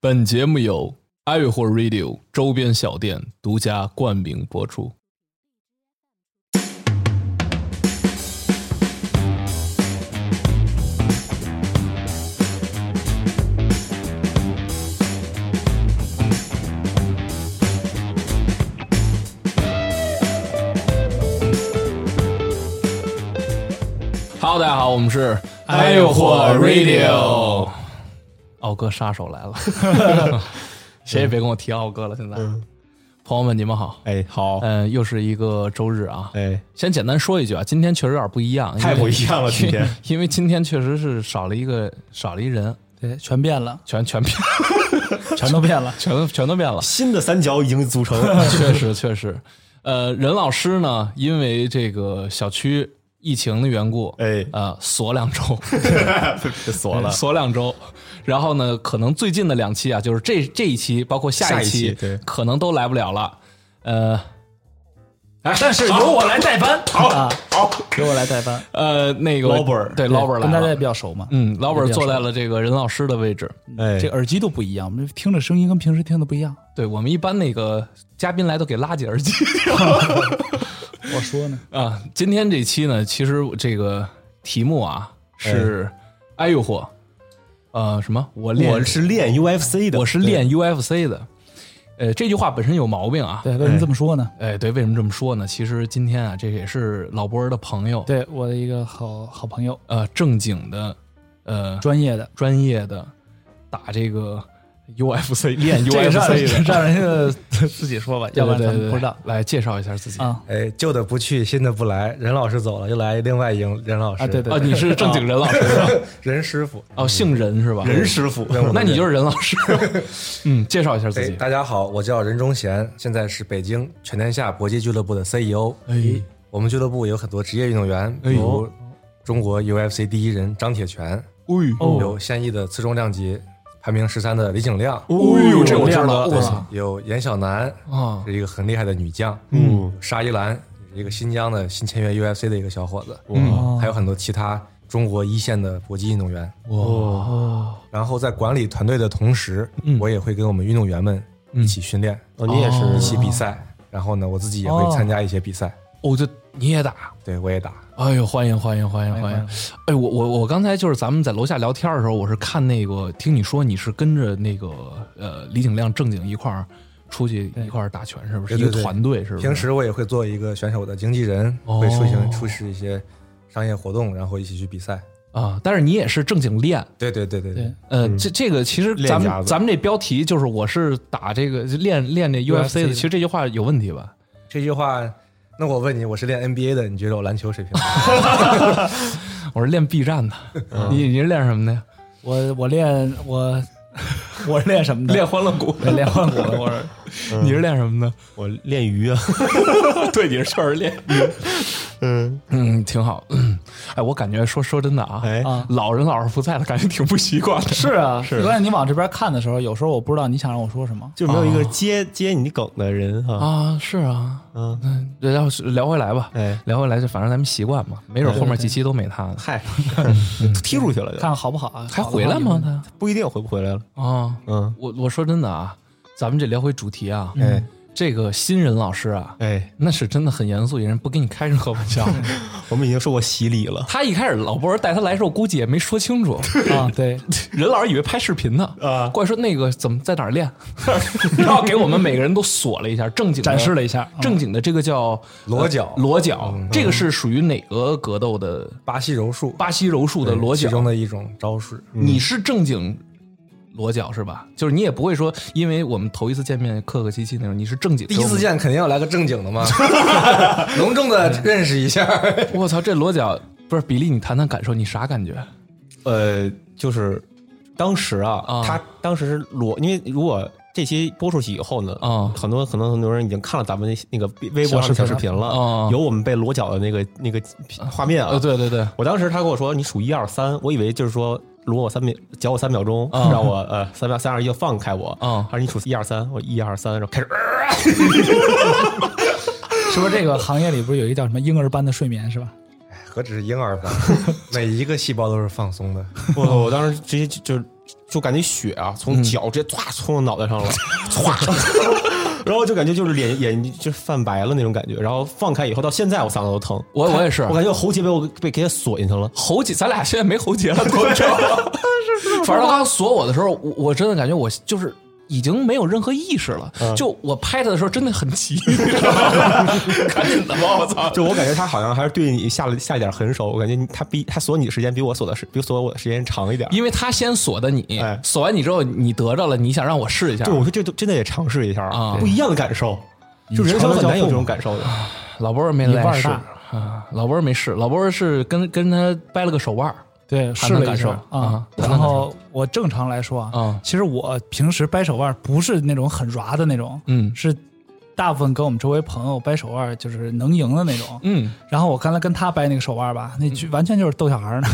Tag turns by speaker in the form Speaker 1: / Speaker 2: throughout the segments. Speaker 1: 本节目由 i 会 Radio 周边小店独家冠名播出。Hello，大家好，我们是
Speaker 2: i
Speaker 1: 火
Speaker 2: 火
Speaker 1: Radio。奥哥杀手来 了，谁也别跟我提奥哥了。现在，朋友们，你们好。
Speaker 2: 嗯哎，好，
Speaker 1: 嗯，又是一个周日啊。
Speaker 2: 哎，
Speaker 1: 先简单说一句啊，今天确实有点不一样，因为
Speaker 2: 太不一 样了，今天
Speaker 1: 因为今天确实是少了一个少了一人，
Speaker 3: 对，全变了，
Speaker 1: 全全变，
Speaker 3: 全都变了
Speaker 1: 。全都全都变 了。
Speaker 2: 新的三角已经组 成，
Speaker 1: 确实确实，呃，任老师呢，因为这个小区疫情的缘故，
Speaker 2: 哎
Speaker 1: 呃，锁两周，
Speaker 2: 被锁了。
Speaker 1: 锁两周。然后呢，可能最近的两期啊，就是这这一期，包括下
Speaker 2: 下
Speaker 1: 一
Speaker 2: 一
Speaker 1: 期，
Speaker 2: 期对
Speaker 1: 可能都来不了了。呃，
Speaker 3: 但是由我来代班，好啊，好，由我来代班。
Speaker 1: 呃，那个
Speaker 2: 老本儿
Speaker 1: 对老本儿
Speaker 3: 跟大
Speaker 1: 来
Speaker 3: 家也
Speaker 1: 了，
Speaker 3: 比较熟嘛。
Speaker 1: 嗯，老本儿
Speaker 3: 比较熟
Speaker 1: 坐在了这个任老师的位置。
Speaker 2: 哎，
Speaker 3: 这耳机都不一样，我们听着声音跟平时听的不一样。
Speaker 1: 对我们一般那个嘉宾来都给拉起耳机
Speaker 3: 我说呢，
Speaker 1: 啊。今天这期呢，其实这个题目啊是哎呦嚯，呃，什么？我练
Speaker 2: 我是练 UFC 的，
Speaker 1: 我是练 UFC 的。呃，这句话本身有毛病啊。
Speaker 3: 对，为什么这么说呢？
Speaker 1: 哎，对，为什么这么说呢？其实今天啊，这也是老波儿的朋友，
Speaker 3: 对，我的一个好好朋友，
Speaker 1: 呃，正经的，呃，
Speaker 3: 专业的
Speaker 1: 专业的打这个 UFC 练
Speaker 3: 这
Speaker 1: UFC
Speaker 3: 个让
Speaker 1: 的，
Speaker 3: 让人家自己说吧，要不然咱们不知道
Speaker 1: 对对对对来介绍一下自己
Speaker 3: 啊
Speaker 4: 哎，旧的不去，新的不来。任老师走了，又来另外一个任老师。
Speaker 3: 啊！对
Speaker 1: 啊，
Speaker 3: 对，
Speaker 1: 你是正经任老师是吧？
Speaker 4: 任师傅。
Speaker 1: 哦，姓任是吧？
Speaker 2: 任师傅，
Speaker 1: 那你就是任老师。嗯，介绍一下自
Speaker 4: 哎，
Speaker 1: 己。
Speaker 4: 大家好，我叫任忠贤，现在是北京全天下搏击俱乐部的 CEO。
Speaker 1: 哎，
Speaker 4: 我们俱乐部有很多职业运动员，
Speaker 1: 哎
Speaker 4: 比如中国 UFC 第一人张铁拳，
Speaker 3: 哦，
Speaker 4: 有现役的次重量级排名十三的李景亮，
Speaker 2: 哎
Speaker 1: 哦呦，这我知
Speaker 3: 亮
Speaker 1: 道
Speaker 3: 了
Speaker 1: 我操
Speaker 4: 有严晓楠，
Speaker 1: 啊！
Speaker 4: 是一个很厉害的女将，嗯，沙伊兰，一个新疆的新签约 UFC 的一个小伙子，
Speaker 3: 哦
Speaker 4: 还有很多其他中国一线的搏击运动员。
Speaker 1: 哇，
Speaker 4: 然后在管理团队的同时，我也会跟我们运动员们一起训练，
Speaker 2: 哦你也是
Speaker 4: 一起比赛。然后呢，我自己也会参加一些比赛，
Speaker 1: 哦，这你也打？
Speaker 4: 对我也打。
Speaker 1: 哎呦，欢迎欢迎欢迎欢迎！哎，我我我刚才就是咱们在楼下聊天的时候，我是看那个听你说你是跟着那个呃李景亮正经一块儿出去一块儿打拳，是不是？
Speaker 4: 对对
Speaker 1: 一个
Speaker 4: 对
Speaker 1: 团队是不是？
Speaker 4: 平时我也会做一个选手的经纪人，
Speaker 1: 哦
Speaker 4: 会出行出示一些商业活动，然后一起去比赛。
Speaker 1: 啊，但是你也是正经练。
Speaker 4: 对对对对
Speaker 3: 对，
Speaker 1: 呃，这这个其实
Speaker 2: 练
Speaker 1: 咱
Speaker 2: 家
Speaker 1: 们
Speaker 2: 子
Speaker 1: 咱们这标题就是我是打这个练练这 UFC 的，
Speaker 3: 的
Speaker 1: 其实这句话有问题吧？
Speaker 4: 这句话，那我问你，我是练 NBA 的，你觉得我篮球 水平？
Speaker 1: 我是练 B 站的，你你是练什么的呀？
Speaker 3: 我我练我我是练什么的？
Speaker 1: 欢乐谷，
Speaker 3: 练练换骨 的，我是
Speaker 1: 你是练什么的？
Speaker 2: 我练鱼啊，
Speaker 1: 对，你是确实练。
Speaker 2: 嗯，
Speaker 1: 嗯，挺好。嗯哎，我感觉说说真的啊，
Speaker 2: 哎，
Speaker 3: 啊。
Speaker 1: 老人老是不在了，感觉挺不习惯的。
Speaker 3: 是啊，
Speaker 1: 是
Speaker 3: 关键你往这边看的时候，有时候我不知道你想让我说什么。
Speaker 2: 就没有一个接接你梗的人哈，
Speaker 1: 啊，是啊，
Speaker 2: 嗯，
Speaker 1: 嗯，然后聊回来吧，
Speaker 2: 哎，
Speaker 1: 聊回来就反正咱们习惯嘛，没准后面几期都没他呢，
Speaker 2: 嗨，
Speaker 1: 嗯
Speaker 2: 踢出去了就
Speaker 3: 看看好不好啊？
Speaker 1: 还回来吗？他
Speaker 2: 不一定回不回来了，
Speaker 1: 啊，
Speaker 2: 嗯，
Speaker 1: 我我说真的啊，咱们这聊回主题啊，
Speaker 4: 哎，
Speaker 1: 这个新人老师啊，
Speaker 2: 哎，
Speaker 1: 那是真的很严肃，人不跟你开任何玩 笑。
Speaker 2: 我们已经受过洗礼了
Speaker 1: 他一开始老波儿带他来的时候，估计也没说清楚，
Speaker 3: 啊，对，
Speaker 1: 任老师以为拍视频呢，
Speaker 2: 啊，
Speaker 1: 过来说那个怎么在哪儿练， 然后给我们每个人都锁了一下，正经的
Speaker 3: 展示了一下，嗯
Speaker 1: 正经的这个叫
Speaker 4: 裸脚嗯
Speaker 1: 呃裸脚，这个是属于哪个格斗的？
Speaker 4: 巴西柔术，
Speaker 1: 巴西柔术的裸
Speaker 4: 其
Speaker 1: 脚
Speaker 4: 中，的一嗯种招式。
Speaker 1: 你是正经裸脚是吧？就是你也不会说，因为我们头一次见面客客气气那种，你是正经。
Speaker 4: 第一次，见 肯定要来个正经的 嘛，隆重的认识一下。
Speaker 1: 我操，这裸脚不是比利，你谈谈感受，你啥感觉？
Speaker 4: 啊
Speaker 2: 呃，就是当时啊
Speaker 1: 啊，
Speaker 2: 他当时是裸，因为如果这期播出去以后呢，
Speaker 1: 啊
Speaker 2: 很多很多很多人已经看了咱们那那个微博上的
Speaker 3: 小
Speaker 2: 小
Speaker 3: 视
Speaker 2: 视频
Speaker 3: 频
Speaker 1: 啊
Speaker 2: 了，有我们被裸脚的那个那个画面啊
Speaker 1: 呃，，对对对，
Speaker 2: 我当时他跟我说你数一二三，我以为就是说裸我三秒，脚我三秒钟，
Speaker 1: 啊
Speaker 2: 让我呃三秒三二一就放开我。
Speaker 1: 啊
Speaker 2: 他说你数一二三，我一二三，然后开始、呃
Speaker 3: 是不是这个行业里不是有一个叫什么婴儿般的睡眠是吧？
Speaker 4: 何止是婴儿吧，每一个细胞都是放松的。
Speaker 2: 我我当时直接就就就感觉血啊从脚直接唰冲到脑袋上了，唰， 然后就感觉就是脸眼就泛白了那种感觉，然后放开以后到现在我嗓子都疼，
Speaker 1: 我我也是
Speaker 2: 我感觉我喉结被我被给锁进去 了，
Speaker 1: 喉结，咱俩现在没喉结了，多久 了？反正他刚锁我的时候，我我真的感觉我就是已经没有任何意识了。就我拍他的时候真的很 急，你知道吗赶紧的吧，我操！
Speaker 2: 就我感觉他好像还是对你下了下一点狠手，我感觉你他比他锁你的时间比我锁的时比锁我的时间长一点，
Speaker 1: 因为他先锁的你
Speaker 2: 哎，
Speaker 1: 锁完你之后你得着了，你想让我试一下
Speaker 2: 对，。我说这都真的得尝试一下
Speaker 1: 啊
Speaker 2: 不一样的感受，就人生很难有这种感受的。
Speaker 1: 老波儿没
Speaker 3: 你腕
Speaker 1: 来
Speaker 3: 儿
Speaker 1: 试
Speaker 3: 大
Speaker 1: 啊，老波儿没试，老波儿是跟跟他掰了个手腕儿
Speaker 3: 对，
Speaker 1: 谈
Speaker 3: 试
Speaker 1: 谈
Speaker 3: 了
Speaker 1: 感
Speaker 3: 一
Speaker 1: 受
Speaker 3: 下
Speaker 1: 啊
Speaker 3: 啊。
Speaker 1: 谈谈
Speaker 3: 然后我正常来说
Speaker 1: 啊
Speaker 3: 啊，其实我平时掰手腕不是那种很软的那种，
Speaker 1: 嗯
Speaker 3: 是大部分跟我们周围朋友掰手腕就是能赢的那种。
Speaker 1: 嗯，
Speaker 3: 然后我刚才跟他掰那个手腕吧，那就完全就是逗小孩儿呢。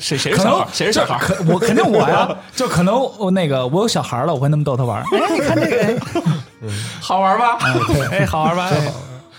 Speaker 1: 谁谁
Speaker 3: 可能
Speaker 1: 谁是小孩儿？
Speaker 3: 我肯定我呀，就可能我那个我有小孩了，我会那么逗他玩儿。哎，你看这个，
Speaker 1: 好玩吧？
Speaker 3: 哎对哎，好玩吧？哎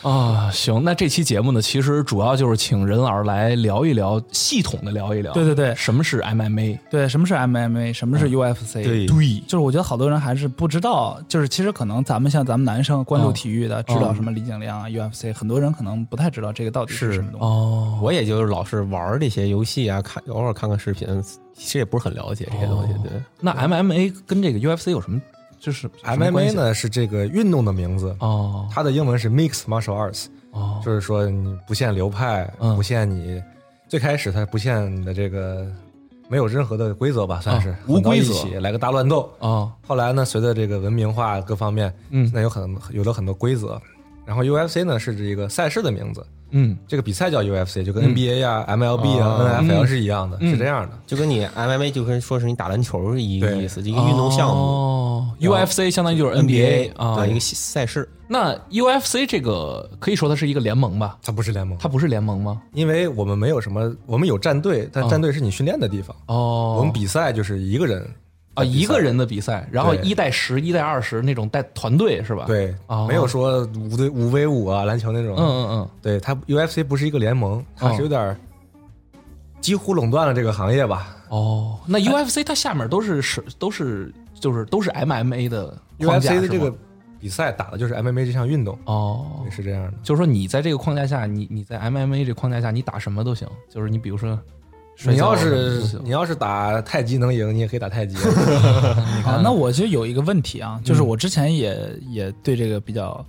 Speaker 1: 啊，行，那这期节目呢，其实主要就是请任老师来聊一聊，系统的聊一聊，
Speaker 3: 对对对
Speaker 1: 什么是 MMA？
Speaker 3: 对，什么是 MMA，什么是 UFC？
Speaker 2: 对
Speaker 3: 就是我觉得好多人还是不知道，就是其实可能咱们像咱们男生关注
Speaker 1: 嗯
Speaker 3: 体育的，知道什么李景亮啊、UFC，很多人可能不太知道这个到底是
Speaker 2: 是
Speaker 3: 什么东西。
Speaker 1: 哦，
Speaker 2: 我也就是老是玩儿这些游戏啊，看偶尔看看视频，其实也不是很了解这些东西。对，
Speaker 1: 那 MMA 跟这个 UFC 有什么就是有什么关
Speaker 4: MMA
Speaker 1: 系？
Speaker 4: 呢是这个运动的名字，
Speaker 1: 哦
Speaker 4: 它的英文是 Mixed Martial Arts，
Speaker 1: 哦
Speaker 4: 就是说你不限流派，
Speaker 1: 嗯
Speaker 4: 不限你最开始它不限你的这个没有任何的规则吧，算是
Speaker 1: 哦无规则
Speaker 4: 混到一起来个大乱斗。
Speaker 1: 哦，
Speaker 4: 后来呢，随着这个文明化各方面，
Speaker 1: 嗯
Speaker 4: 现在有很有了很多规则。然后 UFC 呢是这个赛事的名字，
Speaker 1: 嗯
Speaker 4: 这个比赛叫 UFC，就跟 NBA 呀、MLB 啊、
Speaker 1: 嗯
Speaker 4: NFL 是一样的，
Speaker 1: 嗯
Speaker 4: 是这样的。
Speaker 2: 就跟你 MMA 就跟说是你打篮球是一个
Speaker 4: 对
Speaker 2: 意思，一个运动项目
Speaker 1: 哦，UFC 相当于就是 NBA
Speaker 2: NBA
Speaker 1: 啊
Speaker 2: 的一。个赛事。
Speaker 1: 那 UFC 这个可以说它是一个联盟吧？
Speaker 4: 它不是联盟，
Speaker 1: 它不是联盟吗？
Speaker 4: 因为我们没有什么，我们有战队，但战队是你训练的地方。
Speaker 1: 啊哦，
Speaker 4: 我们比赛就是一个人
Speaker 1: 啊一个人的比赛，然后
Speaker 4: 对
Speaker 1: 一带十、一带二十那种带团队是吧？，
Speaker 4: 对，
Speaker 1: 哦
Speaker 4: 没有说五对五 v 五啊，篮球那种。
Speaker 1: 嗯嗯嗯。
Speaker 4: 对，它 UFC 不是一个联盟，它是有点儿几乎垄断了这个行业吧。
Speaker 1: 哦，那
Speaker 4: 哎
Speaker 1: UFC 它下面都是是都是就是都是 MMA 的框架
Speaker 4: UFC 的
Speaker 1: 是
Speaker 4: 这
Speaker 1: 吗
Speaker 4: 个比赛打的就是 MMA 这项运动，
Speaker 1: 哦
Speaker 4: 对，是这样的。
Speaker 1: 就是说你在这个框架下，你你在 MMA 这框架下，你打什么都行。就是你比如说摔跤，
Speaker 4: 你要
Speaker 1: 都
Speaker 4: 是
Speaker 1: 行
Speaker 4: 你要是打太极能赢，你也可以 打太极。
Speaker 3: 啊，那我就有一个问题啊，就是
Speaker 4: 嗯
Speaker 3: 我之前也、也对这个比较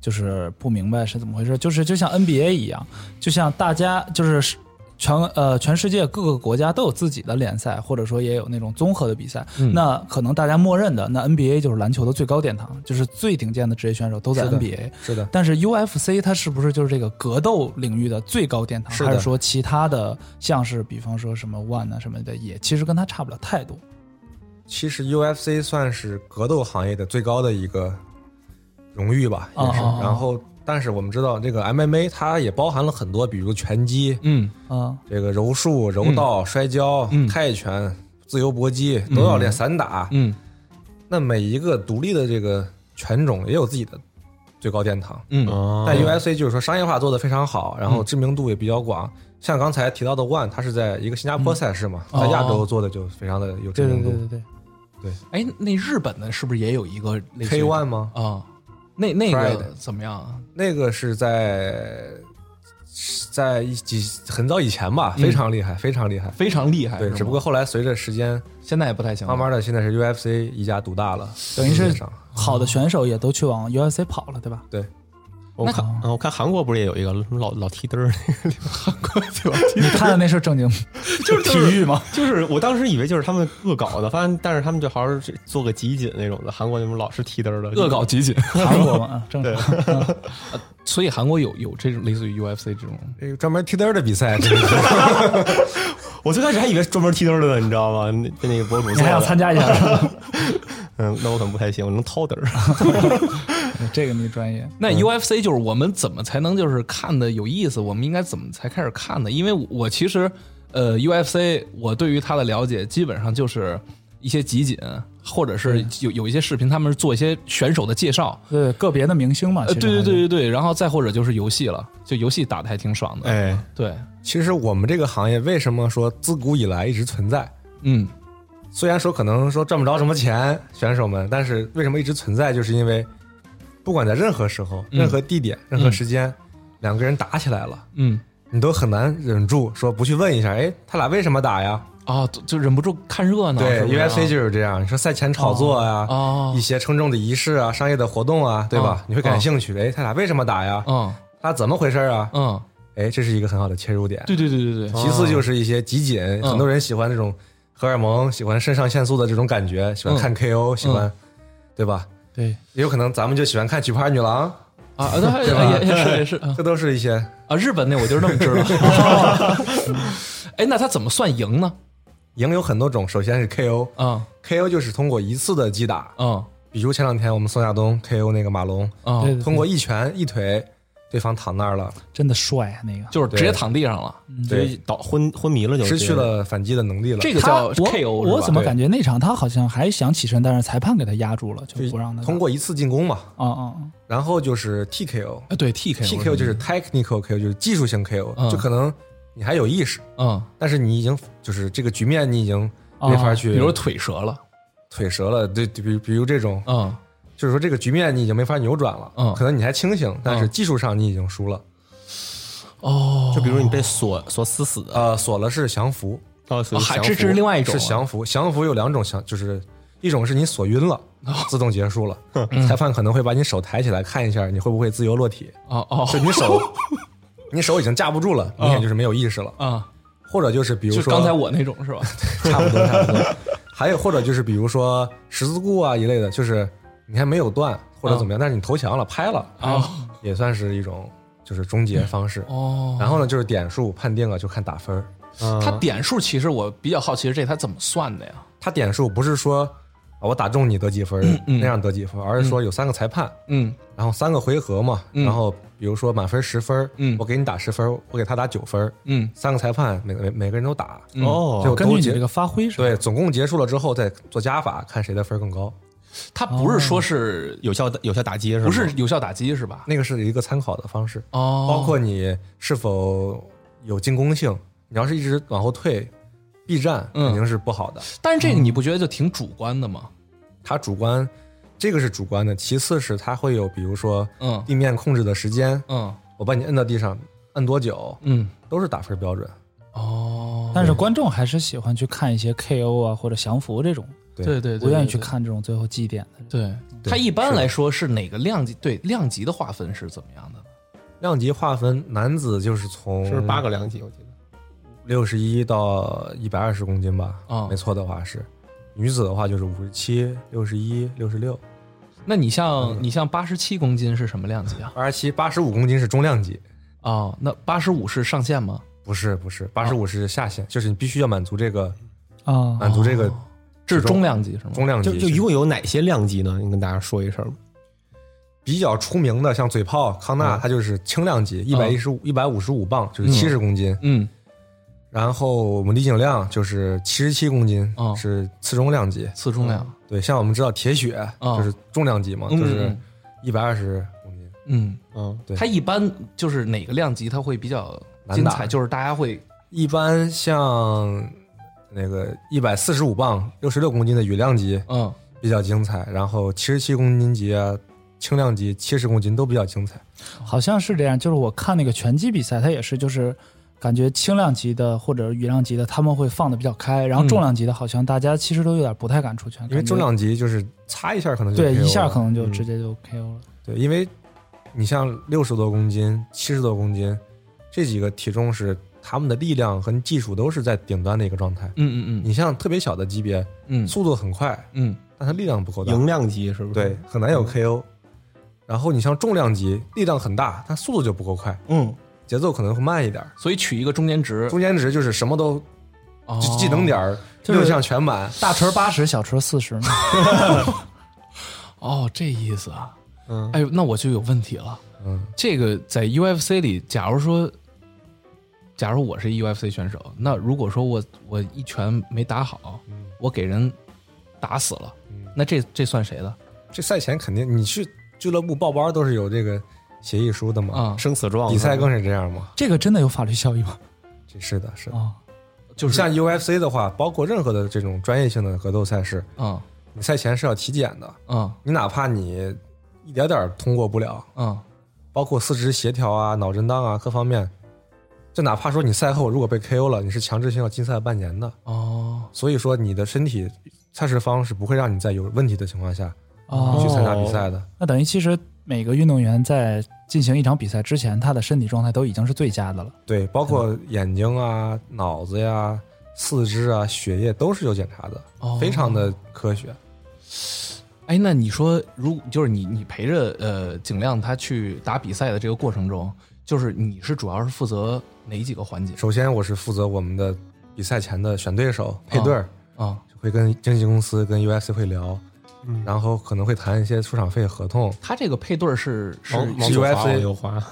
Speaker 3: 就是不明白是怎么回事，就是就像 NBA 一样，就像大家就是全呃全世界各个国家都有自己的联赛，或者说也有那种综合的比赛。
Speaker 1: 嗯
Speaker 3: 那可能大家默认的，那 NBA 就是篮球的最高殿堂，就是最顶尖的职业选手都在
Speaker 4: 是的
Speaker 3: NBA。
Speaker 4: 是的，
Speaker 3: 但是 UFC 它是不是就是这个格斗领域的最高殿堂？
Speaker 4: 是的
Speaker 3: 还是说其他的像是比方说什么 One 啊什么的，也其实跟它差不了太多？
Speaker 4: 其实 UFC 算是格斗行业的最高的一个荣誉吧，也是。
Speaker 3: 哦哦哦
Speaker 4: 然后，但是我们知道这个 MMA 它也包含了很多，比如拳击、
Speaker 1: 嗯
Speaker 3: 啊、
Speaker 4: 这个柔术、柔道、摔跤、
Speaker 1: 嗯
Speaker 4: 泰拳、自由搏击都要练散打。
Speaker 1: 嗯
Speaker 4: 那每一个独立的这个拳种也有自己的最高殿堂。
Speaker 1: 嗯
Speaker 2: 哦
Speaker 4: 但 UFC 就是说商业化做得非常好，然后知名度也比较广。像刚才提到的 One，它是在一个新加坡赛事嘛，
Speaker 1: 嗯
Speaker 4: 在亚洲做的就非常的有知
Speaker 3: 对对
Speaker 4: 名
Speaker 3: 对
Speaker 4: 度。
Speaker 3: 对对。
Speaker 1: 哎，那日本的是不是也有一个类似于
Speaker 4: K One 吗？
Speaker 1: 啊？那那个
Speaker 4: Pride
Speaker 1: 怎么样啊？
Speaker 4: 那个是在是在一几很早以前吧，
Speaker 1: 嗯
Speaker 4: 非常厉害，非常厉害。
Speaker 1: 非常厉害，
Speaker 4: 对
Speaker 1: 是，吗
Speaker 4: 只不过后来随着时间，
Speaker 1: 现在也不太行了。
Speaker 4: 慢慢的现在是 UFC 一家独大了，
Speaker 3: 等于
Speaker 4: 世
Speaker 3: 是
Speaker 4: 界上
Speaker 3: 好的选手也都去往 UFC 跑了，对吧？
Speaker 4: 对。
Speaker 2: 我看啊我看韩国不是也有一个老老踢嘚儿那个 地方，
Speaker 3: 你看的那是正经
Speaker 2: 就是
Speaker 3: 体育吗？
Speaker 2: 就是我当时以为就是他们恶搞的，发现但是他们就好像是做个集锦那种的。韩国那种老是踢嘚儿的
Speaker 1: 恶搞集锦，
Speaker 3: 韩国 嘛，啊正常。
Speaker 1: 所以韩国有有这种类似于 UFC 这种
Speaker 4: 这哎个专门踢嘚儿的比赛，这个
Speaker 2: 我最开始还以为是专门踢嘚儿的，你知道吗？那那那个博主
Speaker 1: 哎
Speaker 3: 你还要参
Speaker 2: 加？
Speaker 3: 加一下？
Speaker 2: 嗯，那我可能不太行，我能掏嘚儿。
Speaker 3: 这个你专业。
Speaker 1: 那
Speaker 4: 嗯
Speaker 1: UFC 就是我们怎么才能就是看的有意思？我们应该怎么才开始看呢？因为我我其实呃 UFC 我对于它的了解基本上就是一些集锦，或者是有有一些视频，他们是做一些选手的介
Speaker 4: 啊
Speaker 1: 绍。
Speaker 3: 对个别的明星嘛，
Speaker 1: 呃，
Speaker 3: 其实
Speaker 1: 对对
Speaker 3: 还是
Speaker 1: 对，对对，然后再或者就是游戏了，就游戏打的还挺爽的。
Speaker 2: 哎，
Speaker 1: 对，
Speaker 4: 其实我们这个行业为什么说自古以来一直存在？
Speaker 1: 嗯，
Speaker 4: 虽然说可能说赚不着什么钱，选手们，但是为什么一直存在，就是因为不管在任何时候、任何地点、任何时间，两个人打起来了，
Speaker 1: 嗯，
Speaker 4: 你都很难忍住说不去问一下，哎，他俩为什么打呀？
Speaker 1: 啊，就就忍不住看热闹，
Speaker 4: 对
Speaker 1: 是不是啊
Speaker 4: ，UFC 就是这样。你说赛前炒作呀，
Speaker 1: 哦
Speaker 4: 一些称重的仪式啊，商业的活动啊，对吧
Speaker 1: 哦？
Speaker 4: 你会感兴趣，哎，他俩为什么打呀？
Speaker 1: 嗯
Speaker 4: 他怎么回事啊？
Speaker 1: 嗯，
Speaker 4: 哎，这是一个很好的切入点。
Speaker 1: 对对对 对对，
Speaker 4: 其次就是一些集锦，很多人喜欢这种荷尔蒙，喜欢肾上腺素的这种感觉，喜欢看 KO，、喜欢，哦对哦吧？
Speaker 3: 对，
Speaker 4: 也有可能咱们就喜欢看《举牌女郎
Speaker 1: 啊，那也也是也是啊》，
Speaker 4: 这都是一些
Speaker 1: 啊，日本那我就是那么 知道。 哎，那他怎么算赢呢？
Speaker 4: 赢有很多种。首先是 KO，KO、
Speaker 1: 啊
Speaker 4: KO 就是通过一次的击打，
Speaker 1: 啊
Speaker 4: 比如前两天我们宋亚东 KO 那个马龙，
Speaker 1: 啊！
Speaker 3: 对对
Speaker 4: 通过一拳一腿，对方躺那儿了，
Speaker 3: 真的帅啊那个。
Speaker 1: 就是直接躺地上了，
Speaker 2: 直接倒昏昏迷了就
Speaker 4: 失去了反击的能力了。
Speaker 1: 这个
Speaker 3: 他
Speaker 1: 叫
Speaker 3: 我
Speaker 1: KO 是吧
Speaker 3: 我怎么感觉那场他好像还想起身，但是裁判给他压住了，就不让他打
Speaker 4: 通。过一次进攻嘛，
Speaker 3: 啊啊啊！
Speaker 4: 然后就是 TKO。
Speaker 1: 啊，对 TKO
Speaker 4: TKO 就是 technical KO，就是技术性 KO，、
Speaker 1: 嗯
Speaker 4: 就可能你还有意识，
Speaker 1: 嗯，
Speaker 4: 但是你已经就是这个局面你已经没法去，
Speaker 1: 比如腿折了，
Speaker 4: 腿折了，对，比如比如这种，
Speaker 1: 嗯
Speaker 4: 就是说这个局面你已经没法扭转了，
Speaker 1: 嗯
Speaker 4: 可能你还清醒，但是技术上你已经输了。
Speaker 1: 哦，
Speaker 2: 就比如你被锁锁死死的，
Speaker 4: 呃，锁了是降服，
Speaker 2: 啊，属于
Speaker 1: 哦还
Speaker 2: 降
Speaker 1: 这
Speaker 2: 服
Speaker 1: 这是另外一种啊
Speaker 4: 是降服，降服有两种降，就是一种是你锁晕了，
Speaker 1: 哦
Speaker 4: 自动结束 了，
Speaker 1: 嗯
Speaker 4: 裁判可能会把你手抬起来看一下你会不会自由落体，
Speaker 1: 哦哦
Speaker 4: 就你手， 你手已经架不住了，明显就是没有意识了，
Speaker 1: 啊，
Speaker 4: 或者就是比如
Speaker 1: 就
Speaker 4: 说
Speaker 1: 刚才我那种是吧？
Speaker 4: 差不多差不多。还有或者就是比如说十字固啊一类的，就是你还没有断或者怎
Speaker 1: 哦
Speaker 4: 么样，但是你投降了拍了
Speaker 1: 啊，
Speaker 4: 也算是一种就是终结方式。
Speaker 1: 哦，
Speaker 4: 然后呢，就是点数判定啊了就看打分儿，
Speaker 1: 他点数其实我比较好奇，这他怎么算的呀？
Speaker 4: 他点数不是说啊我打中你得几分儿那样得几分儿，而是说有三个裁判，
Speaker 1: 嗯
Speaker 4: 然后三个回合嘛，然后比如说满分十分，
Speaker 1: 嗯
Speaker 4: 我给你打十分儿，我给他打九分儿，
Speaker 1: 嗯
Speaker 4: 三个裁判每每每个人都打，
Speaker 2: 哦，
Speaker 4: 就
Speaker 3: 根据
Speaker 4: 都
Speaker 3: 你
Speaker 4: 结
Speaker 3: 这个发挥是吧？
Speaker 4: 对，总共结束了之后再做加法，看谁的分儿更高。
Speaker 1: 他不是说是
Speaker 2: 有效有效打击是吗？
Speaker 1: 不是有效打击是吧？
Speaker 4: 那个哦是一个参考的方式，
Speaker 1: 哦，
Speaker 4: 包括你是否有进攻性。你要是一直往后退，避战
Speaker 1: 嗯
Speaker 4: 肯定是不好的。
Speaker 1: 但是这个你不觉得就挺主观的吗？
Speaker 4: 它主观，这个是主观的。其次是它会有，比如说
Speaker 1: 嗯
Speaker 4: 地面控制的时间，
Speaker 1: 嗯
Speaker 4: 我把你摁到地上，摁多久，
Speaker 1: 嗯，
Speaker 4: 都是打分标准。
Speaker 1: 哦，
Speaker 3: 但是观众还是喜欢去看一些 KO 啊或者降服这种，
Speaker 1: 对对，对
Speaker 3: 不愿意
Speaker 1: 对
Speaker 3: 去看这种最后祭奠的。
Speaker 1: 对，它一般来说是哪个量级？对量级的划分是怎么样的呢？
Speaker 4: 量级划分，男子就是从
Speaker 2: 是不是八个量级？我记
Speaker 1: 嗯
Speaker 2: 得
Speaker 4: 六十一到一百二十公斤吧，
Speaker 1: 哦
Speaker 2: 嗯
Speaker 4: 没错的话是。女子的话就是五十七、六十一、六十六、
Speaker 1: 那你像你像八十七公斤是什么量级啊？
Speaker 4: 八十七、八十五公斤是中量级。
Speaker 1: 哦，那八十五是上限吗？
Speaker 4: 不是不是，八十
Speaker 2: 哦
Speaker 4: 五是下限，就是你必须要满足这个
Speaker 3: 啊
Speaker 4: 满足这个
Speaker 1: 这是中量级是吗？
Speaker 4: 重量级。
Speaker 2: 哦就就一共有哪些量级呢？你跟大家说一声。
Speaker 4: 比较出名的，像嘴炮康
Speaker 3: 嗯
Speaker 4: 纳，他就是轻量级，一百一十五一百五十五磅，就是七十公斤。
Speaker 1: 嗯
Speaker 4: 然后我们李景亮就是七十七公斤
Speaker 3: 嗯
Speaker 1: 哦，
Speaker 4: 是次中量级。
Speaker 1: 次中量，
Speaker 4: 对，像我们知道铁血
Speaker 3: 嗯
Speaker 1: 哦
Speaker 4: 就是重量级嘛，
Speaker 1: 嗯
Speaker 4: 就是一百二十公斤。
Speaker 1: 嗯，
Speaker 2: 嗯，
Speaker 4: 对
Speaker 1: 它一般就是哪个量级它会比较
Speaker 4: 难
Speaker 1: 精
Speaker 4: 打
Speaker 1: 彩？就是大家会
Speaker 4: 一般像那个一百四十五磅、六十六公斤的羽量级
Speaker 1: 嗯
Speaker 4: 比较精彩，然后七十七公斤级啊、轻量级七十公斤都比较精彩。
Speaker 3: 好像是这样，就是我看那个拳击比赛，它也是就是感觉轻量级的或者羽量级的他们会放的比较开，然后重量级的好像大家其实都有点不太敢出拳，
Speaker 4: 嗯因为
Speaker 3: 感觉
Speaker 4: 重量级就是擦一下可能就
Speaker 3: 对
Speaker 4: KO 了
Speaker 3: 一下可能就
Speaker 4: 嗯
Speaker 3: 直接就 KO 了。
Speaker 4: 对，因为你像六十多公斤、七十多公斤这几个体重是他们的力量和技术都是在顶端的一个状态。
Speaker 1: 嗯嗯
Speaker 4: 你像特别小的级别，
Speaker 1: 嗯
Speaker 4: 速度很快，
Speaker 1: 嗯
Speaker 4: 但它力量不够大，
Speaker 2: 营量级是不是？
Speaker 4: 对，很难有 KO。然后你像重量级，力量很大，但速度就不够快，
Speaker 1: 嗯，
Speaker 4: 节奏可能会慢一点儿。
Speaker 1: 所以取一个中间值，
Speaker 4: 中间值就是什么都
Speaker 1: 哦哎
Speaker 4: 就技能点儿，
Speaker 3: 就是
Speaker 4: 六项全满。
Speaker 3: 大锤八十，小锤四 十，
Speaker 1: 哦，这意思啊。
Speaker 2: 嗯，
Speaker 1: 哎呦，那我就有问题了。
Speaker 4: 嗯，
Speaker 1: 这个在 UFC 里，假如说，假如我是 UFC 选手，那如果说我我一拳没打好，我给人打死了，那这这算谁的
Speaker 4: 这赛前肯定你去俱乐部报班都是有这个协议书的嘛，
Speaker 1: 啊？
Speaker 2: 生死状
Speaker 4: 比赛更是这样嘛。
Speaker 3: 这个真的有法律效益吗？
Speaker 4: 这是的，是的。
Speaker 3: 啊、
Speaker 4: 就是像 UFC 的话，包括任何的这种专业性的格斗赛事，
Speaker 1: 嗯
Speaker 4: 你赛前是要体检的，
Speaker 1: 嗯
Speaker 4: 你哪怕你一点点通过不了，
Speaker 1: 嗯
Speaker 4: 包括四肢协调啊、脑震荡啊各方面，就哪怕说你赛后如果被 KO 了，你是强制性要禁赛半年的。
Speaker 1: 哦
Speaker 4: 所以说你的身体赛事方是不会让你在有问题的情况下去
Speaker 3: 哦，
Speaker 4: 参加比赛的。
Speaker 3: 那等于其实每个运动员在进行一场比赛之前，他的身体状态都已经是最佳的了。
Speaker 4: 对，包括眼睛啊、脑子呀、四肢啊、血液都是有检查的，
Speaker 1: 哦，
Speaker 4: 非常的科学。
Speaker 1: 哎，那你说，如就是你你陪着呃景亮他去打比赛的这个过程中，就是你是主要是负责哪几个环节
Speaker 4: 首先，我是负责我们的比赛前的选对手、配对儿，
Speaker 1: 啊？
Speaker 4: 会跟经纪公司、跟 UFC 会聊，
Speaker 1: 嗯
Speaker 4: 然后可能会谈一些出场费合同。哦
Speaker 1: 他这个配对儿是是
Speaker 2: 毛毛
Speaker 4: 是
Speaker 2: 左滑
Speaker 4: UFC
Speaker 2: 往右滑，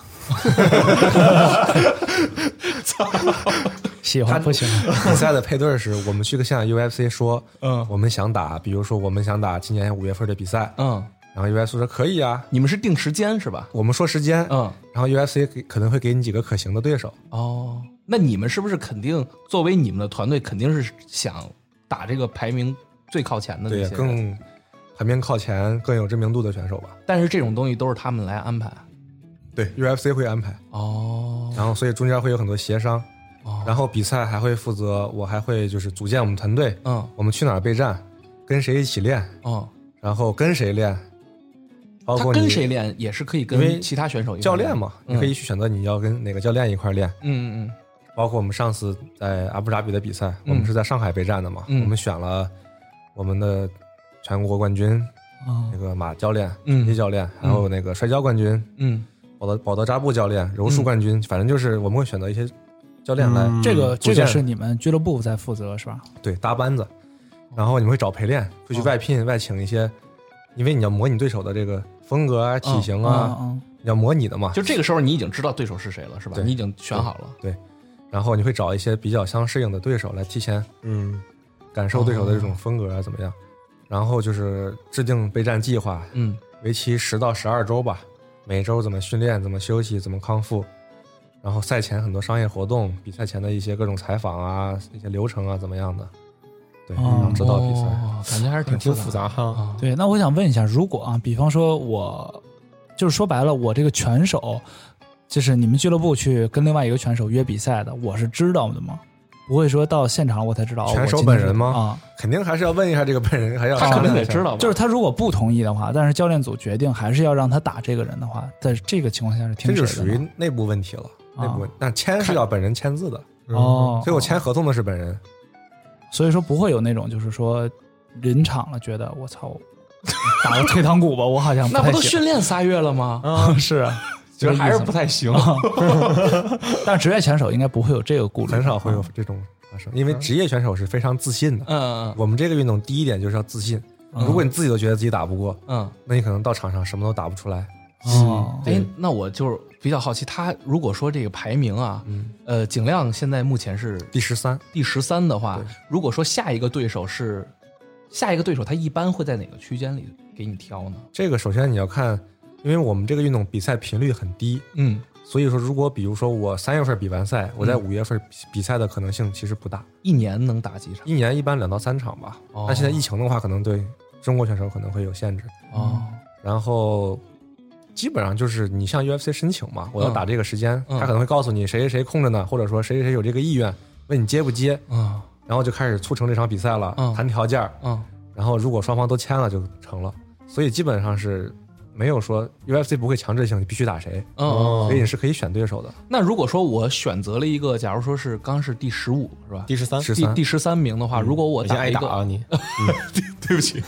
Speaker 3: 喜欢不喜 欢？
Speaker 4: 比赛的配对儿是我们去向 UFC 说，
Speaker 1: 嗯
Speaker 4: 我们想打，比如说我们想打今年五月份的比赛，
Speaker 1: 嗯，
Speaker 4: 然后 UFC 说可以啊，
Speaker 1: 你们是定时间是吧？
Speaker 4: 我们说时间，
Speaker 1: 嗯
Speaker 4: 然后 UFC 给可能会给你几个可行的对手，
Speaker 1: 哦，那你们是不是肯定作为你们的团队肯定是想打这个排名最靠前的那
Speaker 4: 对
Speaker 1: 些，人？
Speaker 4: 更排名靠前、更有知名度的选手吧。
Speaker 1: 但是这种东西都是他们来安排。
Speaker 4: 对，UFC 会安排，
Speaker 1: 哦
Speaker 4: 然后所以中间会有很多协商，
Speaker 1: 哦，
Speaker 4: 然后比赛还会负责，我还会就是组建我们团队，
Speaker 1: 嗯
Speaker 4: 我们去哪儿备战，跟谁一起练，
Speaker 1: 嗯，
Speaker 4: 然后跟谁练，包
Speaker 1: 他
Speaker 4: 括你
Speaker 1: 跟谁练也是可以
Speaker 4: 因
Speaker 1: 跟
Speaker 4: 为
Speaker 1: 其他选手一块
Speaker 4: 教
Speaker 1: 练
Speaker 4: 练嘛，
Speaker 1: 嗯
Speaker 4: 你可以去选择你要跟哪个教练一块儿练。
Speaker 1: 嗯嗯嗯，
Speaker 4: 包括我们上次在阿布扎比的比赛，
Speaker 1: 嗯
Speaker 4: 我们是在上海备战的嘛，
Speaker 1: 嗯
Speaker 4: 我们选了我们的全国冠军
Speaker 3: 哦
Speaker 4: 那个马教练、
Speaker 1: 嗯
Speaker 4: 陈琦教练，还有那个摔跤冠军
Speaker 1: 嗯，
Speaker 4: 保德保德扎布教练、柔术冠军，反正就是我们会选择一些教练来、
Speaker 2: 嗯
Speaker 3: 这个
Speaker 4: 逐
Speaker 3: 这
Speaker 4: 渐
Speaker 3: 个是你们俱乐部在负责是吧？
Speaker 4: 对搭班子，然后你们会找陪练，会去外聘、外请一些，因为你要模拟对手的这个风格啊、体型啊，
Speaker 3: 嗯嗯
Speaker 4: 你要模拟的嘛，
Speaker 1: 就这个时候你已经知道对手是谁了，是吧？
Speaker 4: 对
Speaker 1: 你已经选好了。
Speaker 4: 然后你会找一些比较相适应的对手来提前
Speaker 2: 嗯，
Speaker 4: 感受对手的这种风格啊怎么样，然后就是制定备战计划，
Speaker 1: 嗯，
Speaker 4: 为期十到十二周吧，每周怎么训练、怎么休息、怎么康复，然后赛前很多商业活动、比赛前的一些各种采访啊、一些流程啊怎么样的，对，
Speaker 3: 哦
Speaker 4: 然后指导比赛。
Speaker 1: 哦感觉还是挺
Speaker 2: 挺复杂
Speaker 1: 的
Speaker 2: 哈。
Speaker 1: 啊。
Speaker 3: 对，那我想问一下，如果啊，比方说我，就是说白了，我这个拳手，就是你们俱乐部去跟另外一个拳手约比赛的，我是知道的吗？不会说到现场我才知道。哦
Speaker 4: 拳
Speaker 3: 我今
Speaker 4: 手
Speaker 3: 天
Speaker 4: 本人
Speaker 3: 是
Speaker 4: 吗
Speaker 3: 啊、
Speaker 4: 肯定还是要问一下这个本人，还要
Speaker 1: 他
Speaker 4: 商
Speaker 1: 肯定
Speaker 4: 量
Speaker 1: 得
Speaker 4: 一
Speaker 1: 知
Speaker 4: 下。
Speaker 1: 道吧？
Speaker 3: 就是他如果不同意的话，但是教练组决定还是要让他打这个人的话，在这个情况下是
Speaker 4: 这
Speaker 3: 听谁
Speaker 4: 就
Speaker 3: 的
Speaker 4: 属
Speaker 3: 呢
Speaker 4: 于内部问题了，内部问
Speaker 3: 啊
Speaker 4: 那签是要本人签字的，
Speaker 3: 哦，
Speaker 4: 嗯所以我签合同的是本人。
Speaker 3: 所以说不会有那种就是说临场了觉得我操，我打个退堂鼓吧，我好像不
Speaker 1: 那不
Speaker 3: 太
Speaker 1: 都
Speaker 3: 行。
Speaker 1: 训练仨月了吗？
Speaker 3: 啊， 是啊，
Speaker 2: 其实还是不
Speaker 3: 太。
Speaker 2: 太行。
Speaker 3: 但职业拳手应该不会有这个顾虑，
Speaker 4: 很少会有
Speaker 3: 嗯
Speaker 4: 这种发生，因为职业选手是非常自信的。
Speaker 1: 嗯
Speaker 4: 我们这个运动第一点就是要自信，
Speaker 3: 嗯
Speaker 4: 如果你自己都觉得自己打不过，
Speaker 1: 嗯。
Speaker 4: 那你可能到场上什么都打不出来。
Speaker 3: 哦。
Speaker 1: 哎，那我就是比较好奇，他如果说这个排名啊，
Speaker 2: 嗯
Speaker 1: 呃，景亮现在目前是
Speaker 4: 第十三，
Speaker 1: 第十三的话，如果说下一个对手是下一个对手，他一般会在哪个区间里给你挑呢？
Speaker 4: 这个首先你要看，因为我们这个运动比赛频率很低，
Speaker 1: 嗯，
Speaker 4: 所以说如果比如说我三月份比完赛，我在五月份比比赛的可能性其实不大，
Speaker 1: 一年能打几场？
Speaker 4: 一年一般两到三场吧
Speaker 1: 哦。
Speaker 4: 但现在疫情的话，可能对中国选手可能会有限制。
Speaker 1: 哦，
Speaker 4: 然后基本上就是你向 UFC 申请嘛，我要打这个时间，
Speaker 1: 嗯
Speaker 4: 他可能会告诉你谁谁谁空着呢，或者说谁谁谁有这个意愿，问你接不接，
Speaker 1: 嗯
Speaker 4: 然后就开始促成这场比赛了，
Speaker 1: 嗯
Speaker 4: 谈条件儿，
Speaker 1: 嗯
Speaker 4: 然后如果双方都签了就成了，所以基本上是没有说 UFC 不会强制性你必须打谁，
Speaker 1: 嗯嗯。
Speaker 4: 所以你是可以选对手的。
Speaker 1: 那如果说我选择了一个，假如说是刚是第十五是吧？
Speaker 2: 第十三，嗯
Speaker 4: 是
Speaker 1: 第
Speaker 4: 13
Speaker 1: 第十三名的话，如果我
Speaker 2: 先
Speaker 1: 打
Speaker 2: 挨
Speaker 1: 一
Speaker 2: 打
Speaker 1: 个，
Speaker 2: 啊你！
Speaker 1: 对不起，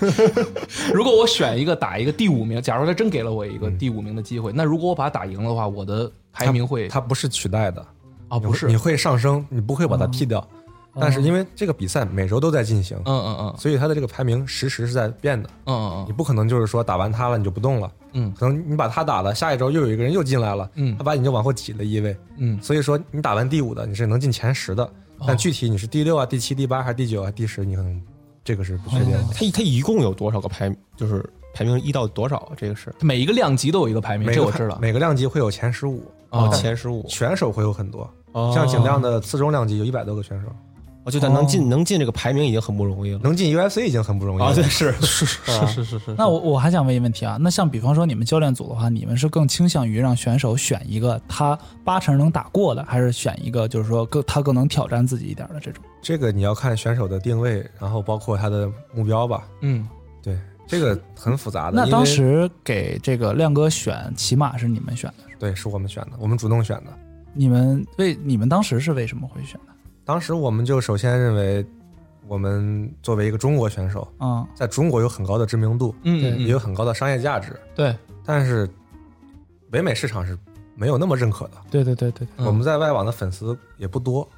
Speaker 1: 如果我选一个打一个第五名，假如他真给了我一
Speaker 2: 嗯
Speaker 1: 个第五名的机会，那如果我把他打赢了的话，我的排名会
Speaker 4: 它不是取代的，
Speaker 1: 啊不是，哦
Speaker 4: 你
Speaker 1: 嗯
Speaker 4: 会上升，你不会把它剃掉，但是因为这个比赛每周都在进行，
Speaker 1: 嗯嗯
Speaker 4: 所以它的这个排名实时是在变的。
Speaker 1: 嗯嗯
Speaker 4: 你不可能就是说打完他了你就不动了，
Speaker 1: 嗯
Speaker 4: 可能你把他打了，下一周又有一个人又进来了，
Speaker 1: 嗯
Speaker 4: 他把你就往后挤了一位，
Speaker 1: 嗯哦
Speaker 4: 所以说你打完第五的你是能进前十的，但具体你是第六啊、第七、第八还是第九啊、第十，你可能这个是不确定的。
Speaker 1: 哦
Speaker 2: 他他一共有多少个排？就是排名一到多少？啊这个是
Speaker 1: 嗯，每一个量级都有一个排名，
Speaker 4: 每
Speaker 1: 这
Speaker 4: 个
Speaker 1: 我知道。
Speaker 4: 每个量级会有前十五，
Speaker 1: 哦
Speaker 2: 前十五。
Speaker 4: 选手会有很多，
Speaker 2: 哦
Speaker 4: 像景亮的四中量级有一百多个选手，
Speaker 2: 啊，就咱能进能进这个排名已经很不容易了
Speaker 4: 能进 UFC 已经很不容易
Speaker 1: 哦
Speaker 4: 了。
Speaker 2: 啊，对，是
Speaker 1: 是是是是是。
Speaker 3: 那我我还想问一个问题啊，那像比方说你们教练组的话，你们是更倾向于让选手选一个他八成能打过的，还是选一个就是说更他更能挑战自己一点的这种？
Speaker 4: 这个你要看选手的定位，然后包括他的目标吧。
Speaker 1: 嗯，
Speaker 4: 对，这个很复杂的。
Speaker 3: 那
Speaker 4: 因
Speaker 3: 当
Speaker 4: 为
Speaker 3: 时给这个亮哥选骑马是你们选的，
Speaker 4: 对是我们选的，我们主动选的。
Speaker 3: 你们为你们当时是为什么会选的？
Speaker 4: 当时我们就首先认为，我们作为一个中国选手，
Speaker 3: 嗯，
Speaker 4: 在中国有很高的知名度，
Speaker 1: 嗯嗯
Speaker 4: 也有很高的商业价值，
Speaker 1: 对，
Speaker 4: 但是北美市场是没有那么认可的。
Speaker 3: 对对对对，
Speaker 1: 嗯
Speaker 4: 我们在外网的粉丝也不多，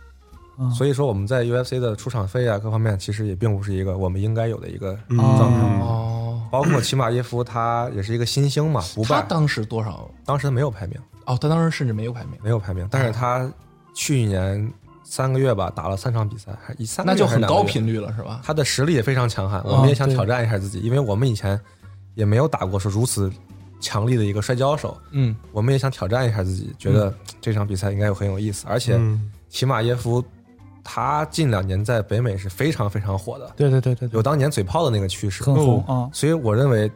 Speaker 3: 嗯，
Speaker 4: 所以说我们在 UFC 的出场费啊各方面，其实也并不是一个我们应该有的一个。
Speaker 2: 嗯
Speaker 3: 状态
Speaker 1: 哦，
Speaker 4: 包括齐马耶夫，他也是一个新星嘛，不
Speaker 1: 他
Speaker 4: 败，
Speaker 1: 当时多少？
Speaker 4: 当时没有排名，
Speaker 1: 哦，他当时甚至没有排名，
Speaker 4: 没有排名，但是
Speaker 1: 嗯
Speaker 4: 他去年三个月吧打了三场比赛，还一三个
Speaker 1: 那
Speaker 4: 月
Speaker 1: 就
Speaker 4: 还
Speaker 1: 很
Speaker 4: 是两个
Speaker 1: 高
Speaker 4: 月
Speaker 1: 频率了，是吧？
Speaker 4: 他的实力也非常强悍，
Speaker 1: 哦
Speaker 4: 我们也想
Speaker 3: 对
Speaker 4: 挑战一下自己，因为我们以前也没有打过是如此强力的一个摔跤手，
Speaker 1: 嗯，
Speaker 4: 我们也想挑战一下自己，觉得这场比赛应该有很有意思。而且
Speaker 2: 嗯
Speaker 4: 齐马耶夫他近两年在北美是非常非常火的，
Speaker 3: 对对对对对，
Speaker 4: 有当年嘴炮的那个趋势
Speaker 3: 很，红
Speaker 1: 嗯
Speaker 3: 啊，
Speaker 4: 所以我认为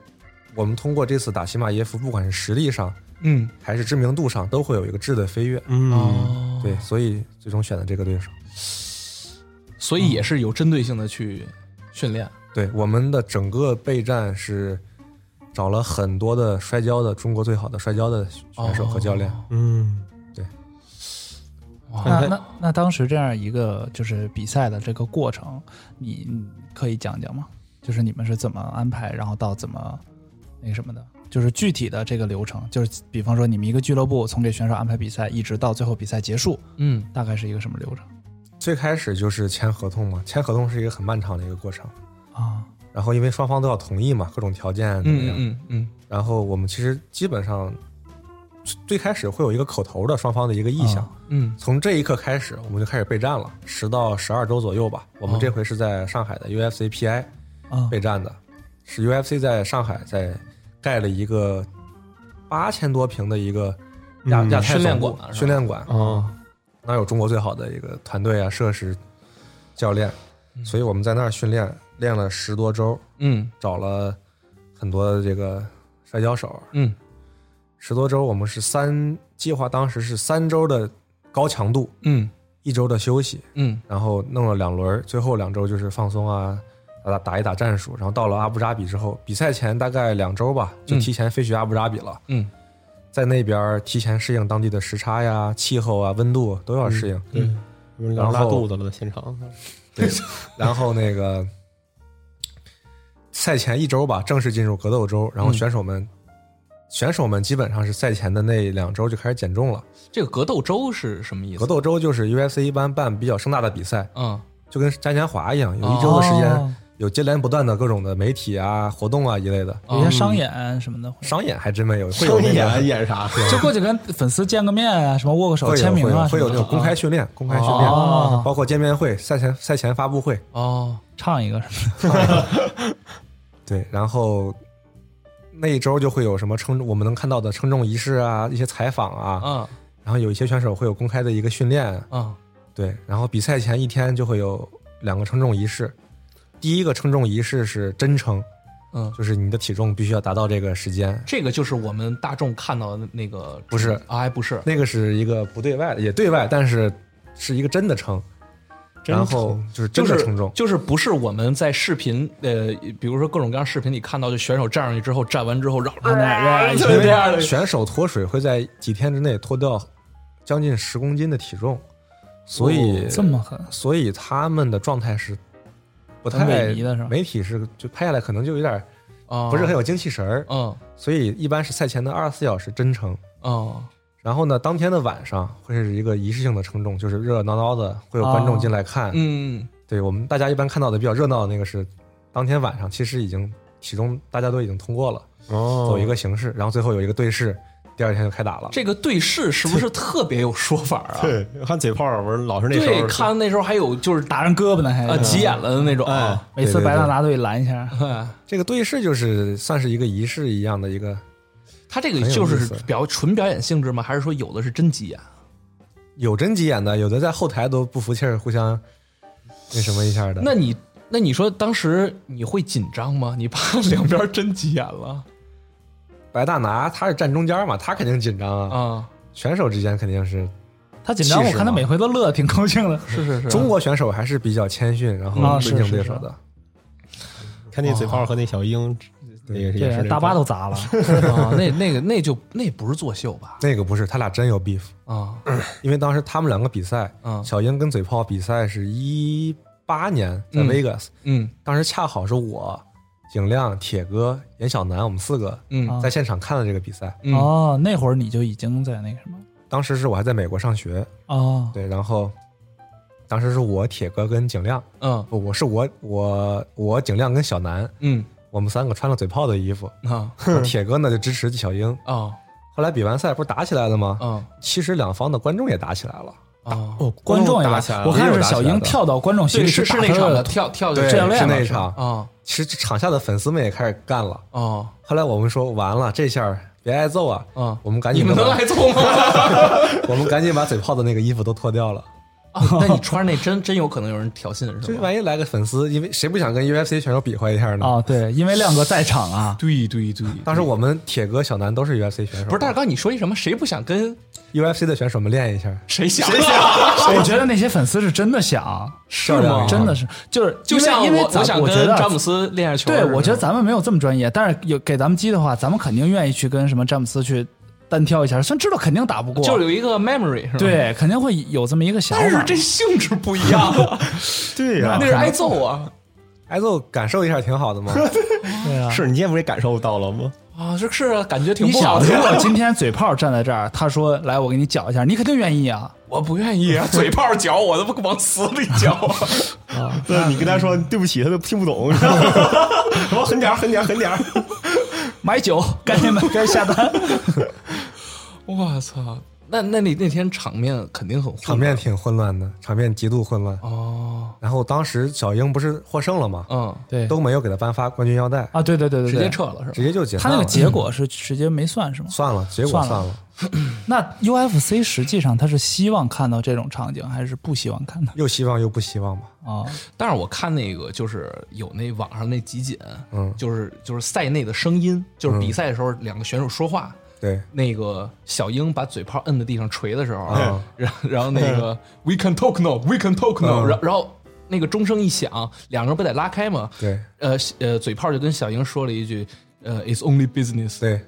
Speaker 4: 我们通过这次打齐马耶夫，不管是实力上
Speaker 1: 嗯，
Speaker 4: 还是知名度上，都会有一个质的飞跃。
Speaker 2: 嗯，
Speaker 1: 哦，
Speaker 4: 对，所以最终选的这个对手。
Speaker 1: 所以也是有针对性的去训练。
Speaker 4: 对，我们的整个备战是找了很多的摔跤的中国最好的摔跤的选手和教练。
Speaker 1: 哦
Speaker 2: 嗯，
Speaker 3: 那
Speaker 2: 那
Speaker 3: 那那当时这样一个就是比赛的这个过程，你你可以讲讲吗？就是你们是怎么安排，然后到怎么那个什么的，就是具体的这个流程，就是比方说你们一个俱乐部从给选手安排比赛，一直到最后比赛结束，
Speaker 1: 嗯
Speaker 3: 大概是一个什么流程
Speaker 4: 最开始就是签合同嘛，签合同是一个很漫长的一个过程。
Speaker 3: 啊？
Speaker 4: 然后因为双方都要同意嘛，各种条件怎么
Speaker 1: 嗯
Speaker 4: 样。
Speaker 1: 嗯嗯
Speaker 4: 然后我们其实基本上最开始会有一个口头的双方的一个意向，
Speaker 3: 啊
Speaker 1: 嗯
Speaker 4: 从这一刻开始我们就开始备战了，十到十二周左右吧。我们
Speaker 1: 哦
Speaker 4: 这回是在上海的 UFC PI
Speaker 3: 啊
Speaker 4: 备战的，是 UFC 在上海在盖了一个八千多平的一个亚
Speaker 2: 嗯
Speaker 4: 亚太
Speaker 1: 训练
Speaker 4: 总部
Speaker 1: 馆是吧
Speaker 4: 训练馆，
Speaker 2: 啊，
Speaker 4: 那有中国最好的一个团队啊、设施、教练，所以我们在那儿训练，练了十多周，
Speaker 1: 嗯
Speaker 4: 找了很多这个摔跤手，
Speaker 1: 嗯
Speaker 4: 十多周我们是三计划，当时是三周的高强度，
Speaker 1: 嗯
Speaker 4: 一周的休息，
Speaker 1: 嗯
Speaker 4: 然后弄了两轮儿，最后两周就是放松啊，打打一打战术。然后到了阿布扎比之后，比赛前大概两周吧，就
Speaker 1: 嗯
Speaker 4: 提前飞去阿布扎比了，
Speaker 1: 嗯
Speaker 4: 在那边儿提前适应当地的时差呀、气候啊、温度都要适应。
Speaker 1: 嗯
Speaker 2: 有人
Speaker 4: 然后
Speaker 2: 拉肚子了，现场
Speaker 4: 然后那个赛前一周吧，正式进入格斗周，然后
Speaker 1: 嗯
Speaker 4: 选手们、选手们基本上是赛前的那两周就开始减重了。
Speaker 1: 这个格斗周是什么意思？
Speaker 4: 格斗周就是 UFC 一般办比较盛大的比赛，
Speaker 1: 嗯
Speaker 4: 就跟嘉年华一样，有一周的时间。
Speaker 3: 哦
Speaker 4: 有接连不断的各种的媒体啊、活动啊一类的。
Speaker 3: 有些商演什么的，
Speaker 4: 商演还真没有，会有
Speaker 2: 商
Speaker 4: 那
Speaker 2: 演
Speaker 4: 个
Speaker 2: 演啥？
Speaker 3: 就过去跟粉丝见个面啊，什么握个手、
Speaker 4: 啊会有
Speaker 3: 签
Speaker 4: 会
Speaker 3: 名啊
Speaker 4: 有
Speaker 3: 什么的，
Speaker 4: 会有那种公开
Speaker 3: 啊
Speaker 4: 训练、公开训练
Speaker 3: 哦，
Speaker 4: 包括见面会、赛前赛前发布会，
Speaker 1: 哦
Speaker 3: 唱一个什么
Speaker 4: 对，然后那一周就会有什么称我们能看到的称重仪式啊、一些采访啊，
Speaker 1: 啊
Speaker 4: 然后有一些选手会有公开的一个训练，
Speaker 1: 啊
Speaker 4: 对，然后比赛前一天就会有两个称重仪式，第一个称重仪式是真称，
Speaker 1: 嗯，
Speaker 4: 就是你的体重必须要达到这个时间，
Speaker 1: 这个就是我们大众看到的那个
Speaker 4: 不是
Speaker 1: 啊，还不是
Speaker 4: 那个是一个不对外的，也对外，但是是一个真的称，
Speaker 2: 真
Speaker 4: 然后就是真
Speaker 1: 就
Speaker 4: 的
Speaker 1: 是
Speaker 4: 称重，
Speaker 1: 就是不是我们在视频呃，比如说各种各样视频里看到，就选手站上去之后，站完之后，然后
Speaker 3: 的
Speaker 1: 哎就是这样的
Speaker 4: 选手脱水会在几天之内脱掉将近十公斤的体重，所以、
Speaker 3: 哦这么狠，
Speaker 4: 所以他们的状态是不
Speaker 3: 很
Speaker 4: 太
Speaker 3: 萎靡的是吧
Speaker 4: 媒体是就拍下来可能就有点
Speaker 1: 啊，
Speaker 4: 不是很有精气神儿，
Speaker 1: 嗯
Speaker 4: 所以一般是赛前的二十四小时真称。
Speaker 1: 嗯
Speaker 4: 然后呢，当天的晚上会是一个仪式性的称重，就是热热闹闹的，会有观众进来看，
Speaker 1: 嗯
Speaker 4: 对我们大家一般看到的比较热闹的那个是，当天晚上其实已经体重大家都已经通过了，
Speaker 2: 哦
Speaker 4: 走一个形式，然后最后有一个对视，第二天就开打了。
Speaker 1: 这个对视是不是特别有说法啊？
Speaker 2: 对，看嘴炮不是老是那时
Speaker 1: 对，
Speaker 2: 候
Speaker 1: 看那时候还有就是打
Speaker 3: 打人胳膊呢还
Speaker 4: 嗯
Speaker 1: 呃急眼了的那种，啊
Speaker 2: 哎
Speaker 3: 每次
Speaker 4: 啊对对
Speaker 3: 白
Speaker 4: 对
Speaker 3: 大拿队拦一 下，
Speaker 1: 哎
Speaker 4: 这个对视就是算是一个仪式一样的一个，
Speaker 1: 他这个
Speaker 4: 很有
Speaker 1: 就
Speaker 4: 意
Speaker 1: 是
Speaker 4: 思
Speaker 1: 表纯表演性质吗？还是说有的是真急眼？
Speaker 4: 有真急眼的，有的在后台都不服气儿，互相那什么一下的。
Speaker 1: 那你那你说当时你会紧张吗？你 怕两边真急眼了
Speaker 4: 白大拿他是站中间嘛，他肯定紧张啊，
Speaker 1: 啊？
Speaker 4: 选手之间肯定是。
Speaker 3: 他紧张，
Speaker 4: 气
Speaker 3: 我
Speaker 4: 势
Speaker 3: 看他
Speaker 4: 嘛
Speaker 3: 每回都乐，挺高兴的。
Speaker 1: 是是是，
Speaker 4: 中国选手还是比较谦逊，然
Speaker 3: 啊
Speaker 4: 后
Speaker 3: 是
Speaker 4: 尊敬
Speaker 3: 是
Speaker 4: 对
Speaker 3: 是
Speaker 4: 手的。
Speaker 2: 看那嘴炮和那小鹰，那个也是
Speaker 3: 对，大巴都砸了。
Speaker 1: 啊，那那个那就那不是作秀吧？
Speaker 4: 那个不是，他俩真有 beef，
Speaker 1: 啊，
Speaker 4: 因为当时他们两个比赛，
Speaker 1: 嗯
Speaker 4: 小鹰跟嘴炮比赛是一八年在
Speaker 1: 嗯
Speaker 4: Vegas，、
Speaker 1: 嗯
Speaker 4: 当时恰好是我、景亮、铁哥、严小南，我们四个
Speaker 1: 嗯
Speaker 4: 在现场看了这个比赛。
Speaker 1: 嗯
Speaker 3: 哦，那会儿你就已经在那个什么
Speaker 4: 当时是我还在美国上学，
Speaker 3: 哦，
Speaker 4: 对，然后当时是我、铁哥跟景亮，
Speaker 1: 嗯
Speaker 4: 不，我是我我我景亮跟小南，
Speaker 1: 嗯
Speaker 4: 我们三个穿了嘴炮的 衣服，
Speaker 1: 啊
Speaker 4: 铁哥呢就支持小鹰。
Speaker 1: 啊
Speaker 4: 后来比完赛不是打起来了吗？
Speaker 1: 啊
Speaker 4: 其实两方的观众也打起来了。
Speaker 1: 啊！
Speaker 3: 哦，观众也
Speaker 4: 打
Speaker 3: 打
Speaker 4: 起来了
Speaker 3: 我看
Speaker 4: 也
Speaker 3: 是
Speaker 4: 有打起
Speaker 3: 小
Speaker 4: 来
Speaker 3: 鹰
Speaker 4: 的
Speaker 3: 跳到观众席
Speaker 1: 对，
Speaker 3: 里
Speaker 1: 是
Speaker 3: 去
Speaker 1: 是
Speaker 3: 打
Speaker 1: 那
Speaker 3: 他
Speaker 1: 场
Speaker 3: 的
Speaker 1: 吧？跳跳
Speaker 4: 对，
Speaker 1: 就
Speaker 3: 这
Speaker 1: 样
Speaker 3: 样练
Speaker 4: 是那
Speaker 3: 了
Speaker 4: 一
Speaker 3: 是吧
Speaker 4: 场。
Speaker 1: 啊
Speaker 4: 其实场下的粉丝们也开始干了。
Speaker 1: 啊
Speaker 4: 后来我们说完了，这下儿别挨揍啊！
Speaker 1: 啊！
Speaker 4: 我们赶
Speaker 1: 你
Speaker 4: 紧
Speaker 1: 们能
Speaker 4: 把
Speaker 1: 挨揍吗？
Speaker 4: 我们赶紧把嘴炮的那个衣服都脱掉了。
Speaker 1: 啊那你穿那真真有可能有人挑衅是
Speaker 4: 这
Speaker 1: 吗？
Speaker 4: 万一来个粉丝，因为谁不想跟 UFC 选手比划一下呢？
Speaker 3: 啊，对，因为亮哥在场啊，
Speaker 1: 对对对，
Speaker 4: 当时我们铁哥、小南都是 UFC 选手，
Speaker 1: 不是大哥，你说一什么？谁不想跟
Speaker 4: UFC 的选手们练一下，
Speaker 1: 谁想？谁想？
Speaker 3: 哦我觉得那些粉丝是真的想，
Speaker 4: 是
Speaker 1: 吗
Speaker 3: 真的是，就是
Speaker 1: 啊就
Speaker 3: 因为
Speaker 1: 像
Speaker 3: 因为
Speaker 1: 我我
Speaker 3: 咱
Speaker 1: 想
Speaker 3: 我觉
Speaker 1: 跟
Speaker 3: 得
Speaker 1: 詹姆斯练下球似的。
Speaker 3: 对，我觉得咱们没有这么专业，但是有给咱们机的话，咱们肯定愿意去跟什么詹姆斯去单挑一下，虽然知道肯定打不过，
Speaker 1: 就是有一个 memory 是吧？，
Speaker 3: 对，肯定会有这么一个想法。
Speaker 1: 但是这性质不一样，
Speaker 2: 对
Speaker 3: 呀
Speaker 2: 呀、
Speaker 1: 那是挨揍啊。
Speaker 4: 挨揍感受一下挺好的嘛。
Speaker 3: 对啊，
Speaker 2: 是你今天不是也感受到了吗？
Speaker 1: 啊，是是啊，感觉挺
Speaker 3: 你
Speaker 1: 不
Speaker 3: 想，
Speaker 1: 好
Speaker 3: 如
Speaker 1: 的。
Speaker 3: 果今天嘴炮站在这儿，他说来我给你搅一下，你肯定愿意啊。
Speaker 1: 我不愿意啊，嘴炮嚼我都不往死里嚼。
Speaker 2: 对，你跟他说对不起，他都听不懂。 什么狠点儿，狠点儿，狠点儿。
Speaker 3: 买酒，赶 紧买，赶紧下单。
Speaker 1: 我操，那那你那天场面肯定很混乱
Speaker 4: 场面挺混乱的，场面极度混乱。
Speaker 1: 哦，
Speaker 4: 然后当时小鹰不是获胜了吗？
Speaker 1: 嗯，
Speaker 3: 对
Speaker 4: 都没有给他颁发冠军腰带，
Speaker 3: 啊，对对对对，
Speaker 1: 直接
Speaker 3: 对。
Speaker 1: 撤了是
Speaker 4: 直
Speaker 1: 吧？
Speaker 4: 接就解
Speaker 3: 他
Speaker 4: 散
Speaker 3: 那
Speaker 4: 了。
Speaker 3: 个结果是直接没算是吗？
Speaker 4: 算了，结果
Speaker 3: 算了
Speaker 4: 了。
Speaker 3: 那 UFC 实际上他是希望看到这种场景，还是不希望 看到
Speaker 4: 又希望又不希望吧。
Speaker 3: 啊？
Speaker 1: 但是我看那个就是有那网上那集锦，
Speaker 4: 嗯
Speaker 1: 就是就是赛内的声音，就是比赛的时候两个选手说话，
Speaker 4: 对，
Speaker 1: 那个小鹰把嘴炮摁在地上捶的时候，
Speaker 4: 嗯
Speaker 1: 然 后然后那个 we can talk now, we can talk now，、
Speaker 4: 嗯
Speaker 1: 然后然后那个钟声一响，两个人不得拉开吗？
Speaker 4: 对
Speaker 1: 呃呃，嘴炮就跟小鹰说了一句，呃，it's only business。
Speaker 4: 对，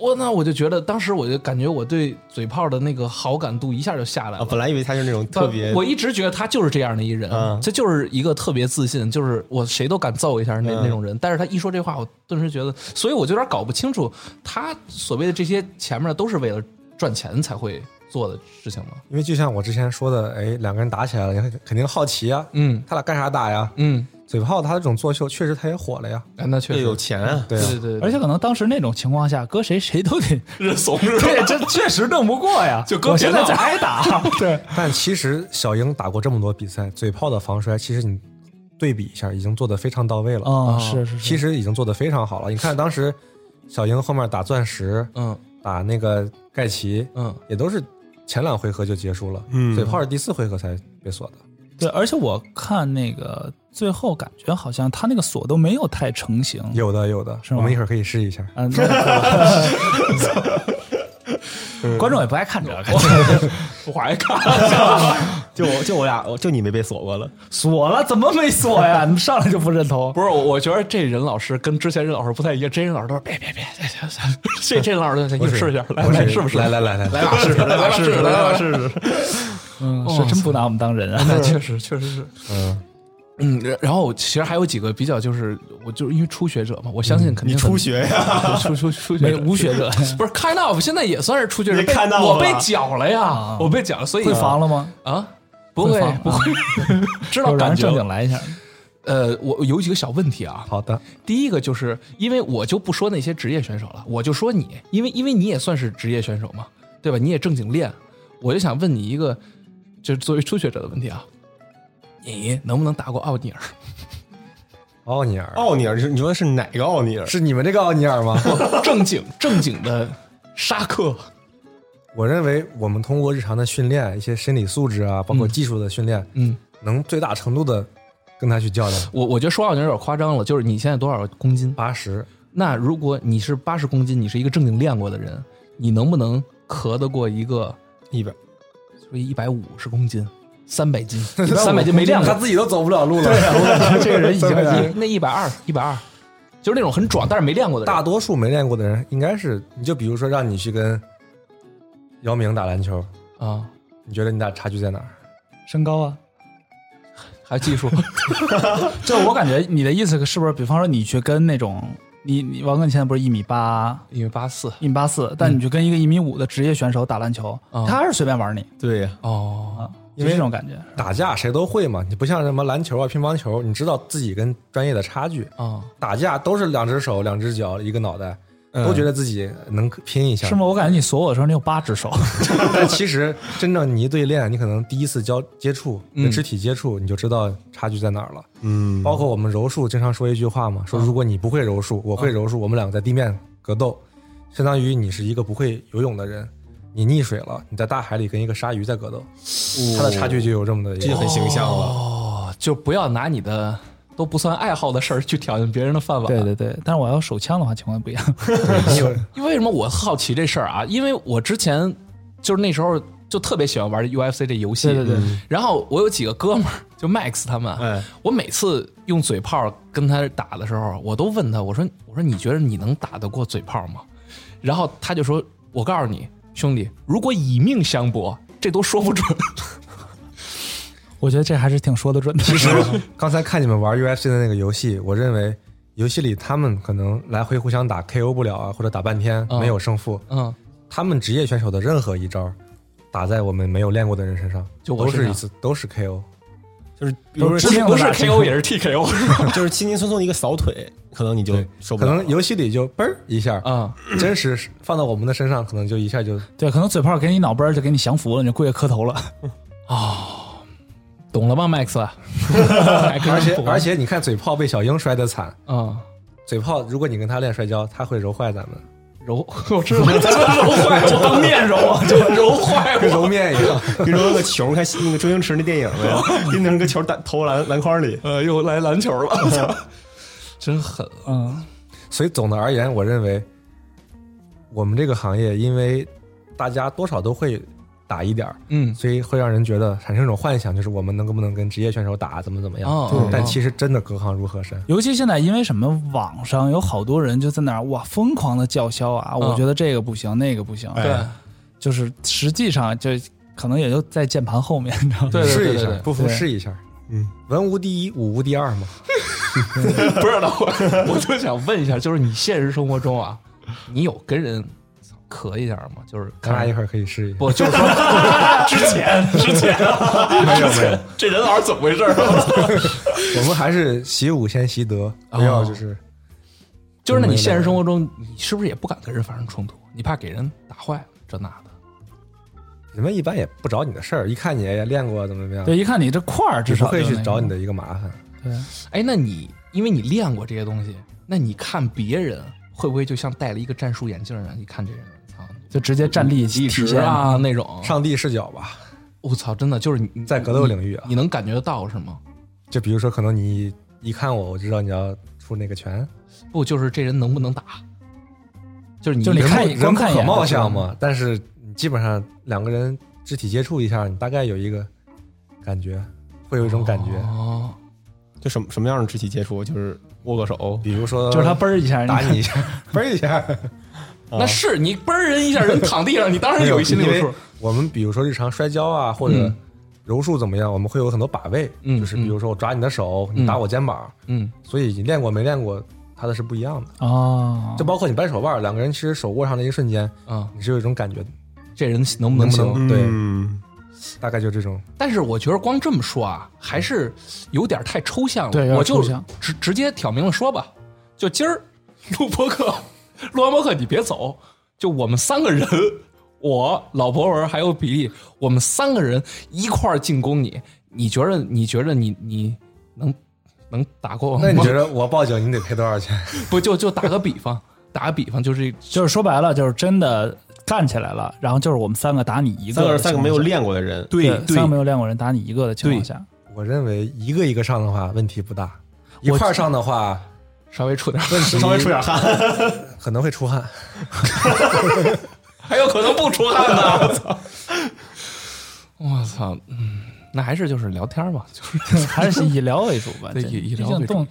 Speaker 1: 我那我就觉得，当时我就感觉我对嘴炮的那个好感度一下就下来
Speaker 2: 啊，
Speaker 1: 了。
Speaker 2: 本来以为他是那种特别，
Speaker 1: 我一直觉得他就是这样的一人，
Speaker 2: 嗯
Speaker 1: 这就是一个特别自信，就是我谁都敢揍一下那、
Speaker 2: 嗯
Speaker 1: 那种人。但是他一说这话，我顿时觉得，所以我就有点搞不清楚，他所谓的这些前面的都是为了赚钱才会做的事情吗？
Speaker 4: 因为就像我之前说的，哎，两个人打起来了，你看肯定好奇啊，
Speaker 1: 嗯
Speaker 4: 他俩干啥打呀？
Speaker 1: 嗯，
Speaker 4: 嘴炮他这种作秀，确实他也火了呀。
Speaker 1: 哎那确
Speaker 2: 对
Speaker 1: 实
Speaker 2: 有钱啊，
Speaker 4: 对啊
Speaker 1: 对对对，
Speaker 3: 而且可能当时那种情况下，搁谁谁都 得，
Speaker 1: 认怂是
Speaker 3: 对，这确实弄不过呀。
Speaker 1: 就搁
Speaker 3: 我
Speaker 1: 别
Speaker 3: 现
Speaker 1: 闹
Speaker 3: 在在挨打， 对，
Speaker 4: 但其实小英打过这么多比赛，嘴炮的防摔，其实你对比一下，已经做得非常到位了。
Speaker 1: 哦
Speaker 3: 嗯，是是
Speaker 4: 其
Speaker 3: 是，
Speaker 4: 实已经做得非常好了。你看当时小英后面打钻石，
Speaker 1: 嗯
Speaker 4: 打那个盖奇，
Speaker 1: 嗯
Speaker 4: 也都是前两回合就结束了。
Speaker 2: 嗯
Speaker 4: 嘴炮是第四回合才被锁的。
Speaker 3: 对，而且我看那个最后感觉好像他那个锁都没有太成型，
Speaker 4: 有的有的，
Speaker 3: 是吗
Speaker 4: 我们一会儿可以试一下。
Speaker 3: 嗯， 那观众也不爱看这
Speaker 1: 嗯 我
Speaker 3: 个，
Speaker 1: 还看
Speaker 2: 就我就我俩，我就你没被锁过了。
Speaker 3: 锁了怎么没锁呀？你们上来就不认同
Speaker 1: 不是，我我觉得这任老师跟之前任老师不太一样，这任老师都是别别别，别别别这这任老师
Speaker 4: 不
Speaker 1: 你试一下，来
Speaker 4: 不
Speaker 1: 来是不是？
Speaker 4: 来来来来
Speaker 1: 来把试试，来把试试，来把试试。
Speaker 3: 嗯，
Speaker 1: 哦
Speaker 3: 是真不拿我们当人啊。
Speaker 1: 那确实确实是，
Speaker 4: 嗯，
Speaker 1: 嗯，然然后我其实还有几个比较，就是我就是因为初学者嘛，我相信肯
Speaker 2: 你
Speaker 1: 定
Speaker 2: 初学呀、
Speaker 1: 初初初学
Speaker 3: 没
Speaker 1: 者
Speaker 3: 无学 者
Speaker 1: 不是 kind of，现在也算是初学者，
Speaker 2: 你 kind of
Speaker 1: 我被
Speaker 2: 了
Speaker 1: 搅了呀，我被啊搅了，所以
Speaker 3: 会防了吗？
Speaker 1: 啊，不
Speaker 3: 会
Speaker 1: 会
Speaker 3: 防嗯
Speaker 1: 不会，知道
Speaker 3: 要不然
Speaker 1: 感觉
Speaker 3: 正
Speaker 1: 了
Speaker 3: 经来一下，
Speaker 1: 呃，我我有几个小问题啊。
Speaker 4: 好的，
Speaker 1: 第一个就是因为我就不说那些职业选手了，我就说你，因为因为你也算是职业选手嘛，对吧？你也正经练，我就想问你一个，就是作为初学者的问题啊，你能不能打过奥尼尔？
Speaker 4: 奥尼尔，
Speaker 2: 奥尼尔，你说你说的是哪个奥尼尔？
Speaker 4: 是你们这个奥尼尔吗？
Speaker 1: 正经正经的沙克
Speaker 4: 我认为我们通过日常的训练，一些心理素质啊，包括技术的训练，
Speaker 1: 嗯，
Speaker 4: 能最大程度的跟他去较量。
Speaker 1: 我我觉得说话有点夸张了，就是你现在多少公斤？
Speaker 4: 八十，
Speaker 1: 那如果你是八十公斤，你是一个正经练过的人，你能不能咳得过一个
Speaker 2: 一百
Speaker 1: 说一百五十公斤、三百斤、三百斤没练过？
Speaker 4: 他自己都走不了路了。
Speaker 1: 这个人已经
Speaker 4: 三百斤
Speaker 1: 那一百二、一百二，就是那种很壮但是没练过的人。
Speaker 4: 大多数没练过的人，应该是你就比如说让你去跟姚明打篮球，
Speaker 1: 啊，
Speaker 4: 你觉得你俩差距在哪儿？
Speaker 3: 身高啊。
Speaker 1: 还有技术，
Speaker 3: 就我感觉你的意思是不是，比方说你去跟那种你你王哥，你现在不是一米八
Speaker 1: 因为八四
Speaker 3: 一米八四，但你去跟一个一米五的职业选手打篮球，
Speaker 1: 嗯
Speaker 3: 他还是随便玩你
Speaker 2: 对呀，
Speaker 1: 哦
Speaker 3: 啊，就是这种感觉。
Speaker 4: 打架谁都会嘛，你不像什么篮球啊、乒乓球，你知道自己跟专业的差距。
Speaker 1: 哦，
Speaker 4: 打架都是两只手、两只脚、一个脑袋，都觉得自己能拼一下。
Speaker 3: 是吗？我感觉你锁我的时候，你有八只手，
Speaker 4: 但其实真正你一对练，你可能第一次交接触、
Speaker 1: 嗯
Speaker 4: 肢体接触，你就知道差距在哪儿了。
Speaker 2: 嗯，
Speaker 4: 包括我们柔术经常说一句话嘛，说如果你不会柔术，我会柔术，我们两个在地面格斗，相当于你是一个不会游泳的人，你溺水了，你在大海里跟一个鲨鱼在格斗，它的差距就有这么的一
Speaker 2: 这就
Speaker 4: 个。
Speaker 2: 很形象 了。
Speaker 1: 哦，就不要拿你的都不算爱好的事儿去挑战别人的饭碗。
Speaker 3: 对对对，但是我要手枪的话，情况不一样。
Speaker 4: 你有
Speaker 1: 因为什么我好奇这事儿啊？因为我之前就是那时候就特别喜欢玩 UFC 这游戏，
Speaker 3: 对对对，
Speaker 1: 然后我有几个哥们儿，就 Max 他们，
Speaker 2: 哎，
Speaker 1: 我每次用嘴炮跟他打的时候，我都问他，我说我说你觉得你能打得过嘴炮吗？然后他就说，我告诉你，兄弟，如果以命相搏，这都说不准。
Speaker 3: 我觉得这还是挺说得准的。其实
Speaker 4: 刚才看你们玩 UFC 的那个游戏，我认为游戏里他们可能来回互相打 KO 不了啊，或者打半天
Speaker 1: 嗯
Speaker 4: 没有胜负。
Speaker 1: 嗯，
Speaker 4: 他们职业选手的任何一招，打在我们没有练过的人身上，
Speaker 1: 就我
Speaker 4: 都
Speaker 1: 身
Speaker 4: 是
Speaker 1: 上
Speaker 4: 一次都是 KO。
Speaker 2: 就是比如
Speaker 3: 致
Speaker 2: 说
Speaker 3: 命的
Speaker 1: 不是
Speaker 3: 打击
Speaker 1: KO 也是 TKO 是吧？
Speaker 2: 就是轻轻松松一个扫腿，可能你就
Speaker 4: 对
Speaker 2: 受不
Speaker 4: 可
Speaker 2: 了了。
Speaker 4: 能游戏里就嘣儿一下，
Speaker 1: 嗯，
Speaker 4: 真实放到我们的身上，可能就一下就
Speaker 3: 对，可能嘴炮给你脑崩儿就给你降服了，你就跪下磕头了。
Speaker 1: 懂了吧，Max？
Speaker 4: 而
Speaker 1: 而
Speaker 4: 且而且你看嘴炮被小英摔得惨，
Speaker 1: 嗯，
Speaker 4: 嘴炮如果你跟他练摔跤，他会揉坏咱们，
Speaker 1: 揉，我 知道，揉坏就当面揉，啊就揉坏
Speaker 4: 跟揉面一样。
Speaker 2: 跟扔个球，看那个周星驰那电影 没有？给你扔个球打投篮篮筐里，
Speaker 1: 呃，又来篮球了，我操， 真狠啊！
Speaker 3: 嗯，
Speaker 4: 所以总的而言，我认为我们这个行业，因为大家多少都会打一点儿，
Speaker 1: 嗯，
Speaker 4: 所以会让人觉得产生一种幻想，就是我们能不能跟职业选手打，怎么怎么样。
Speaker 1: 哦
Speaker 4: 对
Speaker 1: 哦
Speaker 4: 但其实真的隔行如隔山。
Speaker 3: 尤其现在因为什么，网上有好多人就在那儿哇疯狂的叫嚣
Speaker 1: 嗯
Speaker 3: 啊，我觉得这个不行，那个不行，
Speaker 4: 哎
Speaker 1: 对
Speaker 3: 就是实际上就可能也就在键盘后面，你知道吗？
Speaker 1: 对对
Speaker 4: 试
Speaker 1: 对
Speaker 4: 一
Speaker 1: 对
Speaker 4: 下，
Speaker 1: 对，
Speaker 4: 不服
Speaker 3: 对
Speaker 4: 试一下。
Speaker 2: 嗯，
Speaker 4: 文无第一，武无第二嘛。
Speaker 1: 不 是等会儿，我就想问一下，就是你现实生活中啊，你有跟人咳一下吗？就是
Speaker 4: 咱俩
Speaker 1: 看
Speaker 4: 一会儿可以试一下。
Speaker 1: 不就是说之前之前
Speaker 4: 没有没有，
Speaker 1: 这人老是怎么回事儿？
Speaker 4: 我们还是习武先习德，
Speaker 3: 哦
Speaker 4: 不要就是
Speaker 1: 就是那你现实生活
Speaker 4: 嗯
Speaker 1: 中，你是不是也不敢跟人发生冲突？你怕给人打坏了这那的？
Speaker 4: 人们一般也不找你的事儿，一看你也练过怎么怎么样，
Speaker 3: 对，一看你这块儿
Speaker 4: 只
Speaker 3: 至
Speaker 4: 不
Speaker 3: 少
Speaker 4: 会
Speaker 3: 就
Speaker 4: 去
Speaker 3: 那
Speaker 4: 找
Speaker 3: 个
Speaker 4: 你的一个麻烦。
Speaker 3: 对。
Speaker 1: 哎，那你因为你练过这些东西，那你看别人会不会就像戴了一个战术眼镜一样？你看这人，操，
Speaker 3: 就直接站立
Speaker 1: 一
Speaker 3: 体
Speaker 1: 直
Speaker 3: 现
Speaker 1: 啊那种，
Speaker 4: 上帝视角吧，
Speaker 1: 我操，真的就是你
Speaker 4: 在格斗领域啊
Speaker 3: 嗯
Speaker 1: 你，你能感觉得到是吗？
Speaker 4: 就比如说可能你一看我，我知道你要出那个拳，
Speaker 1: 不，就是这人能不能打？就是你
Speaker 3: 就是你
Speaker 4: 人
Speaker 3: 看
Speaker 4: 不
Speaker 3: 一
Speaker 4: 人
Speaker 3: 光
Speaker 4: 不
Speaker 3: 看一
Speaker 4: 可
Speaker 3: 眼
Speaker 4: 貌
Speaker 3: 就知道
Speaker 4: 相嘛，但是你基本上两个人肢体接触一下，你大概有一个感觉，会有一种感觉，
Speaker 1: 哦，
Speaker 2: 就什么什么样的肢体接触？就是握个手，
Speaker 4: 比如说
Speaker 3: 就是他嘣儿一下，
Speaker 4: 打
Speaker 3: 看
Speaker 4: 你一下，嘣儿一下，
Speaker 2: 啊
Speaker 1: 那是你嘣儿人一下，人躺地上，你 当然有一心里有
Speaker 4: 因
Speaker 1: 数
Speaker 4: 为。我们比如说日常摔跤啊，或者
Speaker 1: 嗯
Speaker 4: 柔术怎么样，我们会有很多把位，
Speaker 1: 嗯
Speaker 4: 就是比如说我抓你的手，
Speaker 1: 嗯
Speaker 4: 你打我肩膀，
Speaker 1: 嗯，
Speaker 4: 所以你练过没练过，它的是不一样的。
Speaker 3: 哦，
Speaker 4: 就包括你掰手腕，两个人其实手握上的一瞬间，
Speaker 1: 啊，
Speaker 4: 你是有一种感觉，
Speaker 1: 这人能不能行？
Speaker 4: 能不能
Speaker 2: 对
Speaker 4: 对，
Speaker 2: 嗯
Speaker 4: 大概就这种。
Speaker 1: 但是我觉得光这么说啊，还是有点太抽象了。
Speaker 3: 对有点
Speaker 1: 我就
Speaker 3: 抽象
Speaker 1: 直直接挑明了说吧，就今儿录播客，录完播客你别走，就我们三个人，我老博文还有比利，我们三个人一块儿进攻你，你觉得你觉得你你能能打过我吗？
Speaker 4: 那你觉得我报警，你得赔多少钱？
Speaker 1: 不就就打个比 方，打个比方就是
Speaker 3: 就是说白了，就是真的干起来了，然后就是我们三个打你一个
Speaker 2: 三
Speaker 3: 的
Speaker 2: 个
Speaker 3: 情况
Speaker 2: 人
Speaker 3: 下，
Speaker 2: 三个没有练过的人，
Speaker 3: 对，三个没有练过人打你一个的情况下，
Speaker 4: 我认为一个一个上的话问题不大，一块儿上的话
Speaker 1: 稍微出点，
Speaker 4: 问题
Speaker 2: 稍微出点汗，
Speaker 4: 可能会出汗。
Speaker 1: 还有可能不出汗呢。 我操，嗯，那还是就是聊天吧，就是
Speaker 3: 还是以聊为主吧。
Speaker 1: 对
Speaker 3: 这
Speaker 1: 以以
Speaker 3: 毕
Speaker 1: 聊
Speaker 3: 竟
Speaker 1: 为主
Speaker 3: 动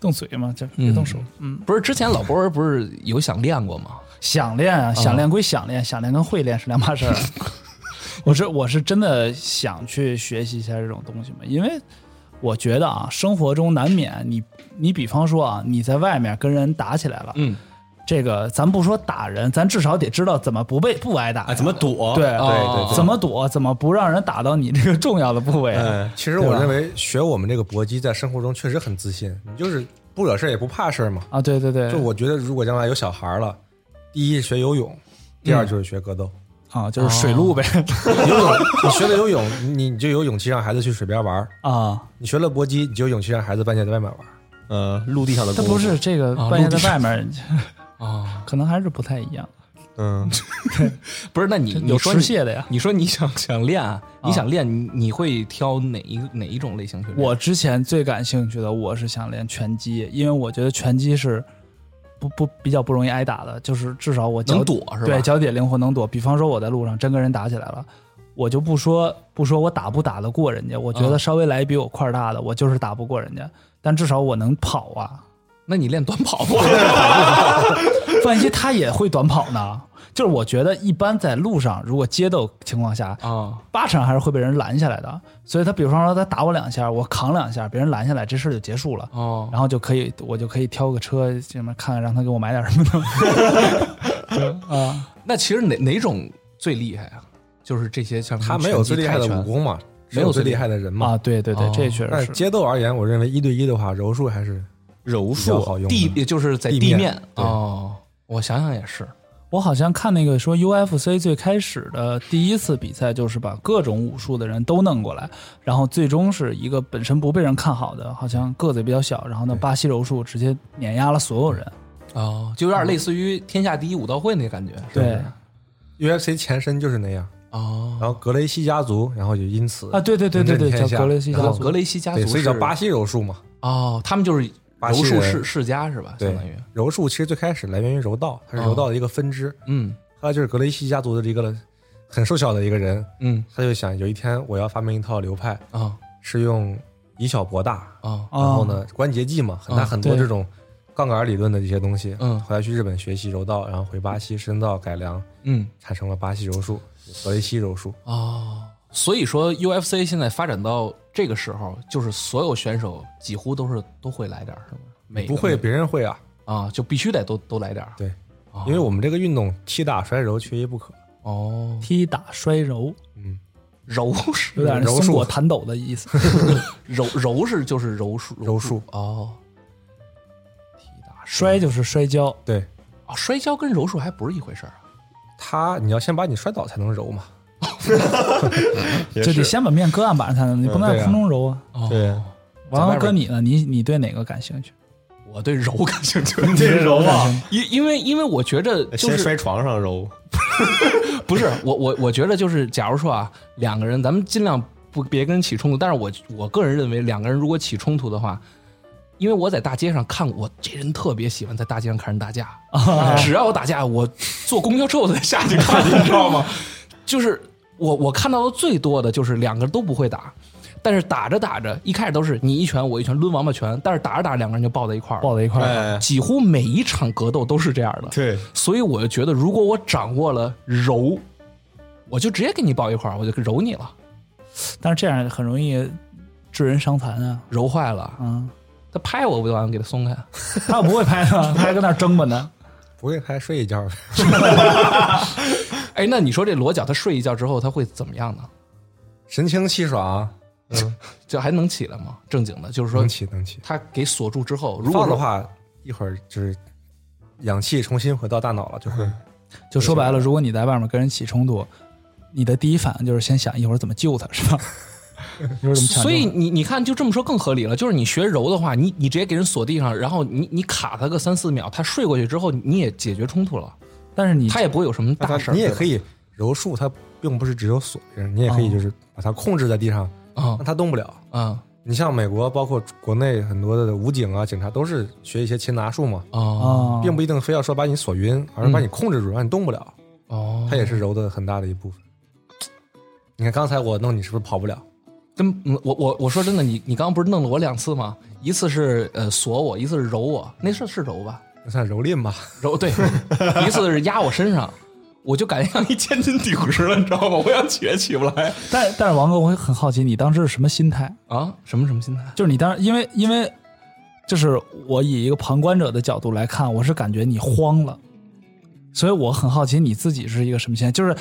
Speaker 3: 动嘴嘛，这别动手。嗯，
Speaker 1: 不是之前老波儿不是有想练过吗？
Speaker 3: 想练啊，想练归想练，想练跟会练是两码事儿。我是我是真的想去学习一下这种东西嘛，因为我觉得啊，生活中难免你你比方说啊，你在外面跟人打起来了，
Speaker 1: 嗯，
Speaker 3: 这个咱不说打人，咱至少得知道怎么不被不挨打
Speaker 2: 哎，
Speaker 3: 呀，
Speaker 2: 怎么躲？
Speaker 3: 对啊
Speaker 1: 哦
Speaker 2: 对对，
Speaker 3: 怎么躲，怎么不让人打到你这个重要的部位啊。
Speaker 2: 嗯，
Speaker 4: 其实
Speaker 3: 对
Speaker 4: 我
Speaker 3: 吧
Speaker 4: 认为学我们这个搏击在生活中确实很自信，你就是不惹事儿也不怕事儿嘛。
Speaker 3: 啊，对对对，
Speaker 4: 就我觉得，如果将来有小孩儿了，第一学游泳，第二就是学格斗。
Speaker 3: 啊，就是水路呗
Speaker 4: 游泳，你学了游泳，你你就有勇气让孩子去水边玩儿；
Speaker 3: 啊，
Speaker 4: 你学了搏击，你就有勇气让孩子半夜在外面玩儿。
Speaker 2: 呃，陆地上的
Speaker 3: 它
Speaker 2: 功夫
Speaker 3: 不是，这个
Speaker 1: 啊
Speaker 3: 半夜
Speaker 1: 陆地
Speaker 3: 在外面，
Speaker 1: 啊，
Speaker 3: 可能还是不太一样，
Speaker 2: 嗯，
Speaker 1: 不是，那你
Speaker 3: 有
Speaker 1: 嗯你说
Speaker 3: 吃
Speaker 1: 你
Speaker 3: 蟹的呀。
Speaker 1: 你说你想想练啊，你想练，你你会挑哪一个哪一种类型去练？
Speaker 3: 我之前最感兴趣的，我是想练拳击，因为我觉得拳击是不不比较不容易挨打的，就是至少我脚
Speaker 1: 能躲是吧？
Speaker 3: 对脚底灵活能躲。比方说我在路上真跟人打起来了，我就不说不说我打不打得过人家，我觉得
Speaker 1: 嗯
Speaker 3: 稍微来比我块儿大的，我就是打不过人家，但至少我能跑啊。
Speaker 1: 那你练短跑 不？
Speaker 3: 万一他也会短跑呢？就是我觉得一般在路上，如果街斗情况下，
Speaker 1: 啊，
Speaker 3: 八成还是会被人拦下来的。所以他比方说他打我两下，我扛两下，别人拦下来，这事儿就结束了。
Speaker 1: 哦，
Speaker 3: 然后就可以，我就可以挑个车，什么看看让他给我买点什么的。
Speaker 1: 那其实哪哪种最厉害啊？就是这些像什么
Speaker 4: 他没有
Speaker 1: 拳击
Speaker 4: 最厉害的
Speaker 1: 泰拳
Speaker 4: 武功嘛，只
Speaker 1: 没有最
Speaker 4: 最
Speaker 1: 厉
Speaker 4: 厉害的人嘛。
Speaker 3: 啊，对对对，
Speaker 1: 哦
Speaker 3: 哎这确
Speaker 4: 但
Speaker 3: 实是。
Speaker 4: 是街斗而言，我认为一对一的话，柔术还是
Speaker 2: 柔
Speaker 4: 比较
Speaker 2: 术
Speaker 4: 好用的。
Speaker 1: 地，也就是在
Speaker 4: 地
Speaker 1: 地
Speaker 4: 面
Speaker 1: 面
Speaker 4: 对
Speaker 1: 哦。我想想也是，
Speaker 3: 我好像看那个说 UFC 最开始的第一次比赛，就是把各种武术的人都弄过来，然后最终是一个本身不被人看好的，好像个子也比较小，然后呢
Speaker 4: 对
Speaker 3: 巴西柔术直接碾压了所有人。
Speaker 1: 哦，就有点类似于天下第一武道会那感觉，是不
Speaker 3: 对
Speaker 1: 是？
Speaker 4: UFC 前身就是那样。
Speaker 1: 哦，
Speaker 4: 然后格雷西家族，然后就因此
Speaker 3: 啊，对对对对对，
Speaker 4: 名震天
Speaker 3: 叫
Speaker 4: 下
Speaker 3: 格雷西
Speaker 1: 然
Speaker 3: 家
Speaker 1: 后
Speaker 3: 族
Speaker 1: 格雷西家
Speaker 4: 对，
Speaker 1: 族
Speaker 4: 所以叫
Speaker 1: 是
Speaker 4: 巴西柔术嘛。
Speaker 1: 哦，他们就是
Speaker 4: 巴西
Speaker 1: 柔术
Speaker 4: 人
Speaker 1: 世世家是吧？
Speaker 4: 对
Speaker 1: 相当于，
Speaker 4: 柔术其实最开始来源于柔道，它是柔道的一个分支。
Speaker 1: 嗯
Speaker 4: 后来就是格雷西家族的一个很瘦小的一个人，
Speaker 1: 嗯
Speaker 4: 他就想有一天我要发明一套流派，
Speaker 1: 啊
Speaker 4: 是用以小博大，
Speaker 1: 啊
Speaker 3: 啊
Speaker 4: 然后呢关节技嘛，很大
Speaker 1: 嗯
Speaker 4: 很多
Speaker 3: 对
Speaker 4: 这种杠杆理论的一些东西。
Speaker 1: 嗯
Speaker 4: 后来去日本学习柔道，然后回巴西深造改良，
Speaker 1: 嗯
Speaker 4: 产生了巴西柔术、格雷西柔术。
Speaker 1: 哦，所以说 UFC 现在发展到这个时候，就是所有选手几乎都是都会来点儿，是吗？每个
Speaker 4: 不会，别人会啊，
Speaker 1: 啊，就必须得都都来点儿。
Speaker 4: 对
Speaker 1: 哦，
Speaker 4: 因为我们这个运动踢打摔柔缺一不可。
Speaker 1: 哦，
Speaker 3: 踢打摔揉，
Speaker 4: 嗯，
Speaker 1: 柔是
Speaker 3: 有点
Speaker 4: 柔
Speaker 3: 松
Speaker 4: 术
Speaker 3: 果弹抖的意 思。
Speaker 1: 柔柔是就是柔术
Speaker 4: 柔术
Speaker 1: 哦，踢打
Speaker 3: 摔就是摔跤，
Speaker 4: 对
Speaker 1: 啊，摔跤跟柔术还不是一回事儿啊。
Speaker 4: 他，你要先把你摔倒才能揉嘛。
Speaker 2: 也
Speaker 3: 就得
Speaker 2: 是
Speaker 3: 先把面搁案板上才能，你不能
Speaker 4: 对
Speaker 3: 在
Speaker 4: 啊
Speaker 3: 空中揉啊。
Speaker 1: 哦
Speaker 2: 对，
Speaker 3: 完
Speaker 1: 在外
Speaker 3: 了，
Speaker 1: 边
Speaker 3: 哥你呢？你你对哪个感兴趣？
Speaker 1: 我对柔感兴趣，
Speaker 2: 这揉啊，
Speaker 1: 因因为因为我觉着就
Speaker 2: 先
Speaker 1: 是
Speaker 2: 摔床上揉，
Speaker 1: 不是我我我觉得就是，假如说啊，两个人咱们尽量不别跟人起冲突，但是我我个人认为，两个人如果起冲突的话，因为我在大街上看过，我这人特别喜欢在大街上看人打架，
Speaker 3: 啊
Speaker 1: 只要有打架，我坐公交车我都得下去看，你知道吗？ 就是我我看到的最多的就是两个人都不会打。但是打着打着，一开始都是你一拳我一拳抡王八拳，但是打着打着两个人就抱在一块儿了，
Speaker 3: 抱在一块儿，
Speaker 2: 哎，
Speaker 1: 几乎每一场格斗都是这样的。
Speaker 2: 对，
Speaker 1: 所以我就觉得，如果我掌握了柔，我就直接跟你抱一块儿，我就揉你了，
Speaker 3: 但是这样很容易致人伤残 啊。
Speaker 1: 揉坏了，
Speaker 3: 嗯，
Speaker 1: 他拍我，我就完给他松开。
Speaker 3: 他要不会 拍呢，他还跟那儿争吧呢。
Speaker 4: 不会还睡一觉呗？
Speaker 1: 哎，那你说这裸脚，他睡一觉之后他会怎么样呢？
Speaker 4: 神清气爽，啊
Speaker 1: 就还能起来吗？正经的，就是说
Speaker 4: 能起能起。
Speaker 1: 他给锁住之后，如果
Speaker 4: 放的
Speaker 1: 说
Speaker 4: 话，一会儿就是氧气重新回到大脑了，就会
Speaker 3: 就说白了，如果你在外面跟人起冲突，你的第一反应就是先想一会儿怎么救他，是吧？ 一会儿怎么抢救他？
Speaker 1: 所以你你看，就这么说更合理了。就是你学柔的话，你你直接给人锁地上，然后你你卡他个三四秒，他睡过去之后，你也解决冲突了，
Speaker 3: 但是你
Speaker 1: 他也不会有什么大
Speaker 4: 那它
Speaker 1: 事儿。
Speaker 4: 你也
Speaker 1: 对吧
Speaker 4: 哦可以柔术，它并不是只有锁别人，你也可以就是把它控制在地上，
Speaker 1: 啊
Speaker 4: 那他动不了。
Speaker 1: 啊
Speaker 4: 你像美国，包括国内很多的武警啊、警察都是学一些擒拿术嘛，
Speaker 1: 哦
Speaker 3: 啊，
Speaker 4: 并不一定非要说把你锁晕，而是把你控制住，让你动不了。
Speaker 1: 哦，
Speaker 4: 它也是柔的很大的一部分。你看刚才我弄你是不是跑不了？
Speaker 1: 真嗯我我我说真的，你你刚刚不是弄了我两次吗？一次是呃锁我，一次是揉我，那事儿是揉吧？
Speaker 4: 那算蹂躏吧？
Speaker 1: 揉对，一次是压我身上，我就感觉像一千斤顶似的，你知道吗？我想起也起不来
Speaker 3: 但但是王哥，我很好奇你当时是什么心态？
Speaker 1: 啊！什么什么心态？
Speaker 3: 就是你当时因为因为就是我以一个旁观者的角度来看，我是感觉你慌了，所以我很好奇你自己是一个什么心态，就是。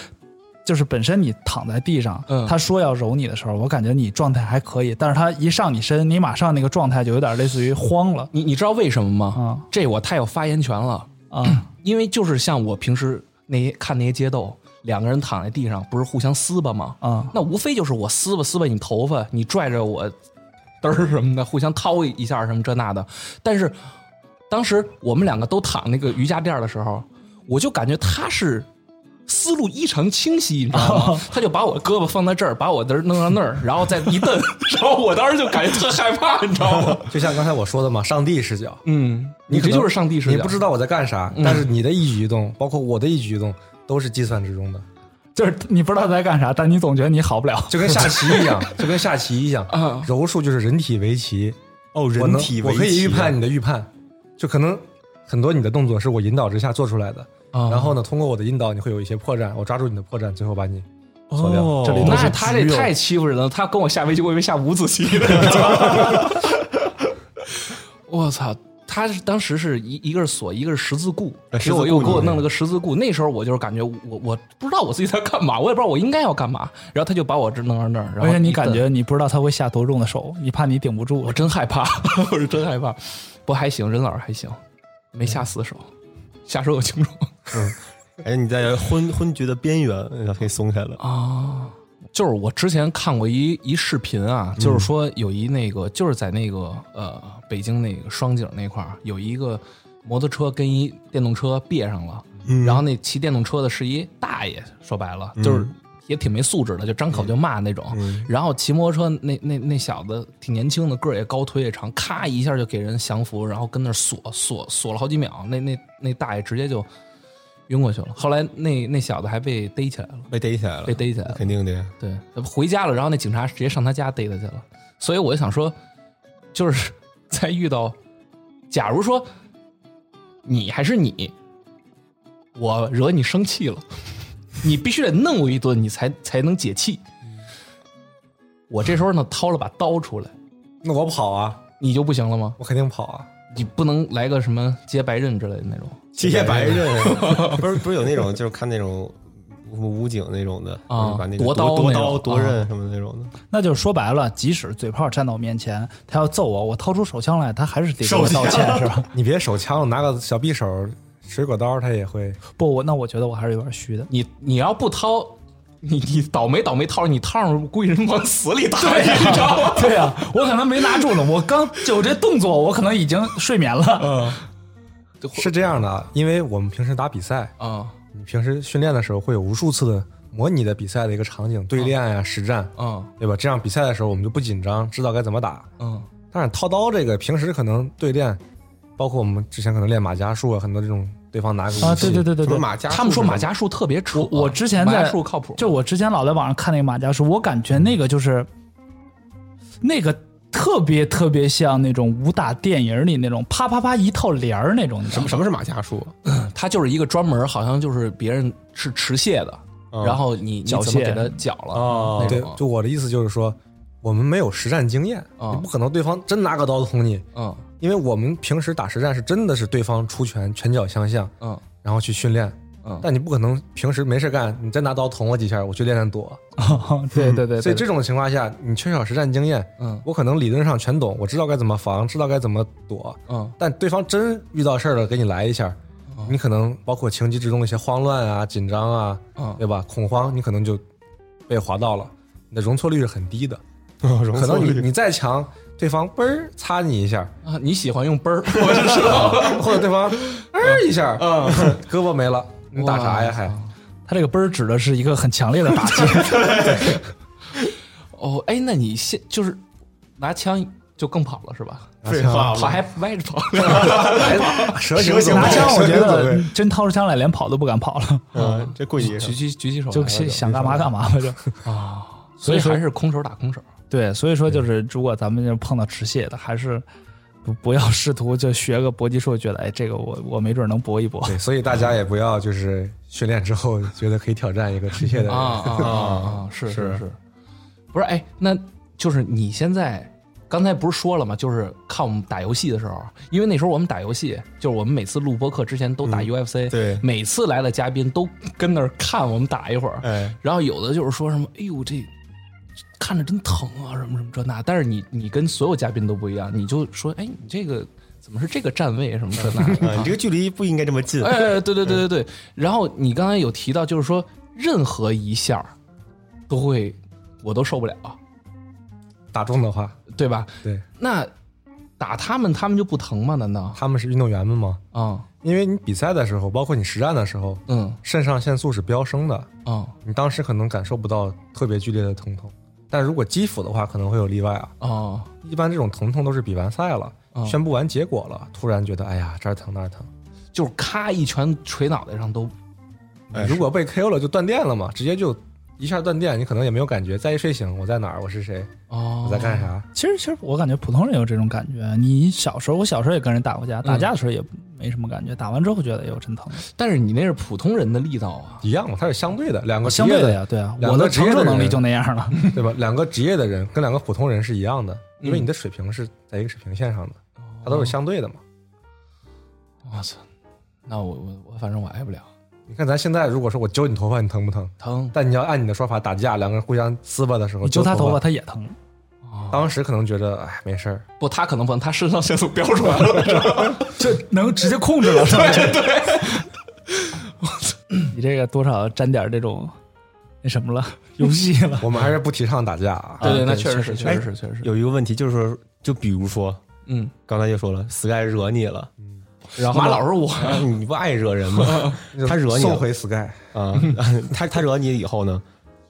Speaker 3: 就是本身你躺在地上，
Speaker 1: 嗯
Speaker 3: 他说要揉你的时候，我感觉你状态还可以，但是他一上你身，你马上那个状态就有点类似于慌了
Speaker 1: 你你知道为什么吗？
Speaker 3: 啊
Speaker 1: 这我太有发言权了，
Speaker 3: 啊！
Speaker 1: 因为就是像我平时那些看那些街斗，两个人躺在地上，不是互相撕巴吗？
Speaker 3: 啊
Speaker 1: 那无非就是我撕吧撕吧你头发，你拽着我嘚儿什么的，互相掏一下什么这那的。但是当时我们两个都躺那个瑜伽垫儿的时候，我就感觉他是。思路异常清晰，你知道
Speaker 4: 啊
Speaker 1: 吗？他就把我胳膊放在这儿，把我的弄到那儿，然后再一蹬， 然后我当时就感觉特害怕，你知道吗？
Speaker 4: 就像刚才我说的嘛，上帝视角，
Speaker 1: 嗯，你
Speaker 4: 可
Speaker 1: 这
Speaker 4: 能
Speaker 1: 就是上帝视角，嗯
Speaker 4: 你不知道我在干啥，但是你的一举一动，包括我的一举一动，都是计算之中 的，
Speaker 3: 就是你不知道他在干啥，但你总觉得你好不了。
Speaker 4: 就跟下棋一样，就跟下棋一样
Speaker 1: 啊。
Speaker 4: 柔术就是人体围棋，
Speaker 2: 哦，
Speaker 4: 我
Speaker 2: 人
Speaker 4: 能
Speaker 2: 体围
Speaker 4: 我可以
Speaker 2: 棋
Speaker 4: 预
Speaker 2: 啊
Speaker 4: 判你的预判，就可能很多你的动作是我引导之下做出来的，
Speaker 1: 啊
Speaker 4: 然后呢，通过我的引导，你会有一些破绽，我抓住你的破绽，最后把你锁掉。
Speaker 2: 哦
Speaker 3: 这里都是
Speaker 1: 那他这
Speaker 3: 肌肉
Speaker 1: 太欺负人了，他跟我下围棋，我以为下五子棋 呢你知道吗。我操！他是当时是一一个是锁，一个是十字固，
Speaker 2: 哎
Speaker 1: 给我
Speaker 2: 十字固
Speaker 1: 又给我
Speaker 2: 你
Speaker 1: 弄了个十字固。那时候我就是感觉我我不知道我自己在干嘛，我也不知道我应该要干嘛。然后他就把我这弄到那儿，然
Speaker 3: 而
Speaker 2: 哎
Speaker 1: 后
Speaker 3: 且你
Speaker 1: 一蹬
Speaker 3: 感觉你不知道他会下多重的手，你怕你顶不住
Speaker 1: 我。真害怕， 我是真害怕。不过还行，任老师还行，没下死手，下手有轻重
Speaker 2: 哎，你在昏昏厥的边缘，然后给松开了。
Speaker 1: 啊。就是我之前看过一一视频啊，就是说有一那个，就是在那个呃北京那个双井那块儿，有一个摩托车跟一电动车别上了，然后那骑电动车的是一大爷，说白了就是也挺没素质的，就张口就骂那种。然后骑摩托车那那那小子挺年轻的，个儿也高，腿也长，咔一下就给人降服，然后跟那儿锁锁锁了好几秒，那那那大爷直接就晕过去了。后来那那小子还被逮起来了，
Speaker 2: 被逮起来了，
Speaker 1: 被逮起来了。
Speaker 2: 肯定的呀。
Speaker 1: 对，呃回家了，然后那警察直接上他家逮他去了。所以我就想说，就是 在遇到，假如说你还是你，我惹你生气了，你必须得弄我一顿，你才才能解气。我这时候呢，掏了把刀出来，
Speaker 4: 那我跑啊，
Speaker 1: 你就不行了吗？
Speaker 4: 我肯定跑啊。
Speaker 1: 你不能来个什么接白刃之类的那种。
Speaker 2: 接白刃， 不是不是有那种就是看那种武警那种的
Speaker 1: 啊
Speaker 2: 就是把那个
Speaker 1: 夺刀
Speaker 2: 夺
Speaker 1: 那种
Speaker 2: 刀夺
Speaker 1: 啊
Speaker 2: 刃什么的那种的，
Speaker 3: 那就是说白了，即使嘴炮站到我面前，他要揍我，我掏出手枪来，他还是得给我道歉，是吧？
Speaker 4: 你别手枪了，拿个小匕首、水果刀，他也会。
Speaker 3: 不，我那我觉得我还是有点虚的。
Speaker 1: 你你要不掏，你你倒霉倒霉掏，你掏上估计人往死里打你， 你知道吗？
Speaker 3: 对呀、我可能没拿住呢，我刚就这动作，我可能已经睡眠了。
Speaker 1: 嗯
Speaker 4: 是这样的啊，因为我们平时打比赛，
Speaker 1: 啊
Speaker 4: 你平时训练的时候会有无数次的模拟的比赛的一个场景，对练呀、实战，
Speaker 1: 啊
Speaker 4: 对吧？这样比赛的时候我们就不紧张，知道该怎么打。
Speaker 1: 嗯
Speaker 4: 但是掏刀这个，平时可能对练，包括我们之前可能练马家术啊，很多这种对方拿个武器，
Speaker 3: 啊，对对对对
Speaker 2: 什么
Speaker 3: 对，
Speaker 2: 马甲，
Speaker 1: 他们说马家术特别扯，
Speaker 3: 我我之前
Speaker 1: 马
Speaker 3: 在
Speaker 1: 家术靠谱，
Speaker 3: 就我之前老在网上看那个马家书，我感觉那个就是那个特别特别像那种武打电影里那种啪啪啪一套帘儿那种，你知
Speaker 2: 什
Speaker 3: 道
Speaker 2: 么
Speaker 3: 吗
Speaker 2: 什么是马甲术？
Speaker 1: 他就是一个专门好像就是别人是持械的，
Speaker 2: 嗯
Speaker 1: 然后你你
Speaker 3: 缴
Speaker 1: 怎么
Speaker 3: 械
Speaker 1: 给他缴了、
Speaker 2: 哦
Speaker 1: 那
Speaker 4: 对
Speaker 1: 种，，
Speaker 4: 就我的意思就是说，我们没有实战经验，
Speaker 1: 啊
Speaker 3: 哦
Speaker 4: 你不可能对方真拿个刀捅你，
Speaker 1: 嗯
Speaker 4: 因为我们平时打实战是真的是对方出拳拳脚相向，
Speaker 1: 嗯
Speaker 4: 然后去训练。
Speaker 3: 哦
Speaker 1: 嗯，
Speaker 4: 但你不可能平时没事干，你真拿刀捅我几下，我去练练躲。
Speaker 3: 对对对，
Speaker 4: 所以这种情况下，你缺少实战经验，
Speaker 1: 嗯
Speaker 4: 我可能理论上全懂，我知道该怎么防，知道该怎么躲。
Speaker 1: 嗯
Speaker 4: 但对方真遇到事儿了，给你来一下，你可能包括情急之中的一些慌乱啊、紧张啊，
Speaker 1: 嗯
Speaker 4: 对吧？恐慌，你可能就被划到了，你的容错率是很低的。可
Speaker 2: 可
Speaker 4: 能你你再强，对方嘣儿 擦你一下，
Speaker 1: 啊，你喜欢用 奔儿，我就知道，
Speaker 4: 或者对方嘣一下，胳膊没了，你打啥呀？还
Speaker 1: 哇
Speaker 3: 他这个奔儿指的是一个很强烈的打击。
Speaker 1: 哦，哎，那你现就是拿枪就更跑了是吧？
Speaker 2: 啊废话
Speaker 1: 跑还歪着跑，
Speaker 4: 蛇
Speaker 2: 蛇形
Speaker 3: 拿枪，我觉
Speaker 2: 蛇形
Speaker 3: 得真掏出枪来，连跑都不敢跑了，
Speaker 2: 嗯，这贵
Speaker 1: 举
Speaker 2: 极。
Speaker 1: 起举起手来
Speaker 3: 就
Speaker 1: 了啊
Speaker 3: 想想干嘛干嘛吧， 就
Speaker 1: 所以
Speaker 3: 所以说
Speaker 1: 还是空手打空手。
Speaker 3: 对。所以说，就是如果咱们就碰到持械的，还是不不要试图就学个搏击术，觉得哎，这个我我没准能搏一搏。
Speaker 4: 对，所以大家也不要就是训练之后觉得可以挑战一个持械的人。
Speaker 1: 啊啊啊啊！是
Speaker 4: 是
Speaker 1: 是，不是哎，那就是你现在刚才不是说了吗？就是看我们打游戏的时候，因为那时候我们打游戏，就是我们每次录播客之前都打 UFC，、
Speaker 2: 对
Speaker 1: 每次来的嘉宾都跟那儿看我们打一会儿，
Speaker 2: 哎，
Speaker 1: 然后有的就是说什么，哎呦这。看着真疼啊，什么什么这那，但是你你跟所有嘉宾都不一样，你就说，哎，你这个怎么是这个站位什么这那的
Speaker 2: 啊，你这个距离不应该这么近。
Speaker 1: 哎，对对对对对。然后你刚才有提到，就是说任何一下儿都会，我都受不了，
Speaker 4: 打中的话，
Speaker 1: 对吧？
Speaker 4: 对
Speaker 1: 那打他们，他们就不疼吗？难道？
Speaker 4: 他们是运动员们嘛，
Speaker 1: 啊、
Speaker 4: 因为你比赛的时候，包括你实战的时候，
Speaker 1: 嗯，
Speaker 4: 肾上腺素是飙升的，
Speaker 1: 嗯嗯
Speaker 4: 你当时可能感受不到特别剧烈的疼痛，但如果基辅的话，可能会有例外啊。
Speaker 1: 哦
Speaker 4: 一般这种疼痛都是比完赛了，
Speaker 1: 哦
Speaker 4: 宣布完结果了，突然觉得哎呀这儿疼那儿疼，
Speaker 1: 就是咔一拳捶脑袋上都
Speaker 2: 哎
Speaker 4: 如果被 KO 了就断电了嘛，直接就一下断电，你可能也没有感觉。再一睡醒，我在哪儿？我是谁？
Speaker 1: 哦，
Speaker 4: 我在干啥？
Speaker 3: 其实，其实我感觉普通人有这种感觉。你小时候，我小时候也跟人打过
Speaker 4: 嗯
Speaker 3: 架，打架的时候也没什么感觉，打完之后觉得，哎呦，真疼。
Speaker 1: 但是你那是普通人的力道啊，
Speaker 4: 一样嘛，它是相对的，两个职
Speaker 3: 哦相
Speaker 4: 业
Speaker 3: 对的呀，对啊，
Speaker 4: 两
Speaker 3: 我
Speaker 4: 个
Speaker 3: 的
Speaker 4: 职业
Speaker 3: 承
Speaker 4: 的
Speaker 3: 受能力
Speaker 4: 人
Speaker 3: 就那样 了。
Speaker 4: 对吧？两个职业的人跟两个普通人是一样的，因为你的水平是在一个水平线上的，它都是相对的嘛。
Speaker 1: 我操！那我我我反正我挨不了，
Speaker 4: 你看咱现在如果说我揪你头发，你疼不疼？
Speaker 1: 疼。
Speaker 4: 但你要按你的说法打架，两个人互相撕巴的时候，
Speaker 3: 你揪他
Speaker 4: 头
Speaker 3: 头发，，他也 疼。
Speaker 4: 当时可能觉得哎没事儿，
Speaker 1: 不，他可能不，他肾上腺素飙出来了。
Speaker 3: 就能直接控制了，是吧？对对。 你这个多少沾点这种那什么了，游戏 了。
Speaker 4: 我们还是不提倡打架啊。
Speaker 1: 对对，那
Speaker 3: 对
Speaker 1: 确实是，
Speaker 3: 确实
Speaker 1: 确实是，确实是。
Speaker 2: 有一个问题就是说，就比如说
Speaker 1: 嗯，
Speaker 2: 刚才就说了，Sky 惹你 了，
Speaker 1: 然后哎马老师我
Speaker 2: 啊你不爱惹人吗？他惹你
Speaker 4: 送
Speaker 2: 了
Speaker 4: 回 Sky，
Speaker 2: 啊，他他惹你以后呢，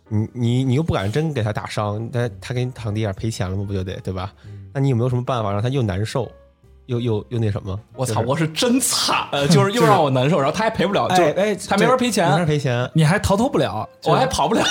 Speaker 2: 你你你又不敢真给他打伤，他他给你躺地下赔钱了吗？不就得对吧？
Speaker 1: 嗯
Speaker 2: 那你有没有什么办法让他又难受，又又又那什么？
Speaker 1: 我
Speaker 2: 就
Speaker 1: 操，
Speaker 2: 是
Speaker 1: 我是真惨，呃就是又让我难受，然后他还赔不了，就
Speaker 2: 哎哎，
Speaker 1: 他没法赔
Speaker 2: 没法
Speaker 1: 钱，
Speaker 2: 赔钱。
Speaker 3: 你还逃脱不了，
Speaker 1: 我还跑不 了。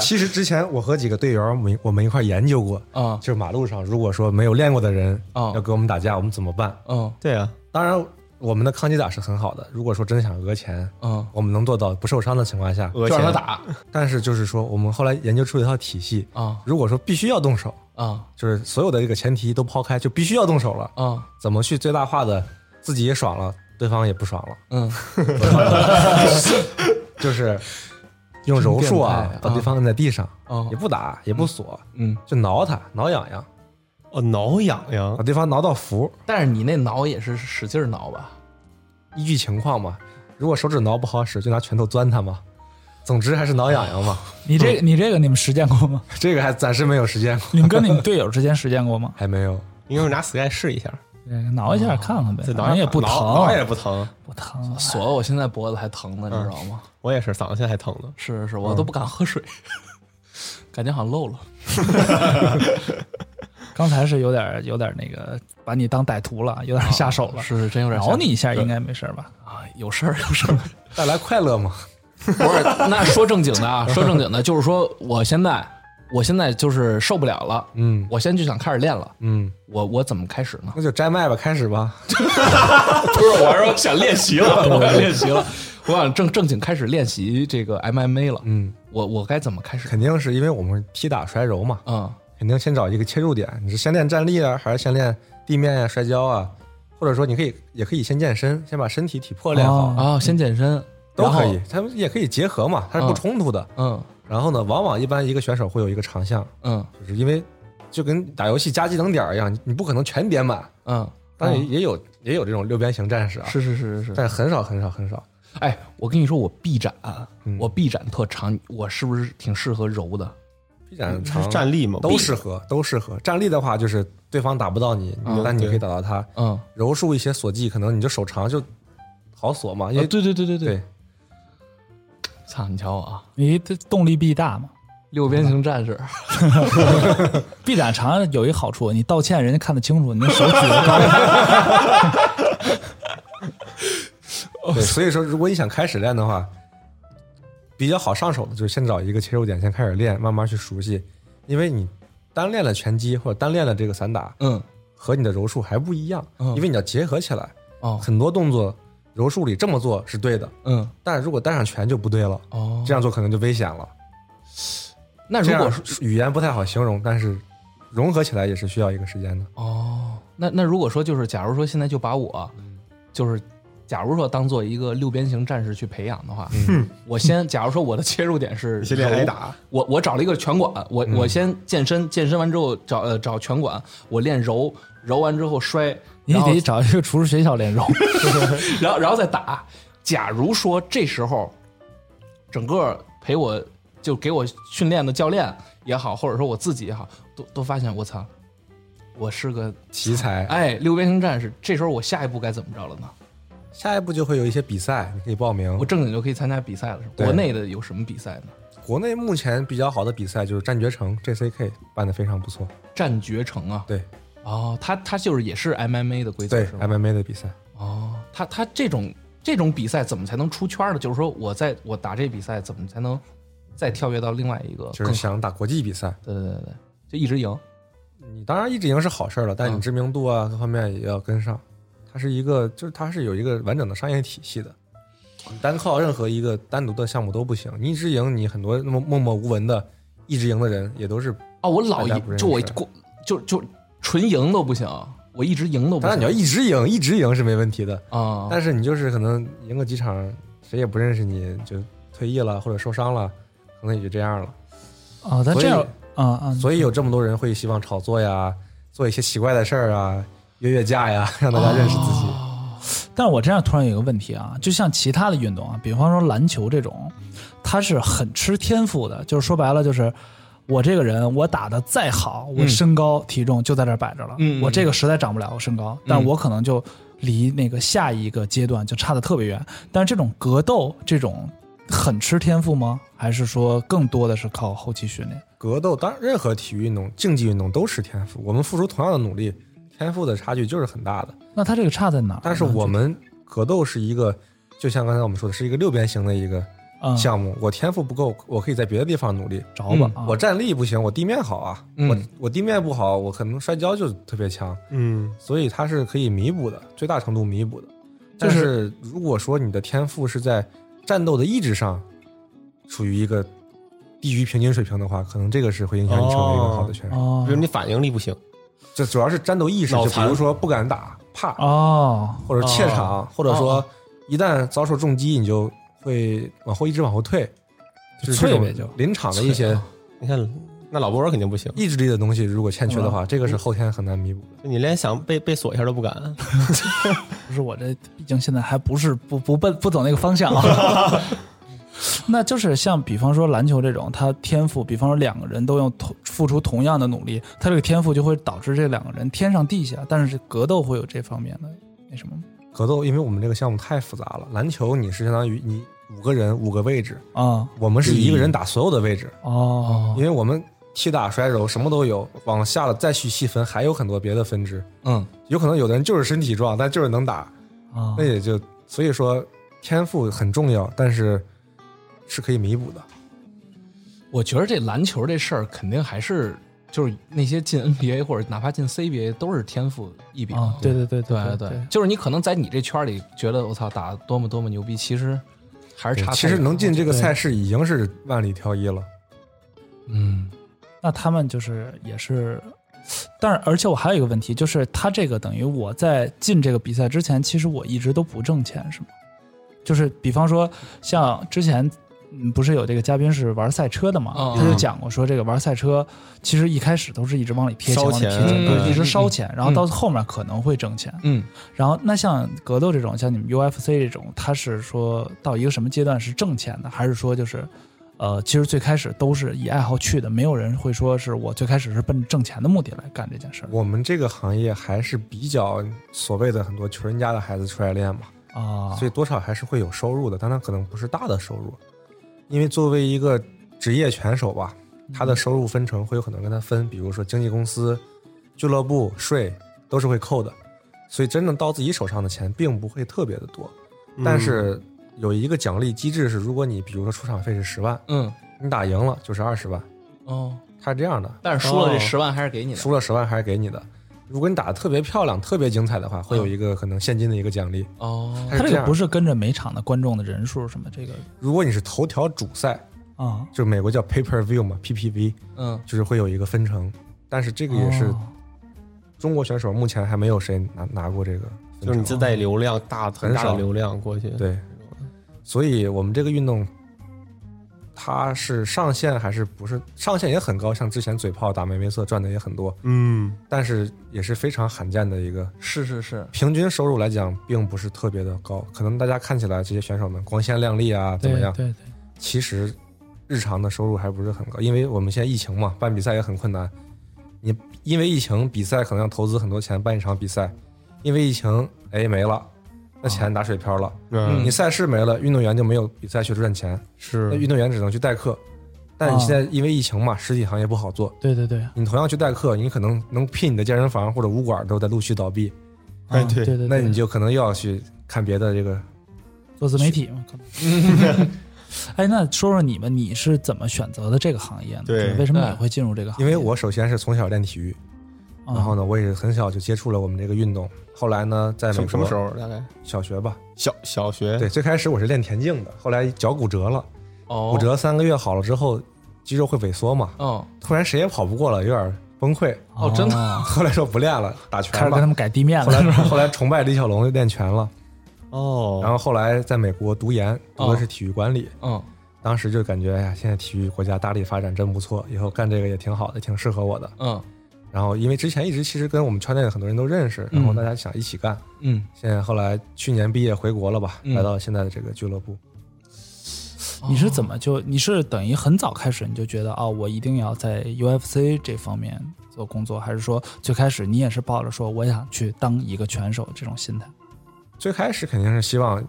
Speaker 4: 其实之前我和几个队员，我们我们一块儿研究过，
Speaker 1: 嗯
Speaker 4: 就是马路上如果说没有练过的人
Speaker 1: 嗯
Speaker 2: 啊
Speaker 4: 要跟我们打架，我们怎么办？
Speaker 1: 嗯
Speaker 2: 对啊，
Speaker 4: 当然，我们的抗击打是很好的，如果说真想讹钱，
Speaker 1: 嗯，
Speaker 4: 我们能做到不受伤的情况下。
Speaker 2: 讹
Speaker 1: 就
Speaker 2: 钱
Speaker 1: 让他打
Speaker 4: 但是就是说，我们后来研究出了一套体系，
Speaker 1: 啊
Speaker 4: 如果说必须要动手，
Speaker 1: 啊
Speaker 4: 就是所有的这个前提都抛开，就必须要动手了，
Speaker 1: 啊
Speaker 4: 怎么去最大化的自己也爽了，对方也不爽了，
Speaker 1: 嗯
Speaker 4: 就是用柔术
Speaker 1: 真
Speaker 4: 啊嗯
Speaker 1: 变态啊
Speaker 4: 把对方摁在地上，
Speaker 1: 哦
Speaker 4: 也不打也不锁，
Speaker 1: 嗯，
Speaker 4: 就挠他挠痒痒，
Speaker 2: 哦，挠痒痒
Speaker 4: 把，对方挠到服，
Speaker 1: 但是你那挠也是使劲儿挠吧？
Speaker 4: 依据情况嘛。如果手指挠不好使，就拿拳头钻他嘛。总之还是挠痒 痒嘛，
Speaker 3: 你这你这个你们实践过吗？
Speaker 4: 这个还暂时没有实践过，
Speaker 3: 你们跟你们队友之间实践过吗？
Speaker 4: 还没有。
Speaker 2: 你一会儿拿 Sky 试一下，
Speaker 3: 对挠一下看看呗
Speaker 2: 这，挠
Speaker 3: 反正也不
Speaker 2: 挠
Speaker 3: 疼
Speaker 2: 挠，也不疼。
Speaker 3: 不疼。
Speaker 1: 所以我现在脖子还疼呢，你知道吗？
Speaker 2: 我也是，嗓子现在还疼呢。
Speaker 1: 是是是，我都不敢喝水， 感觉好像漏了。
Speaker 3: 刚才是有点有点那个，把你当歹徒了，有点下手了。
Speaker 1: 是是真有点
Speaker 3: 挠你一下应该没事吧？
Speaker 1: 啊，有事儿有事儿。
Speaker 4: 带来快乐嘛。
Speaker 1: 不是，那说正经的 啊，说正经的，就是说我现在我现在就是受不了了，
Speaker 4: 嗯
Speaker 1: 我现在就想开始练了，
Speaker 4: 嗯，
Speaker 1: 我我怎么开始呢？
Speaker 4: 那就摘麦吧，开始吧。
Speaker 1: 不是，我是说想练习 了，我想练习了，我想正正经开始练习这个 MMA 了。
Speaker 4: 嗯，
Speaker 1: 我我该怎么开始？
Speaker 4: 肯定是因为我们踢打摔柔嘛，
Speaker 1: 嗯
Speaker 4: 肯定先找一个切入点。你是先练站立啊，还是先练地面呀、摔跤啊？或者说你可以也可以先健身，先把身体体魄练好，
Speaker 3: 哦
Speaker 1: 啊，先健身
Speaker 4: 都可。以
Speaker 1: 然后。
Speaker 4: 他们也可以结合嘛，它是不
Speaker 1: 嗯
Speaker 4: 冲突的。
Speaker 1: 嗯
Speaker 4: 然后呢，往往一般一个选手会有一个长项，
Speaker 1: 嗯
Speaker 4: 就是因为就跟打游戏加技能点儿一样，你你不可能全点满，
Speaker 1: 嗯，
Speaker 4: 当然也有、也有这种六边形战士啊，
Speaker 1: 是是是是是。
Speaker 4: 但很少很少很少。
Speaker 1: 哎，我跟你说，我臂展，
Speaker 4: 嗯
Speaker 1: 我臂展特长，我是不是挺适合柔的？
Speaker 4: 臂展
Speaker 2: 是
Speaker 4: 长
Speaker 2: 站立嘛，
Speaker 4: 都适合，都适合。站立的话，就是对方打不到你，
Speaker 1: 啊
Speaker 4: 但你可以打到他。
Speaker 1: 嗯，
Speaker 4: 柔术一些锁技，可能你就手长就好锁嘛，因
Speaker 1: 啊
Speaker 4: 为
Speaker 1: 对对对对对。
Speaker 4: 对
Speaker 1: 操，你瞧我啊，
Speaker 3: 你这动力臂大嘛？
Speaker 1: 六边形战士，
Speaker 3: 臂展长有一好处，你道歉人家看得清楚，你那手举得高。
Speaker 1: 哦
Speaker 4: 对，所以说，如果你想开始练的话，比较好上手的就是先找一个切入点，先开始练，慢慢去熟悉。因为你单练了拳击或者单练了这个散打，
Speaker 1: 嗯，
Speaker 4: 和你的柔术还不一样，
Speaker 1: 嗯
Speaker 4: 因为你要结合起来。
Speaker 1: 哦，
Speaker 4: 很多动作柔术里这么做是对的，
Speaker 1: 嗯，
Speaker 4: 但如果带上拳就不对了，
Speaker 1: 哦，
Speaker 4: 这样做可能就危险了。
Speaker 1: 那
Speaker 4: 这
Speaker 1: 如
Speaker 4: 样
Speaker 1: 果
Speaker 4: 语言不太好形容，但是融合起来也是需要一个时间的。
Speaker 1: 哦，那那如果说就是，假如说现在就把我，
Speaker 2: 嗯
Speaker 1: 就是假如说当做一个六边形战士去培养的话，嗯，我先假如说我的切入点 是
Speaker 2: 先练
Speaker 1: 柔
Speaker 2: 挨打，嗯
Speaker 1: 我我找了一个拳馆，我、我先健身，健身完之后找呃找拳馆，我练柔，柔完之后摔，
Speaker 3: 你
Speaker 1: 然后
Speaker 3: 得找一个厨师学校练柔，
Speaker 1: 然后然后再打。假如说这时候，整个陪我就给我训练的教练也好，或者说我自己也好，都都发现我操，我是个
Speaker 4: 奇才，
Speaker 1: 哎六边形战士。这时候我下一步该怎么着了呢？
Speaker 4: 下一步就会有一些比赛，你可以报名
Speaker 1: 我。正经就可以参加比赛了。是吧
Speaker 4: 对
Speaker 1: 国内的有什么比赛呢？
Speaker 4: 国内目前比较好的比赛就是战绝城 JCK 办的非常不错，
Speaker 1: 战绝城啊，
Speaker 4: 对
Speaker 1: 哦，他他就是也是 MMA 的规则
Speaker 4: 对
Speaker 1: 是吗？
Speaker 4: MMA 的比赛，
Speaker 1: 哦，他他这种这种比赛怎么才能出圈呢？就是说我在我打这比赛怎么才能再跳跃到另外一个
Speaker 4: 就
Speaker 1: 更
Speaker 4: 是
Speaker 1: 好
Speaker 4: 想打国际比赛。
Speaker 1: 对对对对，就一直赢。
Speaker 4: 你当然一直赢是好事儿了，但是
Speaker 1: 嗯
Speaker 4: 你知名度啊各方面也要跟上。它是一个，就是它是有一个完整的商业体系的。你单靠任何一个单独的项目都不行，你一直赢，你很多默默默无闻的一直赢的人也都是。
Speaker 1: 哦，我老
Speaker 4: 大家不
Speaker 1: 赢，
Speaker 4: 认识
Speaker 1: 就我过就就纯赢都不行，我一直赢都不
Speaker 4: 当然
Speaker 1: 行。
Speaker 4: 你要一直赢，一直赢是没问题的，
Speaker 1: 啊，
Speaker 4: 但是你就是可能赢个几场，谁也不认识你就退役了或者受伤了，可能也就这样了。
Speaker 3: 啊，咱
Speaker 4: 所以
Speaker 3: 这样啊啊，
Speaker 4: 所以有这么多人会希望炒作呀，做一些奇怪的事儿啊，约约架呀， 让大家认识
Speaker 3: 哦
Speaker 4: 自己。
Speaker 3: 但我这样突然有一个问题啊，就像其他的运动啊，比方说篮球这种，它是很吃天赋的，就是说白了就是。我这个人，我打的再好，我身高
Speaker 4: 嗯
Speaker 3: 体重就在这儿摆着了。
Speaker 1: 嗯嗯
Speaker 3: 我这个实在长不了我身高，但我可能就离那个下一个阶段就差的特别远。但是这种格斗这种很吃天赋吗？还是说更多的是靠后期训练？
Speaker 4: 格斗，当然任何体育运动、竞技运动都是天赋。我们付出同样的努力，天赋的差距就是很大的。
Speaker 3: 那它这个差在哪儿呢？
Speaker 4: 但是我们格斗是一个，就像刚才我们说的，是一个六边形的一个
Speaker 3: 嗯
Speaker 4: 项目。我天赋不够，我可以在别的地方努力。
Speaker 3: 着吧
Speaker 1: 嗯
Speaker 3: 啊，
Speaker 4: 我站立不行，我地面好啊。
Speaker 1: 嗯
Speaker 4: 我我地面不好，我可能摔跤就特别强，
Speaker 2: 嗯，
Speaker 4: 所以它是可以弥补的，最大程度弥补的。
Speaker 3: 就
Speaker 4: 但
Speaker 3: 是
Speaker 4: 是如果说你的天赋是在战斗的意志上处于一个低于平均水平的话，可能这个是会影响你成为一个好的选手。
Speaker 3: 哦
Speaker 2: 比如你反应力不行，
Speaker 4: 这主要是战斗意识，
Speaker 2: 脑
Speaker 4: 就比
Speaker 2: 残
Speaker 4: 如说不敢打、怕，
Speaker 3: 哦
Speaker 4: 或者怯场，或者
Speaker 1: 哦
Speaker 4: 说一旦遭受重击，你就会往后一直往后退，就是这
Speaker 3: 脆
Speaker 4: 种
Speaker 3: 呗就
Speaker 4: 临场的一些
Speaker 2: 你看那老波儿肯定不行，
Speaker 4: 意志力的东西，如果欠缺的话，这个是后天很难弥补的。
Speaker 2: 你连想被被锁一下都不敢。
Speaker 3: 不是我这，毕竟现在还不是不不奔不走那个方向啊。 那就是像比方说篮球这种，他天赋，比方说两个人都用同付出同样的努力，他这个天赋就会导致这两个人天上地下。但是格斗会有这方面的那什么吗
Speaker 4: 格斗，因为我们这个项目太复杂了，篮球你是相当于你五个人五个位置，
Speaker 3: 啊
Speaker 4: 我们是一个人打所有的位置，
Speaker 3: 哦
Speaker 4: 因为我们踢打摔柔什么都有，往下了再去细分，还有很多别的分支，
Speaker 1: 嗯，
Speaker 4: 有可能有的人就是身体壮，但就是能打。
Speaker 3: 啊
Speaker 4: 那也就所以说天赋很重要，但是是可以弥补的。
Speaker 1: 我觉得这篮球这事儿肯定还是就是那些进 NBA 或者哪怕进 CBA 都是天赋异禀。
Speaker 3: 啊！对对对
Speaker 1: 对
Speaker 3: 对，
Speaker 1: 就是你可能在你这圈里觉得我操打多么多么牛逼，其实还是差太远。
Speaker 4: 其实能进这个赛事已经是万里挑一了。
Speaker 1: 嗯
Speaker 3: 那他们就是也是，但是而且我还有一个问题，就是他这个等于我在进这个比赛之前，其实我一直都不挣钱，是吗？就是比方说像之前。嗯，不是有这个嘉宾是玩赛车的嘛？
Speaker 1: 嗯
Speaker 3: 他就讲过说，这个玩赛车其实一开始都是一直往里贴钱，
Speaker 2: 烧
Speaker 3: 往里贴
Speaker 2: 钱
Speaker 3: 钱，
Speaker 1: 嗯
Speaker 3: 对，一直
Speaker 1: 嗯
Speaker 3: 烧
Speaker 1: 嗯
Speaker 3: 钱，然后到后面可能会挣钱。
Speaker 1: 嗯，
Speaker 3: 然后那像格斗这种，像你们 UFC 这种，它是说到一个什么阶段是挣钱的，还是说就是，呃，其实最开始都是以爱好去的，没有人会说是我最开始是奔着挣钱的目的来干这件事儿
Speaker 4: 我们这个行业还是比较所谓的很多穷人家的孩子出来练嘛，
Speaker 3: 啊
Speaker 4: 所以多少还是会有收入的，但他可能不是大的收入，因为作为一个职业拳手吧，
Speaker 3: 嗯
Speaker 4: 他的收入分成会有可能跟他分，比如说经纪公司、俱乐部税都是会扣的，所以真正到自己手上的钱并不会特别的多。
Speaker 3: 嗯
Speaker 4: 但是有一个奖励机制是，如果你比如说出场费是十万，
Speaker 1: 嗯，
Speaker 4: 你打赢了就是二十万，
Speaker 1: 哦，
Speaker 4: 它是这样的，
Speaker 1: 但是输了这
Speaker 2: 哦
Speaker 1: 十万还是给你的，
Speaker 4: 输了十万还是给你的。如果你打的特别漂亮、特别精彩的话，会有一个可能现金的一个奖励。
Speaker 1: 哦，
Speaker 4: 它
Speaker 3: 他这嗯
Speaker 4: 是这
Speaker 3: 个
Speaker 4: 样
Speaker 3: 不，是跟着每场的观众的人数什么这个
Speaker 4: 如果你是头条主赛，
Speaker 3: 啊，
Speaker 4: 就美国叫 pay per view 嘛，PPV，
Speaker 1: 嗯，
Speaker 4: 就是会有一个分成。但是这个也是
Speaker 3: 哦
Speaker 4: 中国选手目前还没有谁拿拿过这个分成，
Speaker 2: 就是你自带流量，大很大
Speaker 4: 很
Speaker 2: 的
Speaker 4: 少
Speaker 2: 流量过去。，
Speaker 4: 对，所以我们这个运动，它是上限还是不是上限也很高，像之前嘴炮打梅梅瑟赚的也很多，
Speaker 2: 嗯，
Speaker 4: 但是也是非常罕见的一个。
Speaker 1: 是是是，
Speaker 4: 平均收入来讲，并不是特别的高，可能大家看起来这些选手们光鲜亮丽啊，怎
Speaker 3: 对
Speaker 4: 么样？
Speaker 3: 对对，
Speaker 4: 其实日常的收入还不是很高，因为我们现在疫情嘛，办比赛也很困难。你因为疫情，比赛可能要投资很多钱办一场比赛，因为疫情，哎没了，那钱打水漂了。
Speaker 1: 嗯
Speaker 4: 你赛事没了，运动员就没有比赛去赚钱，那
Speaker 2: 是
Speaker 4: 运动员只能去代课。但你现在因为疫情嘛，实体行业不好做，
Speaker 3: 对对对，啊
Speaker 4: 你同样去代课，你可能能聘你的健身房或者武馆都在陆续倒闭，
Speaker 2: 哎对
Speaker 3: 对对对，
Speaker 4: 那你就可能又要去看别的这个
Speaker 3: 做自媒体嘛，可能。 哎，那说说你们，你是怎么选择的这个行业呢？
Speaker 2: 对
Speaker 3: 就是为什么你
Speaker 1: 对
Speaker 3: 会进入这个行
Speaker 4: 因
Speaker 3: 业？
Speaker 4: 为我首先是从小练体育，
Speaker 3: 啊，
Speaker 4: 然后呢，我也是很小就接触了我们这个运动。后来呢，在美
Speaker 2: 什
Speaker 4: 国
Speaker 2: 么什么时候？哎大概
Speaker 4: 小学吧，
Speaker 2: 小小学
Speaker 4: 对，最开始我是练田径的，后来脚骨折了，
Speaker 1: 哦，
Speaker 4: 骨，折三个月好了之后，肌肉会萎缩嘛，
Speaker 1: 哦
Speaker 4: 突然谁也跑不过了，有点崩溃。
Speaker 1: 哦，真的，
Speaker 4: 后来说不练了，打
Speaker 3: 开
Speaker 4: 拳
Speaker 3: 始跟
Speaker 4: 吧
Speaker 3: 他。们改地面
Speaker 4: 后
Speaker 3: 了，
Speaker 4: 来
Speaker 3: 是吧？
Speaker 4: 后来崇拜李小龙就练拳了，
Speaker 2: 哦，
Speaker 4: 然后后来在美国读研，读的是体育管理。
Speaker 1: 嗯
Speaker 4: 当时就感觉，哎呀，现在体育国家大力发展真不错，以后干这个也挺好的，挺适合我的。
Speaker 1: 嗯
Speaker 4: 然后因为之前一直其实跟我们圈内的很多人都认识，然后
Speaker 1: 嗯
Speaker 4: 大家想一起干，
Speaker 1: 嗯，
Speaker 4: 现在后来去年毕业回国了吧，
Speaker 1: 嗯
Speaker 4: 来到现在的这个俱乐部。
Speaker 3: 你是怎么就你是等于很早开始你就觉得啊、我一定要在 UFC 这方面做工作，还是说最开始你也是抱着说我想去当一个拳手这种心态
Speaker 4: 最开始肯定是希望，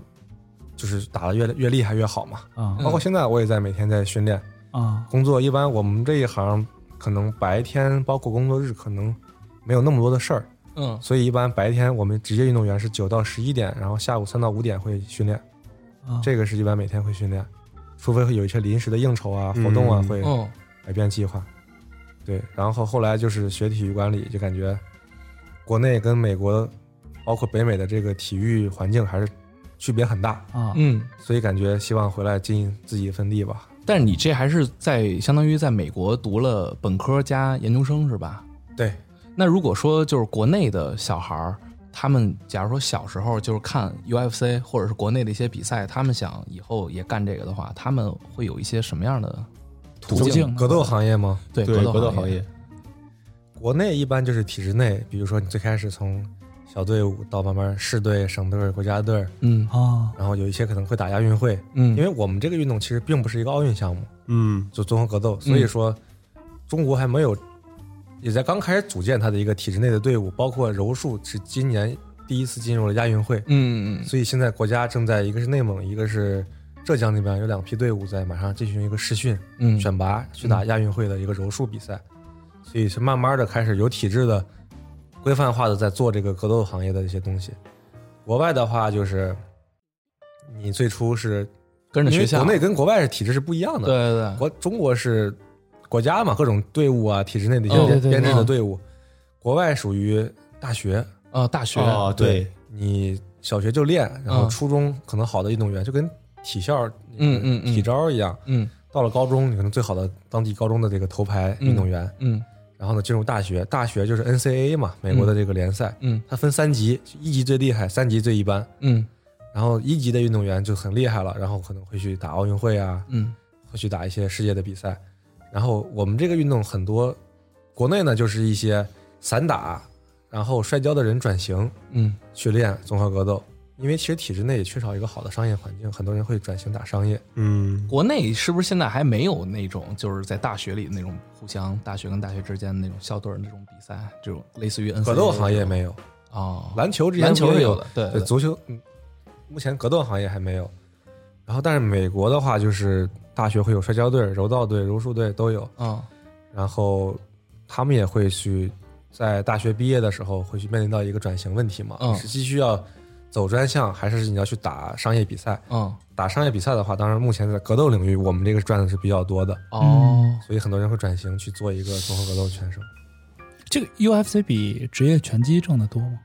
Speaker 4: 就是打的越越厉害越好嘛。
Speaker 3: 啊
Speaker 4: 包括现在我也在每天在训练，
Speaker 3: 啊
Speaker 4: 工作一般我们这一行可能白天包括工作日可能没有那么多的事儿，
Speaker 1: 嗯
Speaker 4: 所以一般白天我们职业运动员是九到十一点，然后下午三到五点会训练，
Speaker 3: 啊！
Speaker 4: 这个是一般每天会训练，除非会有一些临时的应酬啊、活动啊
Speaker 2: 嗯
Speaker 4: 会
Speaker 1: 嗯
Speaker 4: 改变计划。对，然后后来就是学体育管理，就感觉国内跟美国，包括北美的这个体育环境还是区别很大，
Speaker 3: 啊
Speaker 1: 嗯，
Speaker 4: 所以感觉希望回来尽自己一份力吧。
Speaker 1: 但是你这还是在相当于在美国读了本科加研究生是吧？
Speaker 4: 对，
Speaker 1: 那如果说就是国内的小孩儿，他们假如说小时候就是看 UFC 或者是国内的一些比赛，他们想以后也干这个的话，他们会有一些什么样的途
Speaker 3: 途
Speaker 1: 径嗯
Speaker 3: 径
Speaker 1: 呢？
Speaker 4: 格斗行业吗？
Speaker 1: 对
Speaker 2: 对
Speaker 1: 格
Speaker 2: 格
Speaker 1: 斗
Speaker 2: 斗行业，
Speaker 4: 国内一般就是体制内，比如说你最开始从小队伍到慢慢市队、省队、国家队，
Speaker 1: 嗯
Speaker 3: 啊
Speaker 4: 然后有一些可能会打亚运会，
Speaker 1: 嗯，
Speaker 4: 因为我们这个运动其实并不是一个奥运项目，
Speaker 2: 嗯，
Speaker 4: 就综合格斗，所以说中国还没有，也在刚开始组建它的一个体制内的队伍，包括柔术是今年第一次进入了亚运会，
Speaker 1: 嗯嗯
Speaker 4: 所以现在国家正在一个是内蒙，一个是浙江那边有两批队伍在马上进行一个试训
Speaker 1: 嗯
Speaker 4: 选拔，去打亚运会的一个柔术比赛，所以是慢慢的开始有体制的、规范化的在做这个格斗行业的一些东西。国外的话就是，你最初是
Speaker 1: 跟着
Speaker 4: 因为
Speaker 1: 学校，
Speaker 4: 国内跟国外是体制是不一样的，
Speaker 1: 对对对，
Speaker 4: 国中国是国家嘛，各种队伍啊，体制内的一
Speaker 1: 哦
Speaker 4: 些
Speaker 3: 对对
Speaker 4: 编制
Speaker 1: 哦
Speaker 4: 的队伍，国外属于大学，
Speaker 1: 呃，大学
Speaker 2: 哦，对，
Speaker 4: 你小学就练，然后
Speaker 1: 嗯
Speaker 4: 初中可能好的运动员就跟体校、
Speaker 1: 嗯嗯嗯
Speaker 4: 体招一样，
Speaker 1: 嗯
Speaker 4: 到了高中你可能最好的当地高中的这个头牌运动员，
Speaker 1: 嗯
Speaker 4: 然后呢进入大学，大学就是 NCAA 嘛，美国的这个联赛，
Speaker 1: 嗯
Speaker 4: 它分三级，一级最厉害，三级最一般。
Speaker 1: 嗯
Speaker 4: 然后一级的运动员就很厉害了，然后可能会去打奥运会啊，
Speaker 1: 嗯
Speaker 4: 会去打一些世界的比赛。然后我们这个运动很多，国内呢就是一些散打，然后摔跤的人转型
Speaker 1: 嗯
Speaker 4: 去练综合格斗，因为其实体制内也缺少一个好的商业环境，很多人会转型打商业。
Speaker 2: 嗯，
Speaker 1: 国内是不是现在还没有那种就是在大学里那种互相大学跟大学之间那种校队儿那种比赛，这种类似于 N
Speaker 4: 格斗行业没有，
Speaker 1: 哦，
Speaker 4: 篮球之前
Speaker 1: 篮球
Speaker 4: 也
Speaker 1: 是
Speaker 4: 有
Speaker 1: 有的，，对
Speaker 4: 对足球，嗯目前格斗行业还没有。然后但是美国的话，就是大学会有摔跤队、柔道队、柔术队都有，
Speaker 1: 嗯
Speaker 4: 然后他们也会去在大学毕业的时候会去面临到一个转型问题嘛，
Speaker 1: 嗯
Speaker 4: 你是继续要走专项，还是你要去打商业比赛？
Speaker 1: 嗯
Speaker 4: 打商业比赛的话，当然目前在格斗领域，我们这个赚的是比较多的，
Speaker 1: 哦，
Speaker 3: 嗯
Speaker 4: 所以很多人会转型去做一个综合格斗选手。
Speaker 3: 这个 UFC 比职业拳击挣得多吗？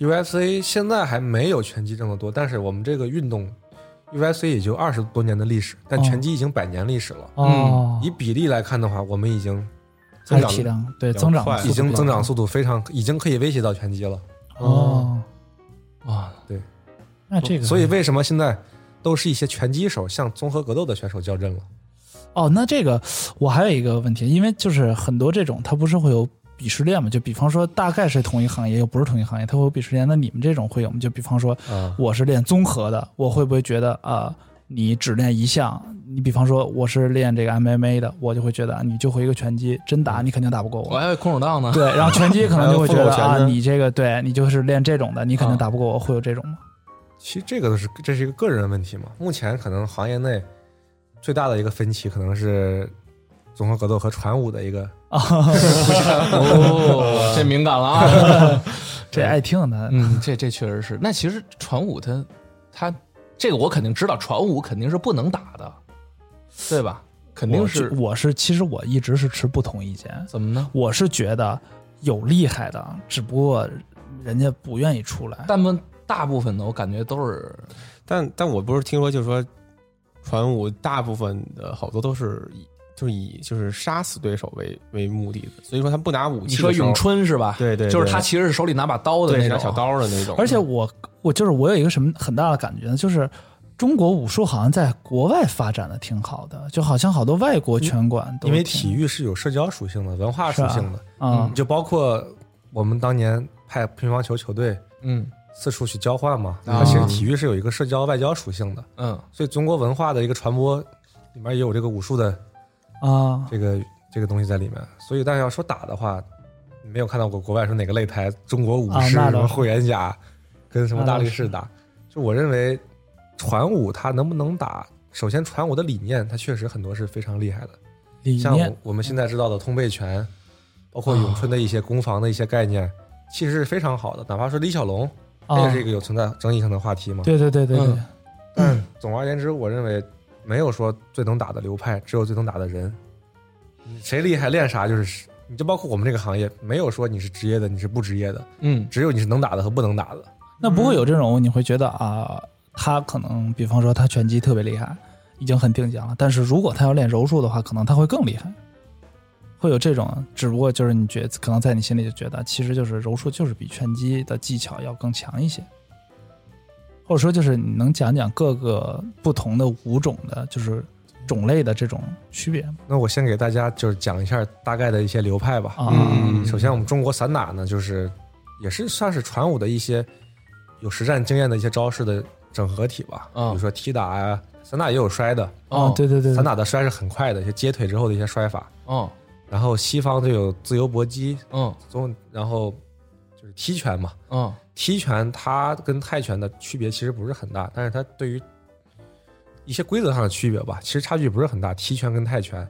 Speaker 4: UFC 现在还没有拳击挣得多，但是我们这个运动 UFC 也就二十多年的历史，但
Speaker 3: 哦
Speaker 4: 拳击已经百年历史了。
Speaker 3: 哦，
Speaker 4: 以比例来看的话，我们已经
Speaker 3: 还
Speaker 4: 嗯增
Speaker 3: 是
Speaker 4: 长
Speaker 3: 体量对增长
Speaker 2: 快
Speaker 3: 的速
Speaker 4: 已
Speaker 3: 度
Speaker 4: 经
Speaker 3: 比较
Speaker 4: 增长
Speaker 3: 快
Speaker 4: 速度非常，已经可以威胁到拳击了。
Speaker 3: 哦，
Speaker 1: 哇，
Speaker 3: 那这个
Speaker 4: 所以为什么现在都是一些拳击手向综合格斗的选手较真了？
Speaker 3: 哦，那这个我还有一个问题，因为就是很多这种，它不是会有鄙视链嘛？就比方说，大概是同一行业，又不是同一行业，它会有鄙视链。那你们这种会有吗？就比方说，
Speaker 4: 啊、
Speaker 3: 我是练综合的，我会不会觉得啊、呃你只练一项？你比方说我是练这个 MMA 的，我就会觉得啊你就会一个拳击，真打你肯定打不过
Speaker 1: 我
Speaker 3: 我。
Speaker 1: 还有空手道呢。
Speaker 3: 对，然后拳击可能就会觉
Speaker 2: 还有腹
Speaker 3: 得
Speaker 2: 口拳
Speaker 3: 啊，
Speaker 2: 呢
Speaker 3: 你这个对你就是练这种的，你肯定
Speaker 1: 啊
Speaker 3: 打不过我，会有这种吗？
Speaker 4: 其实这个都是这是一个个人问题嘛。目前可能行业内最大的一个分歧可能是综合格斗和传武的一个
Speaker 1: 哦，这敏感了啊。
Speaker 3: 这爱听的，
Speaker 1: 嗯，这这确实是。那其实传武它它这个我肯定知道，传武肯定是不能打的，对吧？肯定
Speaker 3: 我
Speaker 1: 是
Speaker 3: 我是其实我一直是持不同意见，
Speaker 1: 怎么呢？
Speaker 3: 我是觉得有厉害的，只不过人家不愿意出来。
Speaker 1: 但们大部分的我感觉都是
Speaker 2: 但但我不是听说，就是说，传武大部分的好多都是以就是以就是杀死对手为为目的的，所以说他不拿武器。
Speaker 1: 你说咏，春是吧？
Speaker 2: 对对对
Speaker 1: 就是他其实是手里拿把刀的
Speaker 2: 对，
Speaker 1: 那种
Speaker 2: 拿小。刀的那种，
Speaker 3: 而且我我就是我有一个什么很大的感觉呢，就是中国武术好像在国外发展的挺好的，就好像好多外国拳馆都
Speaker 4: 因为
Speaker 3: 挺
Speaker 4: 体育是有社交属性的、文化属性的，
Speaker 3: 啊
Speaker 4: 你就包括我们当年派乒乓球球队
Speaker 1: 嗯
Speaker 4: 四处去交换嘛，
Speaker 1: 啊
Speaker 4: 它其实体育是有一个社交外交属性的，
Speaker 1: 嗯
Speaker 4: 所以中国文化的一个传播里面也有这个武术的嗯
Speaker 3: 啊
Speaker 4: 这个这个东西在里面。所以，但是要说打的话，没有看到过国外说哪个擂台中国武
Speaker 3: 啊
Speaker 4: 士
Speaker 3: 那倒
Speaker 4: 什
Speaker 3: 是
Speaker 4: 么霍元甲跟什么
Speaker 3: 那倒
Speaker 4: 大力
Speaker 3: 是
Speaker 4: 士打。就我认为，传武它能不能打，首先传武的理念，它确实很多是非常厉害的。
Speaker 3: 理
Speaker 4: 像
Speaker 3: 念啊
Speaker 4: 我我们现在知道的通背拳，包括咏春的一些攻防的一些概念，其实是非常好的。哪怕说李小龙，
Speaker 3: 啊
Speaker 4: 那也是一个有存在争议性的话题嘛。
Speaker 3: 对对对对对，
Speaker 1: 嗯
Speaker 4: 但总而言之，我认为没有说最能打的流派，只有最能打的人。谁厉害练啥就是，你就包括我们这个行业，没有说你是职业的，你是不职业的，
Speaker 1: 嗯
Speaker 4: 只有你是能打的和不能打的。
Speaker 3: 那不
Speaker 4: 嗯
Speaker 3: 会有这种你会觉得啊，他可能比方说他拳击特别厉害，已经很定型了，但是如果他要练柔术的话，可能他会更厉害。会有这种，只不过就是你觉可能在你心里就觉得，其实就是柔术就是比拳击的技巧要更强一些，或者说就是你能讲讲各个不同的舞种的，就是种类的这种区别吗？
Speaker 4: 那我先给大家就是讲一下大概的一些流派吧。
Speaker 3: 啊，
Speaker 2: 嗯
Speaker 4: 首先，我们中国散打呢，就是也是算是传武的一些有实战经验的一些招式的整合体吧。
Speaker 1: 嗯
Speaker 4: 比如说踢打呀、散打也有摔的，
Speaker 3: 哦，对对对，
Speaker 4: 散打的摔是很快的，一些接腿之后的一些摔法。
Speaker 1: 哦
Speaker 4: 然后西方就有自由搏击，
Speaker 1: 嗯
Speaker 4: 中然后就是踢拳嘛，
Speaker 1: 嗯
Speaker 4: 踢拳它跟泰拳的区别其实不是很大，但是它对于一些规则上的区别吧，其实差距不是很大。踢拳跟泰拳，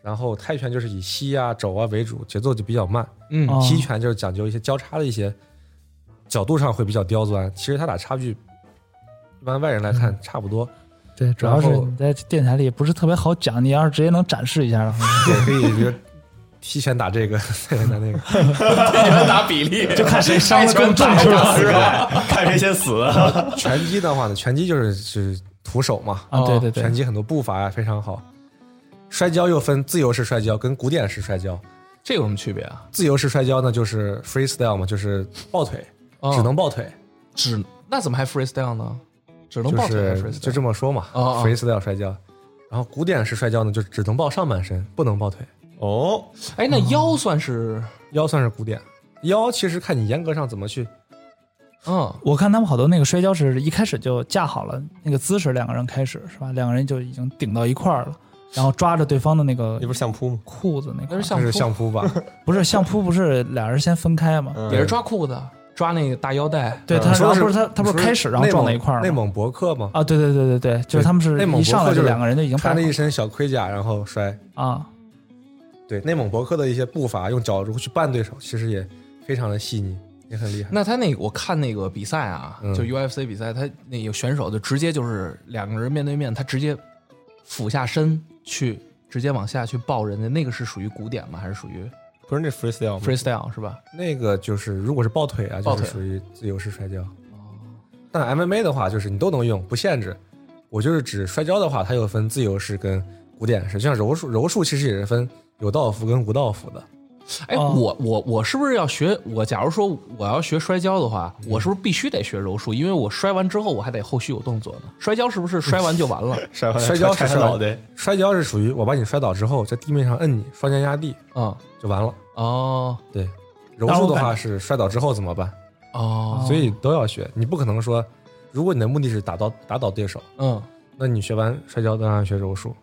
Speaker 4: 然后泰拳就是以膝啊、肘啊为主，节奏就比较慢；
Speaker 1: 嗯
Speaker 3: 哦
Speaker 4: 踢拳就是讲究一些交叉的一些角度上会比较刁钻。其实它俩差距，一般外人来看差 不多。
Speaker 3: 对，主要是
Speaker 4: 然后
Speaker 3: 你在电台里不是特别好讲，你要是直接能展示一下的话，
Speaker 4: 也可以，比如踢拳打这个， 泰拳打那个。
Speaker 2: 嗯
Speaker 1: 打比 例
Speaker 3: 就看谁伤的更重是吧？
Speaker 2: 看谁先死。
Speaker 4: 拳击的话呢，拳击就是是徒手嘛，
Speaker 3: 啊，对对对，
Speaker 4: 拳击很多步伐呀、非常好。摔跤又分自由式摔跤跟古典式摔跤。
Speaker 1: 这有什么区别啊？
Speaker 4: 自由式摔跤呢，就是 freestyle 嘛，就是抱腿，
Speaker 1: 哦
Speaker 4: 只能抱腿，
Speaker 1: 只那怎么还 freestyle 呢？只能抱
Speaker 4: 就
Speaker 1: 腿还
Speaker 4: 是
Speaker 1: freestyle
Speaker 4: 就这么说嘛、
Speaker 1: 哦哦
Speaker 4: f r e e s t y l e 摔跤。然后古典式摔跤呢，就只能抱上半身，不能抱腿。
Speaker 2: 哦，
Speaker 1: 哎，那腰算是
Speaker 4: 腰算是古典，腰其实看你严格上怎么去。
Speaker 1: 嗯
Speaker 3: 我看他们好多那个摔跤是一开始就架好了那个姿势，两个人开始是吧？两个人就已经顶到一块儿了，然后抓着对方的那个
Speaker 2: 那不是相扑吗？
Speaker 3: 裤子那块
Speaker 1: 那
Speaker 3: 儿，
Speaker 1: 是相
Speaker 4: 就是
Speaker 1: 扑
Speaker 4: 相扑吧，
Speaker 3: 不是相扑，不是俩人先分开吗？
Speaker 2: 嗯
Speaker 1: 也是抓裤子啊抓那个大腰带，
Speaker 3: 对
Speaker 4: 嗯
Speaker 3: 他，然
Speaker 4: 说
Speaker 3: 后
Speaker 4: 是
Speaker 3: 呃不是 他，他不是开始然后
Speaker 4: 内
Speaker 3: 撞
Speaker 4: 蒙
Speaker 3: 在一块儿
Speaker 4: 内
Speaker 3: 吗？
Speaker 4: 蒙博客嘛，
Speaker 3: 啊，对对对对对，就是他们是
Speaker 4: 内蒙
Speaker 3: 一上
Speaker 4: 博
Speaker 3: 来
Speaker 4: 客
Speaker 3: 就
Speaker 4: 就是
Speaker 3: 两个人就已经
Speaker 4: 穿
Speaker 3: 掰
Speaker 4: 着一身小盔甲然后摔。
Speaker 3: 啊，
Speaker 4: 对，内蒙博客的一些步伐，用脚如去绊对手，其实也非常的细腻，也很厉害。
Speaker 1: 那他那个我看那个比赛啊，就 UFC 比赛，他那个选手就直接就是两个人面对面，他直接俯下身去，直接往下去抱人家，那个是属于古典吗？还是属于
Speaker 2: 不是那
Speaker 1: 嗯
Speaker 2: freestyle 吗？
Speaker 1: freestyle 是吧？
Speaker 4: 那个就是，如果是抱腿啊，
Speaker 1: 抱
Speaker 4: 就
Speaker 1: 腿
Speaker 4: 是属于自由式摔跤。但 MMA 的话，就是你都能用，不限制。我就是指摔跤的话，它又分自由式跟古典式，就像柔术，柔术其实也是分有道服跟无道服的。
Speaker 1: 哎，
Speaker 3: 哦
Speaker 1: 我我我是不是要学？我假如说我要学摔跤的话，我是不是必须得学柔术？因为我摔完之后，我还得后续有动作呢。摔跤是不是摔完就完 了？
Speaker 2: 摔
Speaker 4: 摔跤是
Speaker 2: 摔
Speaker 4: 摔
Speaker 2: 脑袋，
Speaker 4: 摔跤是属于我把你摔倒之后，在地面上摁你，双拳压地
Speaker 1: 嗯，
Speaker 4: 就完了。
Speaker 1: 哦
Speaker 4: 对，柔
Speaker 3: 但我
Speaker 4: 术的
Speaker 3: 感
Speaker 4: 话是摔倒之后怎么办？
Speaker 1: 哦，
Speaker 4: 所以都要学，你不可能说，如果你的目的是打到打倒对手，
Speaker 1: 嗯，
Speaker 4: 那你学完摔跤当然学柔术，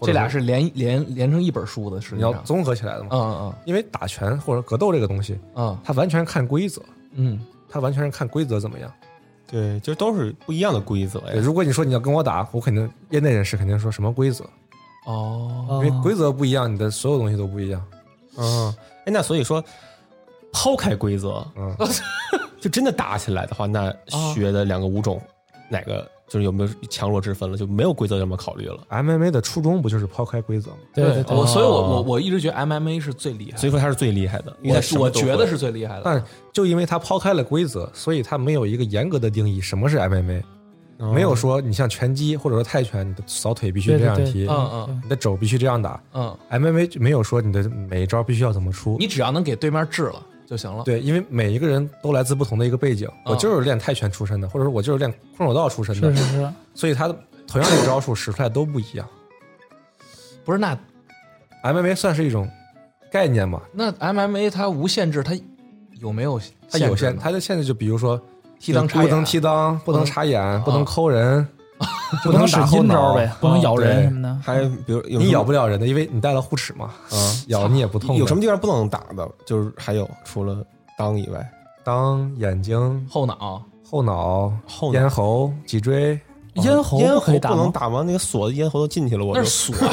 Speaker 4: 或者
Speaker 1: 这俩是连连连成一本书的，实际
Speaker 4: 你要
Speaker 1: 上，
Speaker 4: 综合起来的嘛。
Speaker 1: 嗯嗯
Speaker 4: 因为打拳或者格斗这个东西，
Speaker 1: 嗯
Speaker 4: 它完全看规则，
Speaker 1: 嗯
Speaker 4: 它完全是看规则怎么样。
Speaker 2: 对，就都是不一样的规则
Speaker 4: 对，
Speaker 2: 呀。
Speaker 4: 如果你说你要跟我打，我肯定业内人士肯定说什么规则，
Speaker 1: 嗯，哦，
Speaker 4: 因为规则不一样，你的所有东西都不一样。
Speaker 2: 嗯，哎，那所以说，抛开规则，
Speaker 4: 嗯，
Speaker 2: 就真的打起来的话，那学的两个舞种，哪个就是有没有强弱之分了？就没有规则这么考虑了。
Speaker 4: MMA 的初衷不就是抛开规则吗？
Speaker 3: 对对对
Speaker 1: 我所以我，我我
Speaker 2: 哦
Speaker 1: 一直觉得 MMA 是最厉害
Speaker 2: 所
Speaker 1: 的，
Speaker 2: 以说他是最厉害的，因为他什
Speaker 1: 我
Speaker 2: 么
Speaker 1: 我
Speaker 2: 都会
Speaker 1: 觉得是最
Speaker 3: 哦
Speaker 1: 厉害的。
Speaker 4: 但就因为它抛开了规则，所以它没有一个严格的定义什么是 MMA，、没
Speaker 3: 哦
Speaker 4: 有说你像拳击或者说泰拳，你的扫腿必须
Speaker 3: 对
Speaker 4: 这
Speaker 3: 对
Speaker 4: 样
Speaker 3: 对
Speaker 4: 踢，
Speaker 1: 嗯嗯
Speaker 4: 你的肘必须这样打。
Speaker 1: 嗯，
Speaker 4: MMA 就没有说你的每一招必须要怎么出，
Speaker 3: 嗯
Speaker 1: 你只要能给对面治了就行了。
Speaker 4: 对，因为每一个人都来自不同的一个背景，
Speaker 1: 嗯
Speaker 4: 我就是练泰拳出身的，或者说我就是练空手道出身的，
Speaker 3: 哦是是是，
Speaker 4: 所以他同样的招数使出来都不一样。
Speaker 1: 不是那
Speaker 4: MMA 算是一种概念嘛，
Speaker 1: 那 MMA 它无限制，它有没有
Speaker 4: 它有限，
Speaker 1: 呢
Speaker 4: 它的限制就比如说
Speaker 1: 踢裆插
Speaker 4: 不能
Speaker 1: 眼
Speaker 4: 踢裆，不能插眼，不能抠人，
Speaker 3: 就
Speaker 4: 能
Speaker 3: 能使
Speaker 4: 打后
Speaker 3: 阴
Speaker 4: 脑
Speaker 3: 招呗，不能
Speaker 4: 啊
Speaker 3: 咬人
Speaker 4: 对
Speaker 3: 什么的。
Speaker 2: 还比如有
Speaker 4: 你
Speaker 2: 什
Speaker 4: 咬
Speaker 2: 么
Speaker 4: 不了人的，因为你带了护齿嘛，
Speaker 2: 啊，
Speaker 4: 咬你也不痛的。
Speaker 2: 有什么地方不能打的？就是还有除了裆以外，
Speaker 4: 裆、眼睛、
Speaker 1: 后脑，
Speaker 4: 后脑、
Speaker 2: 后脑
Speaker 4: 咽喉、脊椎，
Speaker 3: 咽哦喉
Speaker 2: 咽
Speaker 3: 不
Speaker 2: 喉
Speaker 3: 可以打
Speaker 2: 不能
Speaker 3: 吗？
Speaker 2: 打吗？那个锁咽喉都进去了，我
Speaker 1: 那
Speaker 2: 就是
Speaker 1: 锁，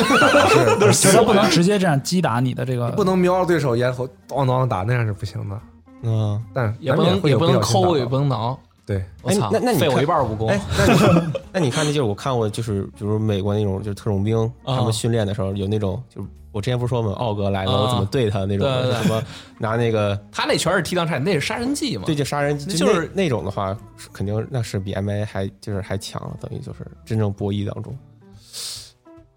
Speaker 3: 不是，他不能直接这样击打你的这个，
Speaker 4: 不能瞄着对手咽喉咣当打，那样是不行的。
Speaker 2: 嗯，
Speaker 4: 但
Speaker 1: 也
Speaker 4: 难
Speaker 1: 不
Speaker 4: 免
Speaker 1: 能
Speaker 4: 会
Speaker 1: 也
Speaker 4: 有
Speaker 1: 不能
Speaker 4: 小心打
Speaker 1: 抠，
Speaker 4: 到
Speaker 1: 也不能哦挠。
Speaker 4: 对。
Speaker 1: 我
Speaker 2: 哎
Speaker 1: 操，
Speaker 2: 那那你
Speaker 1: 废我
Speaker 2: 看
Speaker 1: 一半武功。
Speaker 2: 哎，那你那你看，那就是我看过，就是比如美国那种就是特种兵，
Speaker 1: 啊
Speaker 2: 他们训练的时候有那种，就是我之前不是说吗？奥哥来了，
Speaker 1: 啊
Speaker 2: 我怎么对他那种，
Speaker 1: 对对对
Speaker 2: 什么拿那个
Speaker 1: 他那全是踢裆插眼，那是杀人技嘛？
Speaker 2: 对，就杀人，就
Speaker 1: 就是
Speaker 2: 那那种的话，是肯定那是比 MMA 还就是还强了，等于就是真正博弈当中，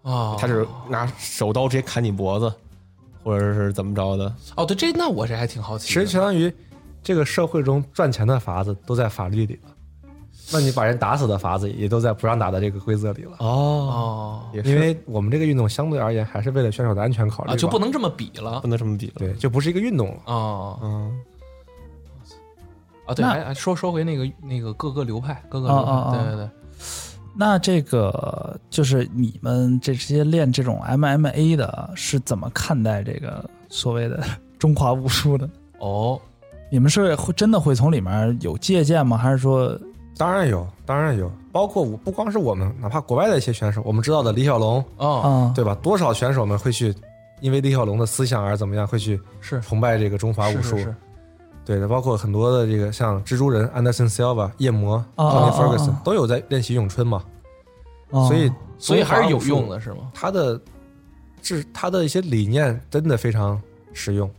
Speaker 1: 啊，
Speaker 2: 他是拿手刀直接砍你脖子，或者是怎么着的，
Speaker 1: 哦，对，这那我这还挺好奇
Speaker 4: 其
Speaker 1: 的。
Speaker 4: 实相当于这个社会中赚钱的法子都在法律里了，那你把人打死的法子也都在不让打的这个规则里了。
Speaker 2: 哦，
Speaker 1: 哦
Speaker 2: 也是
Speaker 4: 因为我们这个运动相对而言还是为了选手的安全考虑吧、
Speaker 1: 啊，就不能这么比了
Speaker 2: 不能这么比了，
Speaker 4: 对，就不是一个运动了。
Speaker 1: 哦
Speaker 2: 嗯，
Speaker 1: 啊，对，
Speaker 3: 那
Speaker 1: 还还说说回那个那个各个流派，各个
Speaker 3: 哦
Speaker 1: 流派，
Speaker 3: 哦哦
Speaker 1: 对对对。
Speaker 3: 那这个就是你们这些练这种 MMA 的，是怎么看待这个所谓的 中华武术的？
Speaker 1: 哦，
Speaker 3: 你们是会真的会从里面有借鉴吗？还是说
Speaker 4: 当然有，当然有，包括我不光是我们，哪怕国外的一些选手，我们知道的李小龙，
Speaker 1: 哦，
Speaker 3: 啊？
Speaker 4: 对吧？多少选手们会去因为李小龙的思想而啊怎么样，会去
Speaker 1: 是
Speaker 4: 崇拜这个中华武
Speaker 1: 是
Speaker 4: 术。
Speaker 1: 是是
Speaker 4: 对的，包括很多的这个像蜘蛛人 Anderson Silva、夜魔、
Speaker 3: 哦
Speaker 4: Tony
Speaker 3: 哦哦
Speaker 4: Ferguson
Speaker 3: 哦
Speaker 4: 都有在练习咏春嘛，
Speaker 3: 啊
Speaker 4: 所以
Speaker 1: 所以还是有用
Speaker 4: 的。
Speaker 1: 的，是吗？
Speaker 4: 他的这他的一些理念真的非常实用，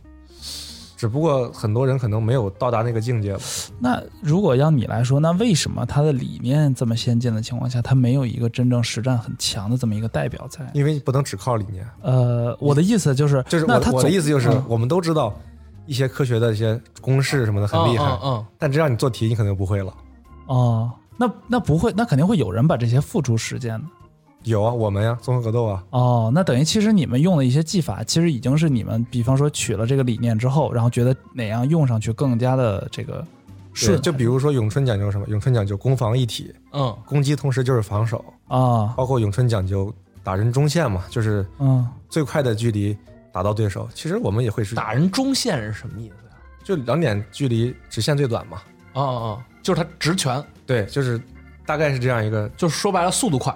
Speaker 4: 只不过很多人可能没有到达那个境界吧。
Speaker 3: 那如果要你来说，那为什么他的理念这么先进的情况下，他没有一个真正实战很强的这么一个代表在？
Speaker 4: 因为你不能只靠理念，
Speaker 3: 呃，我的意思就是，
Speaker 4: 就是
Speaker 3: 那
Speaker 4: 我
Speaker 3: 他
Speaker 4: 的我的
Speaker 3: 总
Speaker 4: 意思就是
Speaker 3: 嗯，
Speaker 4: 我们都知道一些科学的一些公式什么的很厉害，
Speaker 1: 嗯嗯
Speaker 4: 但真让你做题，你可能不会了。
Speaker 3: 哦，那那不会，那肯定会有人把这些付诸实践的。
Speaker 4: 有啊，我们呀，综合格斗啊，
Speaker 3: 哦，那等于其实你们用的一些技法，其实已经是你们，比方说取了这个理念之后，然后觉得哪样用上去更加的这个
Speaker 4: 是
Speaker 3: 顺。
Speaker 4: 就比如说咏春讲究什么？咏春讲究攻防一体，
Speaker 1: 嗯
Speaker 4: 攻击同时就是防守，
Speaker 3: 啊，
Speaker 4: 包括咏春讲究打人中线嘛，就是
Speaker 3: 嗯，
Speaker 4: 最快的距离打到对手。其实我们也会是
Speaker 1: 嗯，打人中线是什么意思呀？
Speaker 4: 就两点距离直线最短嘛，
Speaker 1: 啊啊，就是他直拳，
Speaker 4: 对，就是大概是这样一个
Speaker 1: 就是说白了速度快，